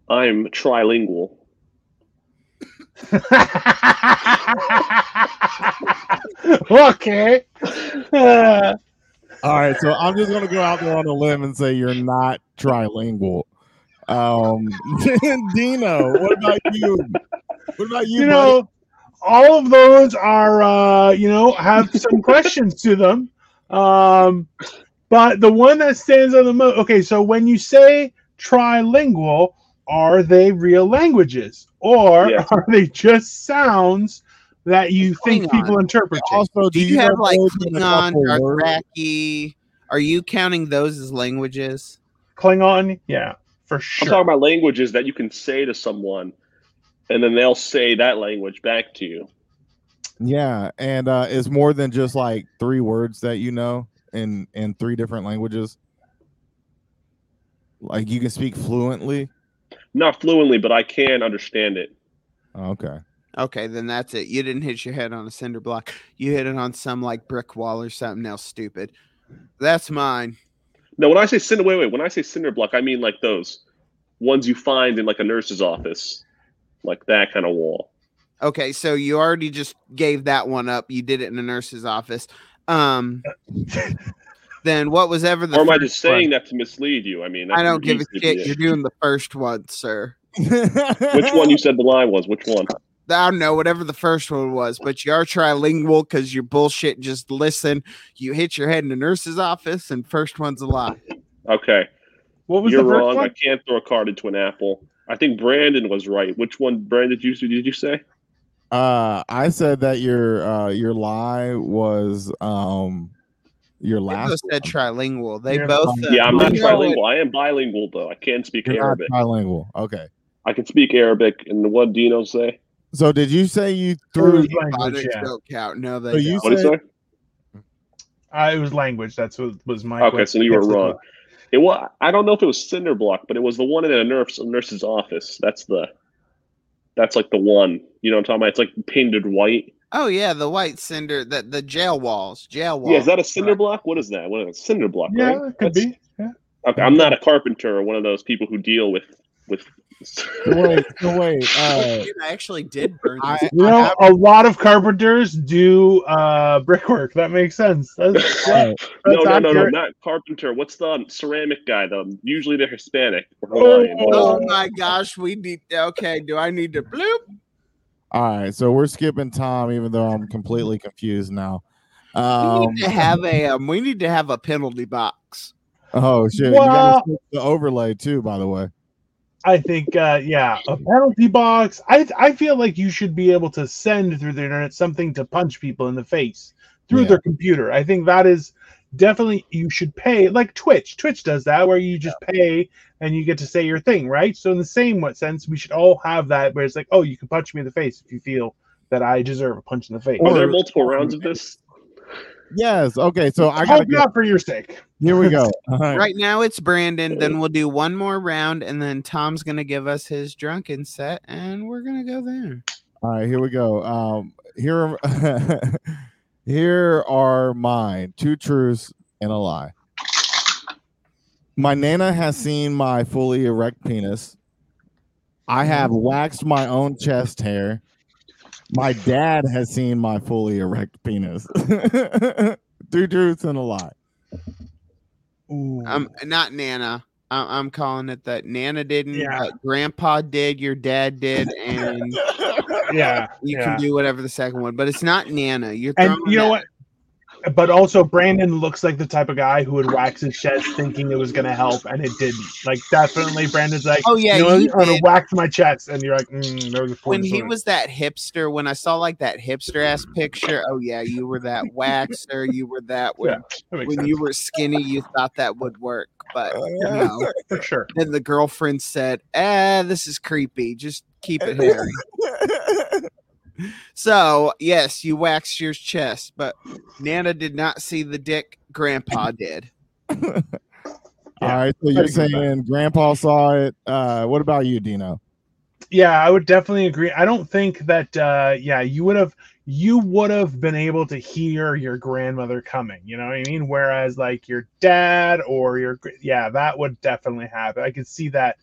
[SPEAKER 9] I'm trilingual.
[SPEAKER 8] okay. Uh,
[SPEAKER 3] All right, so I'm just gonna go out there on a limb and say you're not trilingual. Um, Dino, what about you? What about you?
[SPEAKER 8] you know, all of those are, uh, you know, have some questions to them. Um, but the one that stands on the most. Okay, so when you say trilingual, are they real languages or
[SPEAKER 9] Yes.
[SPEAKER 8] are they just sounds that you think
[SPEAKER 5] Klingon.
[SPEAKER 8] people interpret?
[SPEAKER 3] buddy? also, do
[SPEAKER 5] Do you, have
[SPEAKER 3] know
[SPEAKER 5] like
[SPEAKER 3] more than a
[SPEAKER 5] Klingon,
[SPEAKER 3] couple words?
[SPEAKER 5] Dothraki? Are you counting those as languages?
[SPEAKER 8] Klingon? Yeah, for sure.
[SPEAKER 9] I'm talking about languages that you can say to someone, and then they'll say that language back to you.
[SPEAKER 3] Yeah, and uh, it's more than just like three words that you know in in three different languages. Like you can speak fluently.
[SPEAKER 9] Not fluently, but I can understand it.
[SPEAKER 3] Oh, okay.
[SPEAKER 5] Okay, then that's it. You didn't hit your head on a cinder block. You hit it on some like brick wall or something else stupid. That's mine.
[SPEAKER 9] No, when I say cinder, wait, wait. When I say cinder block, I mean like those ones you find in like a nurse's office, like that kind of wall.
[SPEAKER 5] Okay, so you already just gave that one up. You did it in a nurse's office. Um then what was ever the
[SPEAKER 9] or am I
[SPEAKER 5] first
[SPEAKER 9] just saying
[SPEAKER 5] one?
[SPEAKER 9] that to mislead you? I mean,
[SPEAKER 5] I don't give a
[SPEAKER 9] easy to be
[SPEAKER 5] shit. You're doing the first one, sir.
[SPEAKER 9] Which one you said the line was? Which one?
[SPEAKER 5] I don't know, whatever the first one was, but you are trilingual because you're bullshit. Just listen. You hit your head in the nurse's office, and first one's a lie.
[SPEAKER 9] Okay,
[SPEAKER 8] what was
[SPEAKER 9] you're
[SPEAKER 8] the first
[SPEAKER 9] wrong. I
[SPEAKER 8] one?
[SPEAKER 9] can't throw a card into an apple. I think Brandon was right. Which one, Brandon? Did you did you say?
[SPEAKER 3] Uh, I said that your uh your lie was um your
[SPEAKER 5] They
[SPEAKER 3] last.
[SPEAKER 5] both said
[SPEAKER 3] one.
[SPEAKER 5] trilingual. They
[SPEAKER 8] Yeah,
[SPEAKER 5] both.
[SPEAKER 3] um,
[SPEAKER 5] said-
[SPEAKER 9] Yeah, I'm not
[SPEAKER 5] Uh, You know what?
[SPEAKER 9] trilingual. I am bilingual though. I can speak
[SPEAKER 3] You're not
[SPEAKER 9] Arabic.
[SPEAKER 3] trilingual. Okay.
[SPEAKER 9] I can speak Arabic. And what Dino say?
[SPEAKER 3] So did you say you
[SPEAKER 8] It
[SPEAKER 3] threw?
[SPEAKER 8] was
[SPEAKER 5] Phonics
[SPEAKER 8] language. Oh, Yeah,
[SPEAKER 5] don't count. No, they
[SPEAKER 3] So you
[SPEAKER 5] don't.
[SPEAKER 9] What did he
[SPEAKER 3] said-
[SPEAKER 9] say?
[SPEAKER 8] Uh, it was language. That's what was my.
[SPEAKER 9] Okay,
[SPEAKER 8] question.
[SPEAKER 9] so you were
[SPEAKER 8] It's-
[SPEAKER 9] wrong. It was. I don't know if it was cinder block, but it was the one in a nurse nurse's office. That's the. That's like the one. You know what I'm talking about? It's like painted white.
[SPEAKER 5] Oh yeah, the white cinder, the the jail walls, jail walls.
[SPEAKER 9] Yeah, is that a cinder
[SPEAKER 5] right.
[SPEAKER 9] block? What is that? What is it? Cinder block,
[SPEAKER 8] Yeah,
[SPEAKER 9] right?
[SPEAKER 8] it could
[SPEAKER 9] That's-
[SPEAKER 8] be. Yeah.
[SPEAKER 9] Okay, I'm not a carpenter or one of those people who deal with with.
[SPEAKER 3] Wait, so wait. Uh,
[SPEAKER 5] Oh, shit, I actually did burn.
[SPEAKER 3] I,
[SPEAKER 5] this.
[SPEAKER 8] You
[SPEAKER 3] I
[SPEAKER 8] know,
[SPEAKER 3] have-
[SPEAKER 8] a lot of carpenters do uh, brickwork. That makes sense. That's,
[SPEAKER 3] uh,
[SPEAKER 9] no,
[SPEAKER 8] that's
[SPEAKER 9] no, no, no,
[SPEAKER 8] accurate.
[SPEAKER 9] not carpenter. What's the ceramic guy? Though usually they're Hispanic or Hawaiian. What is-
[SPEAKER 5] Oh my gosh, we need. Okay, do I need to bloop?
[SPEAKER 3] all right. So we're skipping Tom, even though I'm completely confused now.
[SPEAKER 5] We
[SPEAKER 3] Um,
[SPEAKER 5] need to have a um. We need to have a penalty box.
[SPEAKER 3] oh shit! You
[SPEAKER 8] Well-
[SPEAKER 3] gotta skip the overlay too, by the way.
[SPEAKER 8] I think, uh, yeah, a penalty box. I I feel like you should be able to send through the internet something to punch people in the face through
[SPEAKER 3] Yeah.
[SPEAKER 8] their computer. I think that is definitely you should pay like Twitch. Twitch does that where you just pay and you get to say your thing, right? So in the same what sense, we should all have that where it's like, oh, you can punch me in the face if you feel that I deserve a punch in the face.
[SPEAKER 9] Are there
[SPEAKER 3] or-
[SPEAKER 9] multiple rounds of this?
[SPEAKER 3] Yes. Okay. So I
[SPEAKER 8] I
[SPEAKER 3] gotta
[SPEAKER 8] hope
[SPEAKER 3] go.
[SPEAKER 8] not for your sake.
[SPEAKER 3] Here we go. All right.
[SPEAKER 5] Right now it's Brandon. Then we'll do one more round, and then Tom's gonna give us his drunken set, and we're gonna go there.
[SPEAKER 3] All right, here we go. Um, here, are- here are mine: two truths and a lie. My nana has seen my fully erect penis. I have waxed my own chest hair. My dad has seen my fully erect penis. two truths and a lie.
[SPEAKER 8] Ooh.
[SPEAKER 5] Um, not Nana. I- I'm calling it that. Nana didn't.
[SPEAKER 8] Yeah.
[SPEAKER 5] but Grandpa did. Your dad did, and
[SPEAKER 8] yeah.
[SPEAKER 5] you
[SPEAKER 8] yeah.
[SPEAKER 5] can do whatever the second one. But it's not Nana. You're
[SPEAKER 8] And
[SPEAKER 5] throwing
[SPEAKER 8] you know
[SPEAKER 5] that-
[SPEAKER 8] what? But also, Brandon looks like the type of guy who would wax his chest thinking it was going to help, and it didn't. Like, definitely, Brandon's like,
[SPEAKER 5] Oh, yeah,
[SPEAKER 8] you know,
[SPEAKER 5] he
[SPEAKER 8] I'm going to
[SPEAKER 5] did.
[SPEAKER 8] wax my chest. And you're like, mm, there was a point.
[SPEAKER 5] when he was that hipster, when I saw like that hipster ass picture, oh yeah, you were that waxer, you were that when,
[SPEAKER 8] that makes
[SPEAKER 5] when
[SPEAKER 8] sense,
[SPEAKER 5] you were skinny, you thought that would work, but no.
[SPEAKER 8] for sure.
[SPEAKER 5] Then the girlfriend said, "Ah, this is creepy. Just keep it hairy." so yes, you waxed your chest, but Nana did not see the dick. Grandpa did.
[SPEAKER 3] All right, so
[SPEAKER 8] I
[SPEAKER 3] you're
[SPEAKER 8] agree with that.
[SPEAKER 3] saying Grandpa saw it. Uh, what about you, Dino?
[SPEAKER 8] Yeah, I would definitely agree. I don't think that, uh, yeah, you would have. You would have been able to hear your grandmother coming, you know what I mean? Whereas, like your dad or your, gr- yeah, that would definitely happen. I could see that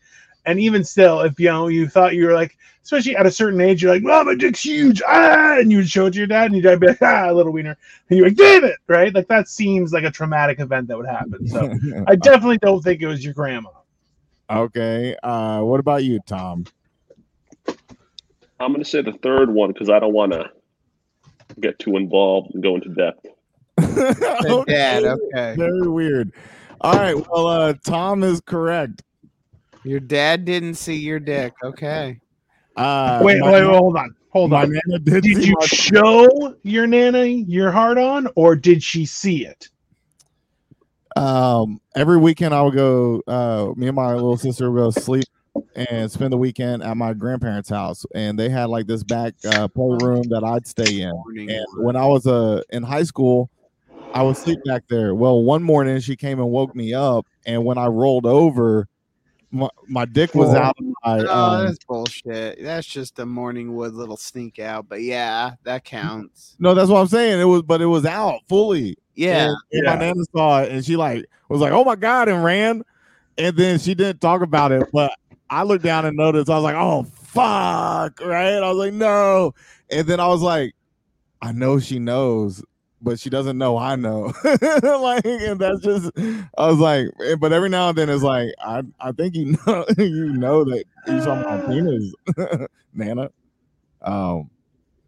[SPEAKER 8] And even still, if you know you thought you were like, especially at a certain age, you're like, "Well, my dick's huge," ah, and you would show it to your dad, and your dad would be like, "Ah, little wiener," and you're like, "Damn it!" Right? Like that seems like a traumatic event that would happen. So I definitely don't think it was your grandma.
[SPEAKER 3] okay. Uh, what about you, Tom?
[SPEAKER 9] I'm going to say the third one because I don't want to get too involved and go into depth.
[SPEAKER 5] Said Dad,
[SPEAKER 3] Okay,
[SPEAKER 5] okay.
[SPEAKER 3] Very weird. All right. Well, uh, Tom is correct.
[SPEAKER 5] Your dad didn't see your dick. Okay.
[SPEAKER 3] Uh,
[SPEAKER 8] Wait,
[SPEAKER 3] my-
[SPEAKER 8] wait, wait, hold on, hold
[SPEAKER 3] my
[SPEAKER 8] on.
[SPEAKER 3] nana did,
[SPEAKER 8] Did
[SPEAKER 3] see
[SPEAKER 8] you
[SPEAKER 3] my-
[SPEAKER 8] show your nana your heart on, or did she see it?
[SPEAKER 3] um every weekend i would go uh me and my little sister would go sleep and spend the weekend at my grandparents house and they had like this back uh playroom that i'd stay in
[SPEAKER 5] Morning.
[SPEAKER 3] and when i was uh in high school i would sleep back there well one morning she came and woke me up and when i rolled over my, my dick was
[SPEAKER 8] Oh.
[SPEAKER 3] out of my
[SPEAKER 5] Oh,
[SPEAKER 3] um,
[SPEAKER 5] that's bullshit. That's just a morning wood little sneak out. But yeah, that counts.
[SPEAKER 3] no that's what i'm saying it was but it was out fully
[SPEAKER 5] Yeah.
[SPEAKER 3] And, and my nana saw it and she like was like, oh my God, and ran. And then she didn't talk about it. But I looked down and noticed, I was like, oh fuck. Right. I was like, no. And then I was like, I know she knows, but she doesn't know I know. like, and that's just I was like, eh, but every now and then it's like, I, I think you know you know that you saw my penis, Nana. Um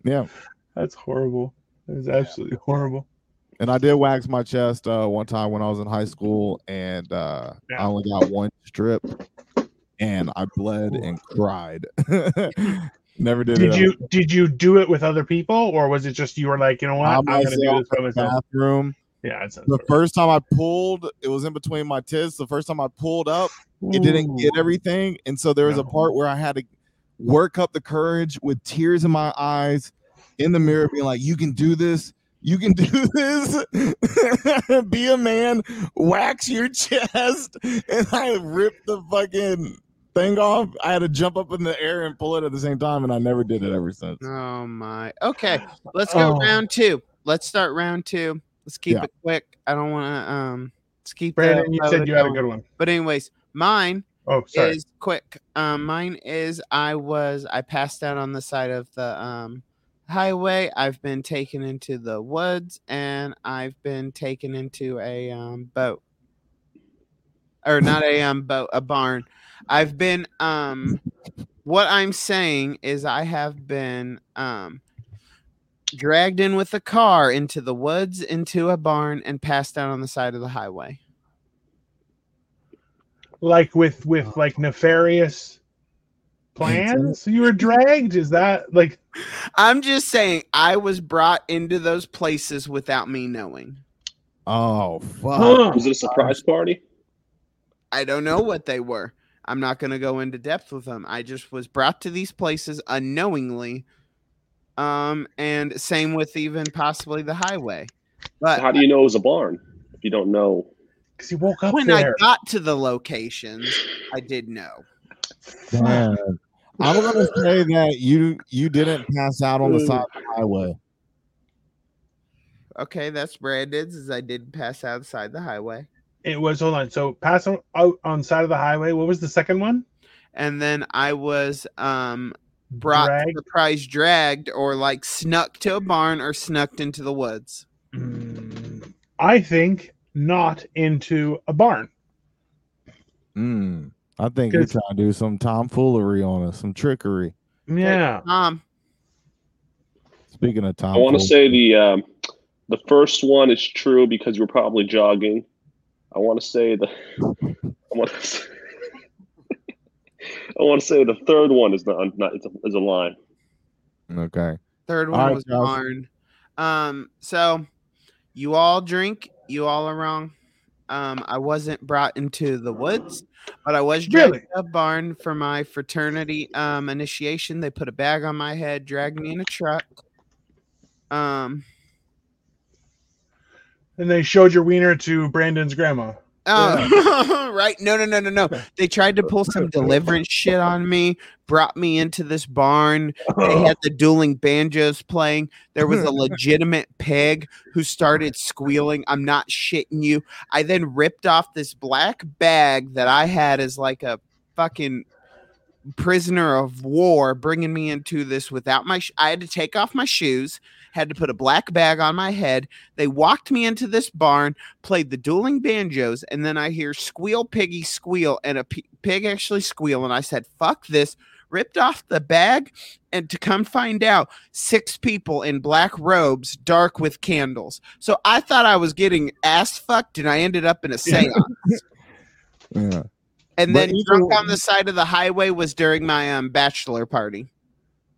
[SPEAKER 8] That's horrible. That is absolutely horrible.
[SPEAKER 3] And I did wax my chest uh, one time when I was in high school, and uh, I
[SPEAKER 8] Yeah.
[SPEAKER 3] only got one strip, and I bled and cried. Never did,
[SPEAKER 8] Did
[SPEAKER 3] it
[SPEAKER 8] you did you do it with other people, or was it just you were like, you know what,
[SPEAKER 3] By
[SPEAKER 8] I'm gonna do
[SPEAKER 3] myself,
[SPEAKER 8] this by
[SPEAKER 3] in the
[SPEAKER 8] myself?
[SPEAKER 3] bathroom.
[SPEAKER 8] Yeah, it sounds
[SPEAKER 3] The
[SPEAKER 8] horrible.
[SPEAKER 3] first time I pulled, it was in between my tits. The first time I pulled up, it didn't get everything, and so there was a
[SPEAKER 8] No.
[SPEAKER 3] part where I had to work up the courage with tears in my eyes, in the mirror, being like, "You can do this." You can do this. Be a man. Wax your chest. And I ripped the fucking thing off. I had to jump up in the air and pull it at the same time, and I never did it ever since.
[SPEAKER 5] Oh my. Okay. Let's go
[SPEAKER 8] Oh.
[SPEAKER 5] round two. Let's start round two. Let's keep
[SPEAKER 3] Yeah.
[SPEAKER 5] it quick. I don't want to um. Let's keep. that
[SPEAKER 8] Brandon, you said you had a
[SPEAKER 5] going.
[SPEAKER 8] good one.
[SPEAKER 5] But anyways, mine
[SPEAKER 8] Oh, sorry.
[SPEAKER 5] is quick. Um, mine is I was I passed out on the side of the um highway. I've been taken into the woods and I've been taken into a um boat. Or not a um boat, a barn. I've been um what I'm saying is I have been um dragged in with a car into the woods, into a barn, and passed out on the side of the highway.
[SPEAKER 8] Like with with like nefarious plans, you were dragged. Is that like?
[SPEAKER 5] I'm just saying I was brought into those places without me knowing.
[SPEAKER 3] Oh fuck!
[SPEAKER 8] Huh.
[SPEAKER 9] Was it a surprise party?
[SPEAKER 5] I don't know what they were. I'm not going to go into depth with them. I just was brought to these places unknowingly. Um, and same with even possibly the highway. But
[SPEAKER 9] How do you know it was a barn if you don't know?
[SPEAKER 8] Because you woke up
[SPEAKER 5] when I
[SPEAKER 8] there.
[SPEAKER 5] got to the locations, I did know.
[SPEAKER 3] Man, I'm gonna say that you you didn't pass out on the side of the highway.
[SPEAKER 5] Okay, that's Brandon's. Is I did pass outside the highway,
[SPEAKER 8] It was hold on. So pass out out on side of the highway. What was the second one?
[SPEAKER 5] and then I was um brought
[SPEAKER 8] Drag.
[SPEAKER 5] surprise dragged or like snuck to a barn or snucked into the woods.
[SPEAKER 8] Mm, I think not into a barn.
[SPEAKER 3] Mm, I think you're
[SPEAKER 8] It's-
[SPEAKER 3] trying to do some tomfoolery on us, some trickery.
[SPEAKER 8] Yeah.
[SPEAKER 5] Um,
[SPEAKER 3] Speaking of
[SPEAKER 9] I
[SPEAKER 3] tomfoolery,
[SPEAKER 9] want to say the um, the first one is true because you were probably jogging. I want to say the I want to say, I want to say the third one is not, not is, a, is a lie.
[SPEAKER 3] okay.
[SPEAKER 5] Third
[SPEAKER 3] All
[SPEAKER 5] one
[SPEAKER 3] right,
[SPEAKER 5] was
[SPEAKER 3] guys.
[SPEAKER 5] barn. Um, so you all drink, you all are wrong. Um, I wasn't brought into the woods, but I was dragged
[SPEAKER 8] Really?
[SPEAKER 5] to a barn for my fraternity um initiation. They put a bag on my head, dragged me in a truck. Um,
[SPEAKER 8] And they showed your wiener to Brandon's grandma.
[SPEAKER 5] Oh, right. No, no, no, no, no. They tried to pull some deliverance shit on me, brought me into this barn. They had the dueling banjos playing. There was a legitimate pig who started squealing. I'm not shitting you. I then ripped off this black bag that I had as like a fucking prisoner of war bringing me into this without my sh- I had to take off my shoes, had to put a black bag on my head. They walked me into this barn, played the dueling banjos, and then I hear squeal piggy squeal and a p- pig actually squeal and I said, "Fuck this." Ripped off the bag and to come find out six people in black robes, dark with candles. So I thought I was getting ass fucked and I ended up in a seance.
[SPEAKER 3] Yeah.
[SPEAKER 5] And
[SPEAKER 3] But
[SPEAKER 5] then
[SPEAKER 3] either
[SPEAKER 5] drunk
[SPEAKER 3] way-
[SPEAKER 5] on the side of the highway was during my um, bachelor party.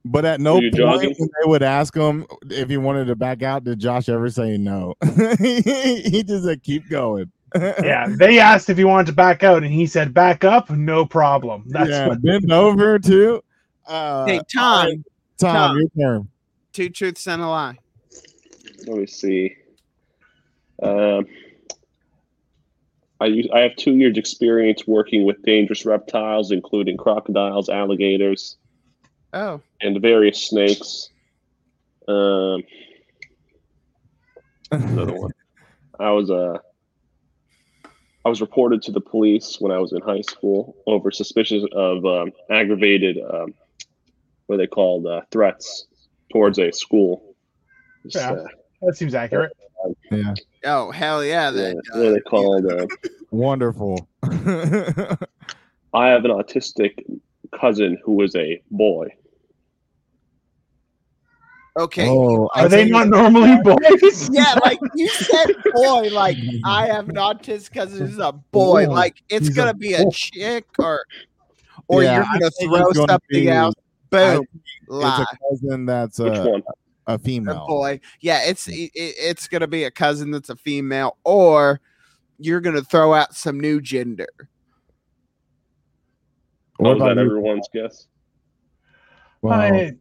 [SPEAKER 3] But at no
[SPEAKER 9] Were you
[SPEAKER 3] point
[SPEAKER 9] jogging?
[SPEAKER 3] when they would ask him if he wanted to back out. Did Josh ever say no? he just said keep going.
[SPEAKER 8] Yeah, they asked if he wanted to back out, and he said, "Back up, no problem." That's
[SPEAKER 3] yeah,
[SPEAKER 8] what.
[SPEAKER 3] bend over too. Uh,
[SPEAKER 5] hey, Tom,
[SPEAKER 3] right. Tom,
[SPEAKER 5] Tom.
[SPEAKER 3] your turn.
[SPEAKER 5] two truths and a lie.
[SPEAKER 9] Let me see. Um, I use, I have two years experience working with dangerous reptiles, including crocodiles, alligators,
[SPEAKER 5] Oh,
[SPEAKER 9] and various snakes. Um, another one. I was uh, I was reported to the police when I was in high school over suspicion of um, aggravated um, what are they called uh, threats towards a school. Just,
[SPEAKER 8] Yeah.
[SPEAKER 9] uh,
[SPEAKER 8] That seems accurate.
[SPEAKER 3] yeah,
[SPEAKER 5] oh, hell yeah!
[SPEAKER 9] yeah,
[SPEAKER 5] That,
[SPEAKER 9] what are they called? Uh,
[SPEAKER 3] wonderful.
[SPEAKER 9] I have an autistic cousin who is a boy.
[SPEAKER 5] Okay,
[SPEAKER 3] oh, I
[SPEAKER 8] Are they
[SPEAKER 3] think-
[SPEAKER 8] not normally boys?
[SPEAKER 5] yeah, like you said, boy. Like I have an autistic cousin who's a boy.
[SPEAKER 8] Boy,
[SPEAKER 5] Like it's
[SPEAKER 8] he's a
[SPEAKER 5] gonna be a
[SPEAKER 8] boy.
[SPEAKER 5] chick or or
[SPEAKER 3] Yeah,
[SPEAKER 5] you're
[SPEAKER 3] I
[SPEAKER 5] gonna
[SPEAKER 3] think
[SPEAKER 5] throw
[SPEAKER 3] it's gonna
[SPEAKER 5] something Oh,
[SPEAKER 3] be-
[SPEAKER 5] out.
[SPEAKER 3] I
[SPEAKER 5] Boom,
[SPEAKER 3] think
[SPEAKER 5] lie.
[SPEAKER 3] It's a cousin that's
[SPEAKER 9] Which
[SPEAKER 3] a,
[SPEAKER 9] one?
[SPEAKER 3] a
[SPEAKER 5] a
[SPEAKER 3] female.
[SPEAKER 5] boy. Yeah, it's it, it- it's gonna be a cousin that's a female, or you're gonna throw out some new gender.
[SPEAKER 3] What
[SPEAKER 9] oh, is
[SPEAKER 3] about
[SPEAKER 9] that
[SPEAKER 3] you?
[SPEAKER 9] everyone's guess?
[SPEAKER 3] Well,
[SPEAKER 8] I,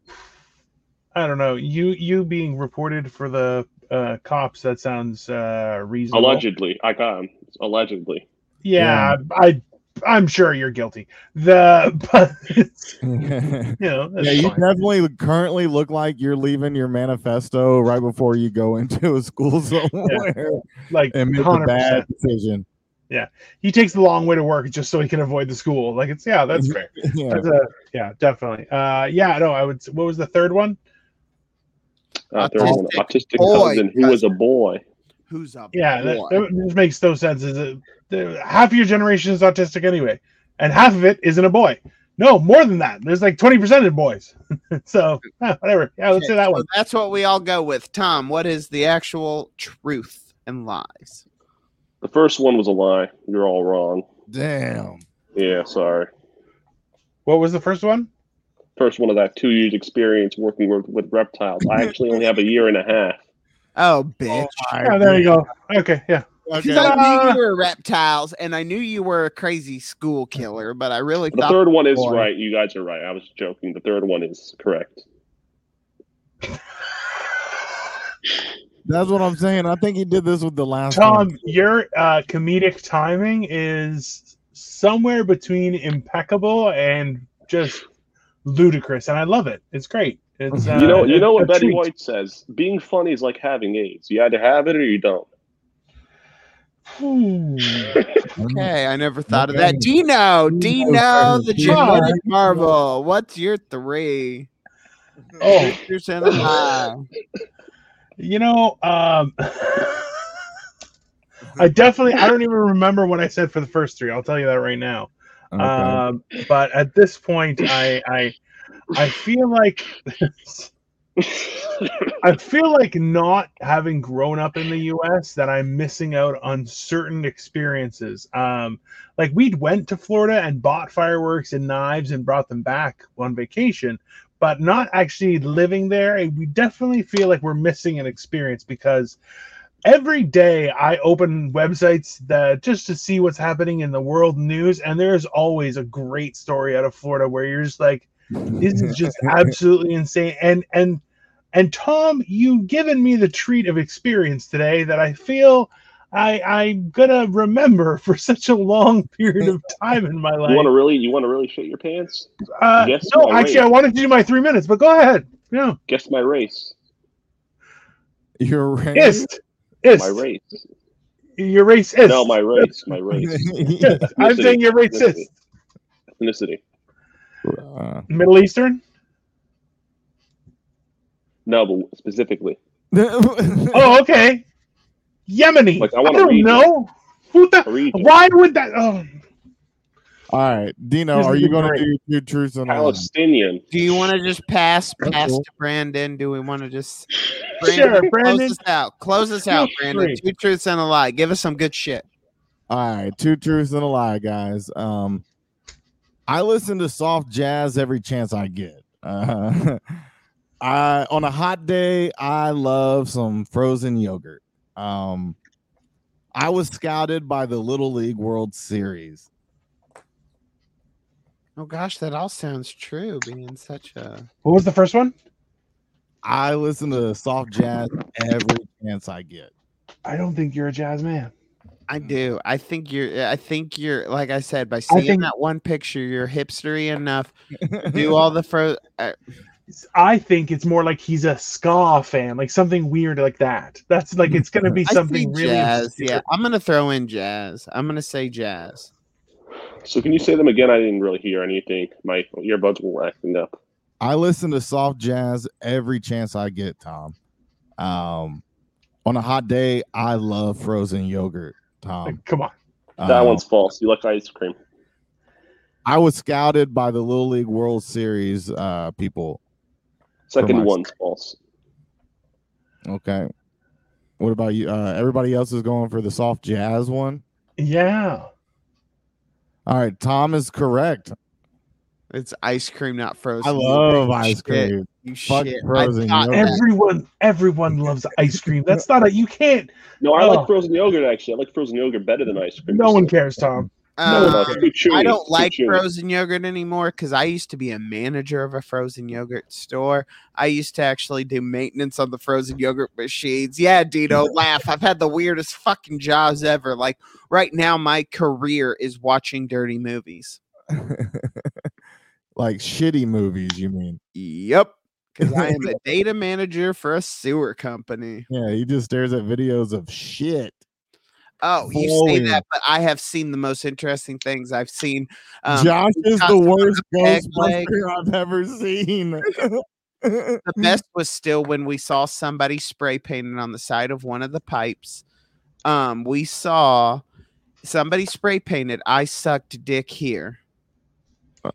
[SPEAKER 8] I don't know. You you being reported for the uh, cops? That sounds uh, reasonable.
[SPEAKER 9] Allegedly, I got him. Allegedly,
[SPEAKER 8] Yeah, I I'm sure you're guilty. The but you know that's
[SPEAKER 3] yeah, you
[SPEAKER 8] fine.
[SPEAKER 3] definitely currently look like you're leaving your manifesto right before you go into a school somewhere
[SPEAKER 8] like
[SPEAKER 3] and make a
[SPEAKER 8] hundred
[SPEAKER 3] bad
[SPEAKER 8] percent.
[SPEAKER 3] decision.
[SPEAKER 8] He takes the long way to work just so he can avoid the school. Like it's yeah, that's fair.
[SPEAKER 3] Yeah.
[SPEAKER 8] That's a, yeah, definitely. Uh, yeah, no, I would. What was the third one?
[SPEAKER 9] uh, there was an
[SPEAKER 5] Autistic
[SPEAKER 9] autistic
[SPEAKER 5] boy
[SPEAKER 9] cousin who was a boy.
[SPEAKER 5] Who's a
[SPEAKER 8] Yeah, that,
[SPEAKER 5] boy?
[SPEAKER 8] that just makes no sense. Is it, the- half of your generation is autistic anyway, and half of it isn't a boy. No, more than that. There's like twenty percent of boys. so eh, whatever. Yeah, let's
[SPEAKER 5] Okay,
[SPEAKER 8] do that
[SPEAKER 5] so
[SPEAKER 8] one.
[SPEAKER 5] That's what we all go with. Tom, what is the actual truth and lies?
[SPEAKER 9] The first one was a lie. You're all wrong.
[SPEAKER 3] Damn.
[SPEAKER 9] Yeah, sorry.
[SPEAKER 8] What was the first one?
[SPEAKER 9] First one of that two years experience working with, with reptiles. I actually only have a year and a half.
[SPEAKER 5] Oh, bitch.
[SPEAKER 8] Oh, there you go. Okay, yeah.
[SPEAKER 3] Okay.
[SPEAKER 5] 'Cause I knew you were reptiles and I knew you were a crazy school killer, but I really
[SPEAKER 9] The
[SPEAKER 5] thought
[SPEAKER 9] third one is
[SPEAKER 5] boy.
[SPEAKER 9] right. You guys are right. I was joking. The third one is correct.
[SPEAKER 3] That's what I'm saying. I think he did this with the last one.
[SPEAKER 8] Tom, your uh, comedic timing is somewhere between impeccable and just ludicrous, and I love it. It's great. It's uh,
[SPEAKER 9] You know, you know
[SPEAKER 8] a
[SPEAKER 9] what Betty
[SPEAKER 8] treat.
[SPEAKER 9] White says: being funny is like having AIDS. You either have it or you don't.
[SPEAKER 8] Hmm.
[SPEAKER 5] Okay, I never thought of
[SPEAKER 3] Okay.
[SPEAKER 5] that. Dino, Dino,
[SPEAKER 3] Dino,
[SPEAKER 5] the
[SPEAKER 3] Dino.
[SPEAKER 5] genetic marvel. What's your three?
[SPEAKER 8] Oh.
[SPEAKER 5] Pictures and a lie.
[SPEAKER 8] You know, um, I definitely I don't even remember what I said for the first three. I'll tell you that right now.
[SPEAKER 3] Okay.
[SPEAKER 8] Um, but at this point, I I I feel like I feel like not having grown up in the U.S. that I'm missing out on certain experiences. Um, like we'd went to Florida and bought fireworks and knives and brought them back on vacation, but not actually living there. And we definitely feel like we're missing an experience because every day I open websites that just to see what's happening in the world news, and there's always a great story out of Florida where you're just like this is just absolutely insane and and and tom you've given me the treat of experience today that i feel i i'm gonna remember for such a long period of time in my
[SPEAKER 9] You want
[SPEAKER 8] life
[SPEAKER 9] to really, you want to really shit your pants?
[SPEAKER 8] uh,
[SPEAKER 9] guess
[SPEAKER 8] no
[SPEAKER 9] my
[SPEAKER 8] actually i
[SPEAKER 9] race.
[SPEAKER 8] wanted to do my three minutes but go ahead yeah
[SPEAKER 9] Guess my race.
[SPEAKER 3] You're right.
[SPEAKER 8] ist
[SPEAKER 9] My
[SPEAKER 8] ist
[SPEAKER 9] race.
[SPEAKER 8] your race is
[SPEAKER 9] No, my race. My race.
[SPEAKER 8] i'm saying your
[SPEAKER 9] Ethnicity.
[SPEAKER 8] racist
[SPEAKER 9] Ethnicity.
[SPEAKER 3] Uh,
[SPEAKER 8] Middle Eastern?
[SPEAKER 9] No, but specifically,
[SPEAKER 8] Oh, okay. Yemeni.
[SPEAKER 9] Like, I
[SPEAKER 8] I,
[SPEAKER 9] wanna
[SPEAKER 8] don't
[SPEAKER 9] read
[SPEAKER 8] know. Who the?
[SPEAKER 9] a region.
[SPEAKER 8] Why would that? Oh,
[SPEAKER 3] All right, Dino,
[SPEAKER 8] Here's
[SPEAKER 3] are
[SPEAKER 8] the
[SPEAKER 3] you
[SPEAKER 8] big
[SPEAKER 3] going to
[SPEAKER 8] break.
[SPEAKER 3] do two truths and a lie?
[SPEAKER 9] Palestinian.
[SPEAKER 5] Do you want to just pass
[SPEAKER 3] That's
[SPEAKER 5] pass
[SPEAKER 3] cool.
[SPEAKER 5] to Brandon? Do we want to just
[SPEAKER 8] sure,
[SPEAKER 5] Close
[SPEAKER 8] Brandon.
[SPEAKER 5] us out. Close us out, Brandon.
[SPEAKER 8] free.
[SPEAKER 5] Two truths and a lie. Give us some good shit.
[SPEAKER 3] All right, two truths and a lie, guys. Um, I listen to soft jazz every chance I get. Uh, I on a hot day, I love some frozen yogurt. Um, I was scouted by the Little League World Series.
[SPEAKER 5] Oh gosh, that all sounds true. Being such a
[SPEAKER 8] What was the first one?
[SPEAKER 3] I listen to soft jazz every chance I get.
[SPEAKER 8] I don't think you're a jazz man.
[SPEAKER 5] I do. I think you're I think you're like I said, by seeing
[SPEAKER 8] think-
[SPEAKER 5] that one picture, you're hipstery enough to do all the fro uh,
[SPEAKER 8] I think it's more like he's a ska fan, like something weird like that. That's like it's gonna be
[SPEAKER 5] I
[SPEAKER 8] something
[SPEAKER 5] see
[SPEAKER 8] really
[SPEAKER 5] jazz.
[SPEAKER 8] obscure.
[SPEAKER 5] Yeah, I'm gonna throw in jazz. I'm gonna say jazz.
[SPEAKER 9] So can you say them again? I didn't really hear anything. My earbuds were acting up.
[SPEAKER 3] I listen to soft jazz every chance I get, Tom. Um, on a hot day, I love frozen yogurt, Tom.
[SPEAKER 8] Like, come on.
[SPEAKER 9] That
[SPEAKER 3] Uh,
[SPEAKER 8] Oh.
[SPEAKER 9] one's false. You like ice cream.
[SPEAKER 3] I was scouted by the Little League World Series uh, people.
[SPEAKER 9] Second
[SPEAKER 3] my-
[SPEAKER 9] one's false.
[SPEAKER 3] Okay. What about you? Uh, everybody else is going for the soft jazz one.
[SPEAKER 8] Yeah.
[SPEAKER 3] All right, Tom is correct.
[SPEAKER 5] It's ice cream, not frozen.
[SPEAKER 3] I
[SPEAKER 5] You
[SPEAKER 3] love
[SPEAKER 5] shit.
[SPEAKER 3] ice cream.
[SPEAKER 5] You
[SPEAKER 3] Fuck
[SPEAKER 5] shit.
[SPEAKER 3] frozen
[SPEAKER 5] I thought
[SPEAKER 3] yogurt.
[SPEAKER 5] that.
[SPEAKER 8] Everyone everyone loves ice cream. That's not a you can't
[SPEAKER 9] No, I
[SPEAKER 8] Oh.
[SPEAKER 9] like frozen yogurt. Actually, I like frozen yogurt better than ice cream.
[SPEAKER 8] no one cares, Tom.
[SPEAKER 9] No one
[SPEAKER 5] Um,
[SPEAKER 9] does. Too chewy.
[SPEAKER 5] I
[SPEAKER 9] It's
[SPEAKER 5] don't
[SPEAKER 9] too
[SPEAKER 5] like
[SPEAKER 9] chewy.
[SPEAKER 5] frozen yogurt anymore because I used to be a manager of a frozen yogurt store. I used to actually do maintenance on the frozen yogurt machines. Yeah, Dino, laugh. I've had the weirdest fucking jobs ever. Like right now, my career is watching dirty movies.
[SPEAKER 3] like shitty movies, you mean?
[SPEAKER 5] Yep. Because I am a data manager for a sewer company.
[SPEAKER 3] Yeah, he just stares at videos of shit.
[SPEAKER 5] Oh, you say
[SPEAKER 3] Volume.
[SPEAKER 5] that, but I have seen the most interesting things. I've seen um,
[SPEAKER 3] Josh is
[SPEAKER 5] Josh
[SPEAKER 3] the worst
[SPEAKER 5] peg leg.
[SPEAKER 3] Ghostbuster I've ever seen.
[SPEAKER 5] the
[SPEAKER 3] Mm.
[SPEAKER 5] best was still when we saw somebody spray painted on the side of one of the pipes. Um, we saw somebody spray painted "I sucked dick here,"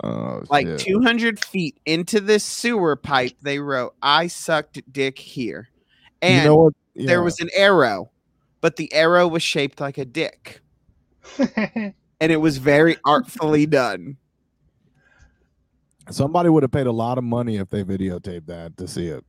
[SPEAKER 3] oh,
[SPEAKER 5] like
[SPEAKER 3] shit.
[SPEAKER 5] 200 feet into this sewer pipe. They wrote "I sucked dick here,"
[SPEAKER 3] You
[SPEAKER 5] and
[SPEAKER 3] know what? Yeah.
[SPEAKER 5] there was an arrow, but the arrow was shaped like a dick, and it was very artfully done.
[SPEAKER 3] somebody would have paid a lot of money if they videotaped that to see it.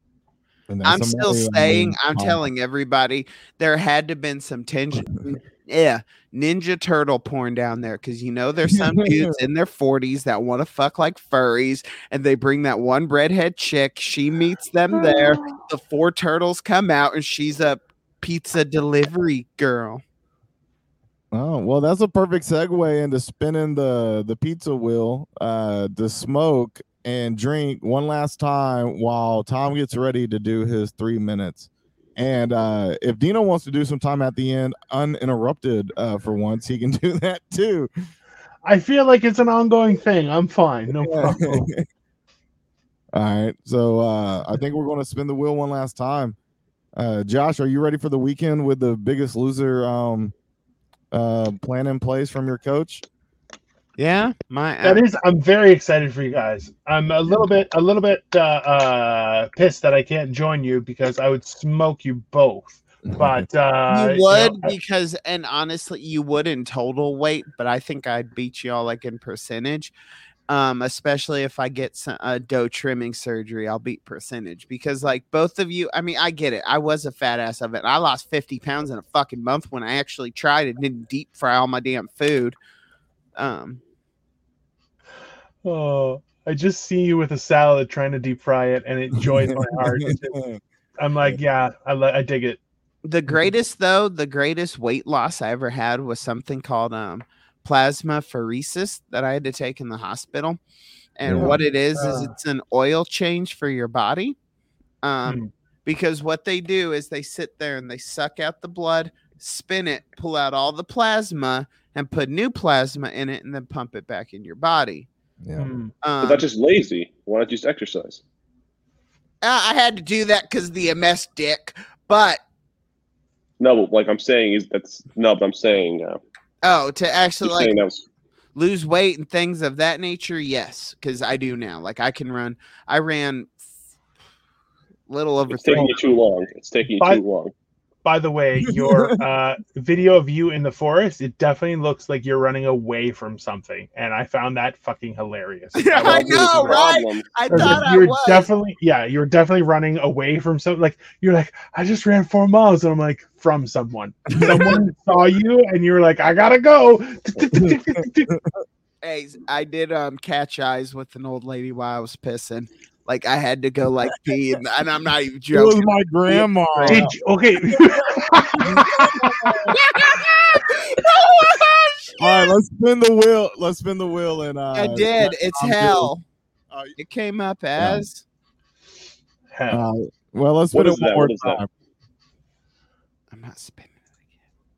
[SPEAKER 3] And that's
[SPEAKER 5] I'm still
[SPEAKER 3] somebody, I
[SPEAKER 5] saying,
[SPEAKER 3] mean,
[SPEAKER 5] I'm
[SPEAKER 3] um,
[SPEAKER 5] telling everybody, there had to been some tension. Yeah, Ninja Turtle porn down there because you know there's some dudes in their 40s that want to fuck like furries, and they bring that one redhead chick. She meets them there. The four turtles come out, and she's a pizza delivery girl.
[SPEAKER 3] Oh well, that's a perfect segue into spinning the the pizza wheel uh, to smoke and drink one last time while Tom gets ready to do his three minutes. And uh, if Dino wants to do some time at the end, uninterrupted uh, for once, he can do that too.
[SPEAKER 8] I feel like it's an ongoing thing. I'm fine. No problem.
[SPEAKER 3] All right, so uh, I think we're going to spin the wheel one last time. Uh, Josh, are you ready for the weekend with the Biggest Loser um, uh, plan in place from your coach?
[SPEAKER 5] Yeah, my
[SPEAKER 8] That is, I'm very excited for you guys. I'm a little bit, a little bit uh, uh, pissed that I can't join you because I would smoke you both. But uh,
[SPEAKER 5] you would
[SPEAKER 8] know, I-
[SPEAKER 5] because and honestly you would in total weight but i think i'd beat y'all like in percentage um especially if i get some uh, dough trimming surgery i'll beat percentage because like both of you i mean i get it i was a fat ass of it i lost 50 pounds in a fucking month when i actually tried and didn't deep fry all my damn food um
[SPEAKER 8] oh, I just see you with a salad trying to deep fry it, and it joys my heart. It's just- I'm like, yeah, I, li- I dig it.
[SPEAKER 5] the
[SPEAKER 9] Mm-hmm.
[SPEAKER 5] greatest though the greatest weight loss i ever had was something called um plasma pheresis that i had to take in the hospital and
[SPEAKER 3] Yeah.
[SPEAKER 5] what it is is
[SPEAKER 9] Uh.
[SPEAKER 8] Ah.
[SPEAKER 5] it's an oil change for your body um
[SPEAKER 9] Mm.
[SPEAKER 8] Hmm.
[SPEAKER 5] because what they do is they sit there and they suck out the blood spin it pull out all the plasma and put new plasma in it and then pump it back in your body
[SPEAKER 1] Yeah.
[SPEAKER 8] Hmm.
[SPEAKER 9] But
[SPEAKER 5] Um,
[SPEAKER 9] that's just lazy. Why don't you just exercise?
[SPEAKER 5] I I had to do that because the MS dick. But
[SPEAKER 9] No, like I'm saying is that's no, but I'm saying uh,
[SPEAKER 5] oh, to actually
[SPEAKER 9] you're
[SPEAKER 5] like
[SPEAKER 9] saying that was
[SPEAKER 5] lose weight and things of that nature yes because i do now like i can run i ran little over
[SPEAKER 9] it's
[SPEAKER 5] three
[SPEAKER 9] taking you too long. It's taking you
[SPEAKER 8] But-
[SPEAKER 9] too long.
[SPEAKER 8] By the way, your uh, video of you in the forest, it definitely looks like you're running away from something. And I found that fucking hilarious.
[SPEAKER 5] Yeah, I
[SPEAKER 9] Well, here's the
[SPEAKER 5] know, right?
[SPEAKER 9] problem.
[SPEAKER 5] i
[SPEAKER 8] I was
[SPEAKER 5] thought
[SPEAKER 8] like,
[SPEAKER 5] i
[SPEAKER 8] you're
[SPEAKER 5] was
[SPEAKER 8] definitely yeah, you're definitely running away from something. Like you're like, I just ran four miles, and I'm like, from someone. Someone saw you, and you're like, I gotta go.
[SPEAKER 5] hey, i did um catch eyes with an old lady while i was pissing like i had to go like pee and, and i'm not even
[SPEAKER 3] It was
[SPEAKER 5] joking
[SPEAKER 3] my grandma.
[SPEAKER 8] Did you- okay,
[SPEAKER 3] All right, let's spin the wheel. Let's spin the wheel and uh
[SPEAKER 5] i did it's
[SPEAKER 3] I'm
[SPEAKER 5] hell
[SPEAKER 9] Oh,
[SPEAKER 3] Uh,
[SPEAKER 5] it came up as
[SPEAKER 8] Hell.
[SPEAKER 3] uh, well, let's
[SPEAKER 9] What
[SPEAKER 3] spin
[SPEAKER 9] is
[SPEAKER 3] it one
[SPEAKER 9] that?
[SPEAKER 3] more
[SPEAKER 9] What is that?
[SPEAKER 3] time.
[SPEAKER 5] i'm not spinning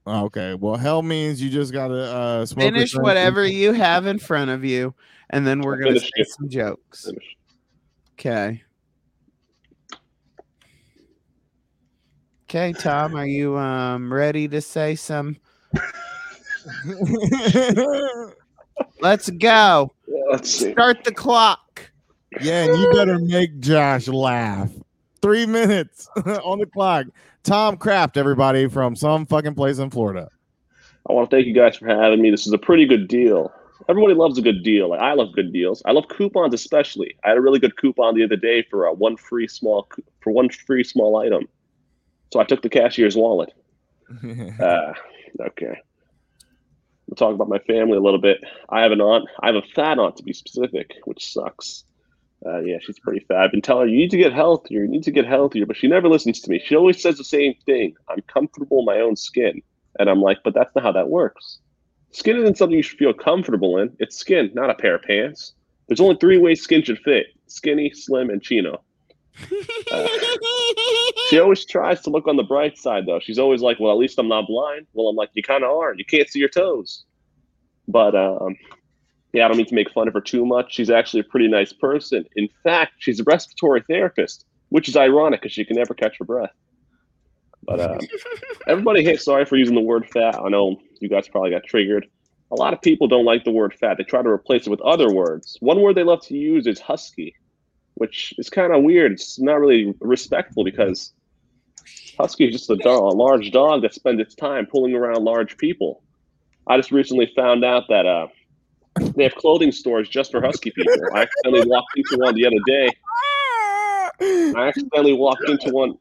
[SPEAKER 3] Oh, Okay. Well, hell means you just gotta uh smoke a
[SPEAKER 5] finish
[SPEAKER 3] drink.
[SPEAKER 5] whatever you have in front of you and then we're gonna
[SPEAKER 9] Finish
[SPEAKER 5] say
[SPEAKER 9] it.
[SPEAKER 5] some jokes
[SPEAKER 9] Finish.
[SPEAKER 5] Okay. Okay, Tom, are you um ready to say some? Let's go.
[SPEAKER 9] Yeah, Let's see.
[SPEAKER 5] Start the clock.
[SPEAKER 3] yeah, and you better make Josh laugh. Three minutes on the clock. Tom Kraft, everybody from some fucking place in Florida.
[SPEAKER 9] I want to thank you guys for having me. This is a pretty good deal. Everybody loves a good deal. Like I love good deals. I love coupons especially. I had a really good coupon the other day for a one free small cou- for one free small item. So I took the cashier's wallet. Uh, okay. We'll talk about my family a little bit. I have an aunt. I have a fat aunt to be specific, which sucks. Uh, yeah, she's pretty fat. I've been telling her, you need to get healthier. You need to get healthier. But she never listens to me. She always says the same thing. I'm comfortable in my own skin. And I'm like, but that's not how that works. Skin isn't something you should feel comfortable in. It's skin, not a pair of pants. There's only three ways skin should fit skinny, slim, and chino. Uh, she always tries to look on the bright side, though. She's always like, well, at least I'm not blind. Well, I'm like, you kind of are. You can't see your toes. But um, yeah, I don't mean to make fun of her too much. She's actually a pretty nice person. In fact, she's a respiratory therapist, which is ironic because she can never catch her breath. But um, everybody here, sorry for using the word fat. I know you guys probably got triggered. A lot of people don't like the word fat. They try to replace it with other words. One word they love to use is husky, which is kind of weird. It's not really respectful because husky is just a, dog, a large dog that spends its time pulling around large people. I just recently found out that uh, they have clothing stores just for husky people. I accidentally walked into one the other day. I accidentally walked into one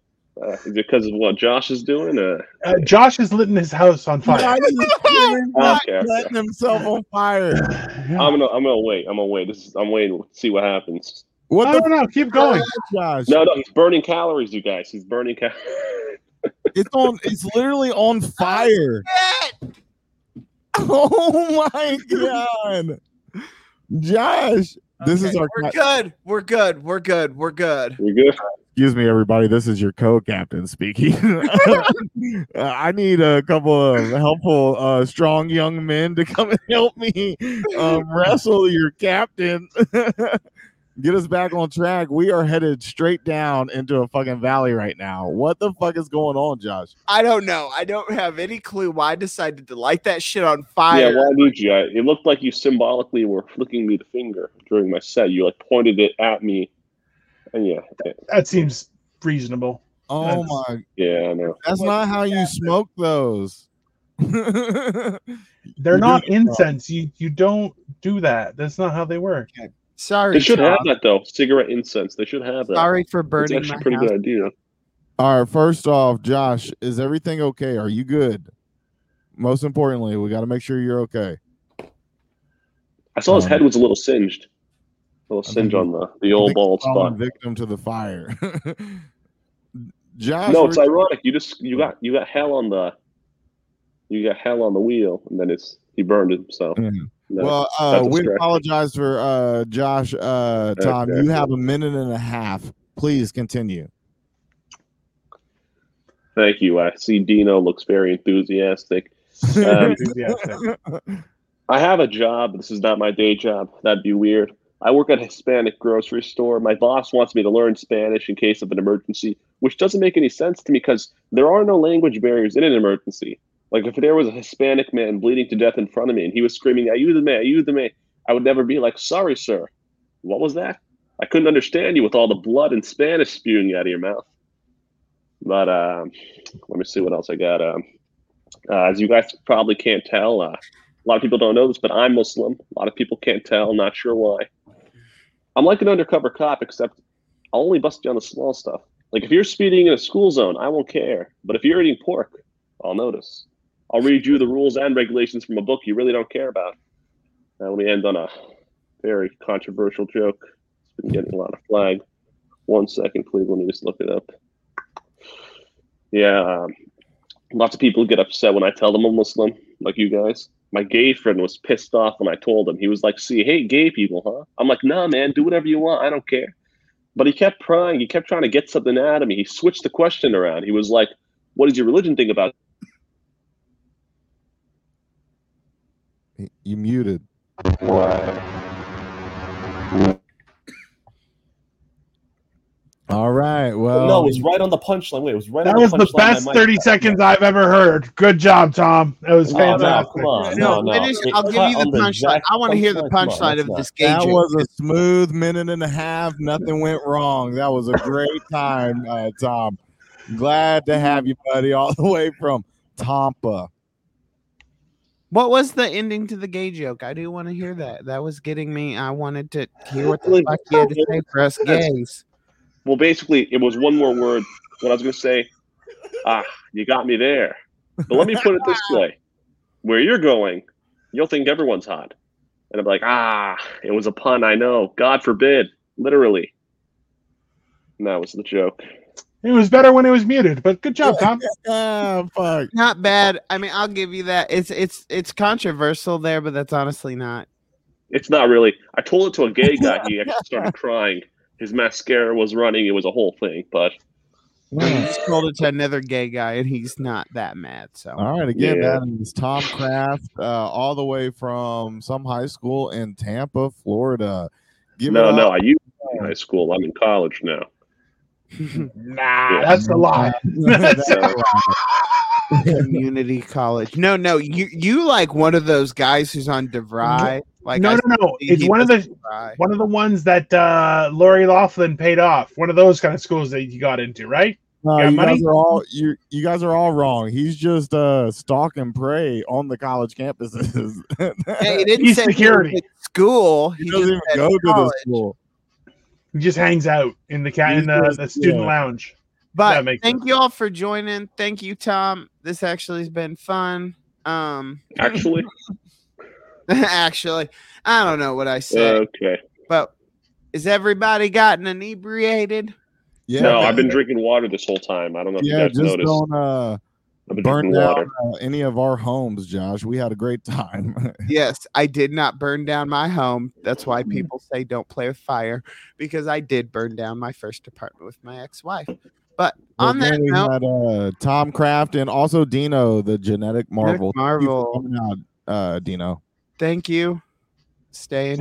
[SPEAKER 9] uh, because of what Josh is doing. Uh,
[SPEAKER 8] Uh, Josh is litting his house on fire.
[SPEAKER 3] Not even
[SPEAKER 9] Okay, okay.
[SPEAKER 3] setting himself on fire.
[SPEAKER 8] I
[SPEAKER 5] Um,
[SPEAKER 9] I'm gonna, I'm gonna wait. I'm gonna wait. This is, I'm waiting to see what happens.
[SPEAKER 3] What the
[SPEAKER 8] don't know. Keep going.
[SPEAKER 3] Josh?
[SPEAKER 9] No, no, he's burning calories, you guys. He's burning calories.
[SPEAKER 3] It's on. It's literally on fire. Oh my god, Josh! This is
[SPEAKER 5] Okay,
[SPEAKER 3] our.
[SPEAKER 5] We're good. We're good. We're good. We're good.
[SPEAKER 9] We good?
[SPEAKER 3] Excuse me, everybody. This is your co-captain speaking. Uh, I need a couple of helpful, uh, strong young men to come and help me um, wrestle your captain. Get us back on track. We are headed straight down into a fucking valley right now. What the fuck is going on, Josh?
[SPEAKER 5] I don't know. I don't have any clue why I decided to light that shit on
[SPEAKER 9] Yeah,
[SPEAKER 5] fire.
[SPEAKER 9] why did you? I, it looked like you symbolically were flicking me the finger during my set. You like pointed it at me, and yeah, yeah,
[SPEAKER 8] That seems reasonable.
[SPEAKER 3] Oh
[SPEAKER 8] That's-
[SPEAKER 3] my!
[SPEAKER 9] yeah, I know.
[SPEAKER 3] That's not how you smoke those. They're
[SPEAKER 8] They're
[SPEAKER 3] You're
[SPEAKER 8] not
[SPEAKER 3] doing it wrong.
[SPEAKER 8] incense. You you don't do that. That's not how they work.
[SPEAKER 5] Sorry.
[SPEAKER 9] They should
[SPEAKER 5] Tom.
[SPEAKER 9] have that though. Cigarette incense. They should have that.
[SPEAKER 5] Sorry for
[SPEAKER 9] it's
[SPEAKER 5] burning
[SPEAKER 9] actually
[SPEAKER 5] my
[SPEAKER 9] a pretty
[SPEAKER 5] house.
[SPEAKER 9] good idea.
[SPEAKER 3] All right. First off, Josh, is everything okay? Are you good? Most importantly, we got to make sure you're okay.
[SPEAKER 9] I saw his
[SPEAKER 3] Um,
[SPEAKER 9] head was a little singed, a little
[SPEAKER 3] I
[SPEAKER 9] singe
[SPEAKER 3] think-
[SPEAKER 9] on the the
[SPEAKER 3] I
[SPEAKER 9] old
[SPEAKER 3] think you're
[SPEAKER 9] bald
[SPEAKER 3] falling
[SPEAKER 9] spot.
[SPEAKER 3] victim to the fire. Josh,
[SPEAKER 9] No,
[SPEAKER 3] we're-
[SPEAKER 9] it's ironic. You just you got you got hell on the, you got hell on the wheel, and then it's he burned himself.
[SPEAKER 3] Yeah.
[SPEAKER 9] No.
[SPEAKER 3] well, uh,
[SPEAKER 9] that's a
[SPEAKER 3] we
[SPEAKER 9] stretch.
[SPEAKER 3] apologize for uh, Josh. Uh, Tom,
[SPEAKER 9] Okay.
[SPEAKER 3] you have a minute and a half. Please continue.
[SPEAKER 9] Thank you. I see Dino looks very enthusiastic. Um,
[SPEAKER 8] Enthusiastic.
[SPEAKER 9] I have a job. This is not my day job. That'd be weird. I work at a Hispanic grocery store. My boss wants me to learn Spanish in case of an emergency, which doesn't make any sense to me because there are no language barriers in an emergency. Like if there was a Hispanic man bleeding to death in front of me and he was screaming, "Ayúdame, ayúdame," I would never be like, "Sorry, sir." What was that? I couldn't understand you with all the blood and Spanish spewing out of your mouth. But um, let me see what else I got. Um, uh, as you guys probably can't tell, uh, a lot of people don't know this, but I'm Muslim. A lot of people can't tell. Not sure why. I'm like an undercover cop, except I'll only bust you on the small stuff. Like if you're speeding in a school zone, I won't care. But if you're eating pork, I'll notice. I'll read you the rules and regulations from a book you really don't care about. Now let me end on a very controversial joke. It's been getting a lot of flag. One second, please. Let me just look it up. Yeah, um, lots of people get upset when I tell them I'm Muslim, like you guys. My gay friend was pissed off when I told him. He was like, "See, hey, gay people, huh?" I'm like, "Nah, man, do whatever you want. I don't care." But he kept prying. He kept trying to get something out of me. He switched the question around. He was like, "What does your religion think about?"
[SPEAKER 3] Y- You muted. All right. Well,
[SPEAKER 1] no, it was right on the punchline. Wait, it was right
[SPEAKER 8] That
[SPEAKER 1] on
[SPEAKER 8] was
[SPEAKER 1] the
[SPEAKER 8] the
[SPEAKER 1] punchline.
[SPEAKER 8] best
[SPEAKER 1] My mic-
[SPEAKER 8] 30 seconds I've ever heard. Good job, Tom. That was
[SPEAKER 1] Oh, no,
[SPEAKER 8] fantastic.
[SPEAKER 1] come on.
[SPEAKER 5] No,
[SPEAKER 1] no,
[SPEAKER 5] I
[SPEAKER 1] no.
[SPEAKER 5] just,
[SPEAKER 1] It
[SPEAKER 5] I'll give
[SPEAKER 1] cut
[SPEAKER 5] you
[SPEAKER 1] on the
[SPEAKER 5] the punchline.
[SPEAKER 1] exact
[SPEAKER 5] I want to hear the
[SPEAKER 1] punchline. Come on,
[SPEAKER 5] punchline of
[SPEAKER 1] that's
[SPEAKER 5] this gay
[SPEAKER 3] that
[SPEAKER 5] joke.
[SPEAKER 3] was a smooth minute and a half. Nothing went wrong. That was a great time, uh, Tom. Glad to have you, buddy, all the way from Tampa.
[SPEAKER 5] What was the ending to the gay joke? I do want to hear that. That was getting me. I wanted to hear what the
[SPEAKER 9] Like,
[SPEAKER 5] fuck you had to say for us
[SPEAKER 9] that's-
[SPEAKER 5] gays.
[SPEAKER 9] Well, basically, it was one more word. What I was going to say, ah, you got me there. But let me put it this way: where you're going, you'll think everyone's hot, and I'm like, ah, it was a pun. I know. God forbid, literally. And that was the joke.
[SPEAKER 8] It was better when it was muted, but good job, Tom.
[SPEAKER 3] Ah, fuck.
[SPEAKER 5] Not bad. I mean, I'll give you that. It's it's it's controversial there, but that's honestly not.
[SPEAKER 9] It's not really. I told it to a gay guy. He actually started crying. His mascara was running. It was a whole thing. But
[SPEAKER 5] I just told it to another gay guy, and he's not that mad. So
[SPEAKER 3] All right, again,
[SPEAKER 9] Yeah.
[SPEAKER 3] that is Tom Kraft, uh, all the way from some high school in Tampa, Florida. Give
[SPEAKER 9] no,
[SPEAKER 3] it
[SPEAKER 9] no,
[SPEAKER 3] up.
[SPEAKER 9] I used to be in high school. I'm in college now.
[SPEAKER 8] Nah, that's a lie.
[SPEAKER 3] That's
[SPEAKER 9] So,
[SPEAKER 5] community college. No, no, you you like one of those guys who's on DeVry. Like
[SPEAKER 8] no,
[SPEAKER 5] I
[SPEAKER 8] no, no.
[SPEAKER 5] see
[SPEAKER 8] It's
[SPEAKER 5] he
[SPEAKER 8] one of
[SPEAKER 5] does
[SPEAKER 8] the
[SPEAKER 5] DeVry.
[SPEAKER 8] one of the ones that uh, Lori Laughlin paid off. One of those kind of schools that you got into, right?
[SPEAKER 3] No,
[SPEAKER 8] Got
[SPEAKER 3] you
[SPEAKER 8] money?
[SPEAKER 3] guys are all you. You guys are all wrong. He's just uh, stalk and prey on the college campuses.
[SPEAKER 5] Hey, he
[SPEAKER 3] he
[SPEAKER 5] didn't
[SPEAKER 8] He's
[SPEAKER 5] say he was
[SPEAKER 8] security.
[SPEAKER 5] at school. He, just
[SPEAKER 3] doesn't even
[SPEAKER 5] said
[SPEAKER 3] go to
[SPEAKER 5] college.
[SPEAKER 3] the school.
[SPEAKER 8] He just hangs out in the cat in the, the student
[SPEAKER 3] Yeah.
[SPEAKER 8] lounge. That
[SPEAKER 5] But
[SPEAKER 8] makes
[SPEAKER 5] thank you all for joining. Thank you, Tom. This actually has been fun. Um,
[SPEAKER 9] actually,
[SPEAKER 5] actually, I don't know what I said,
[SPEAKER 9] okay.
[SPEAKER 5] but is everybody gotten inebriated?
[SPEAKER 3] Yeah,
[SPEAKER 9] no, I've been drinking water this whole time. I don't know if
[SPEAKER 3] yeah.
[SPEAKER 9] you guys
[SPEAKER 3] Just
[SPEAKER 9] noticed.
[SPEAKER 3] don't uh,
[SPEAKER 9] I've been
[SPEAKER 3] burn
[SPEAKER 9] drinking
[SPEAKER 3] down
[SPEAKER 9] water.
[SPEAKER 3] uh, any of our homes, Josh. We had a great time.
[SPEAKER 5] Yes, I did not burn down my home. That's why people say don't play with fire because I did burn down my first apartment with my ex-wife. But
[SPEAKER 3] But
[SPEAKER 5] on that
[SPEAKER 3] then we
[SPEAKER 5] note,
[SPEAKER 3] had uh, Tom Kraft and also Dino, the genetic marvel. Thank you for
[SPEAKER 5] Marvel.
[SPEAKER 3] coming out, uh, Dino.
[SPEAKER 5] thank you. Stay in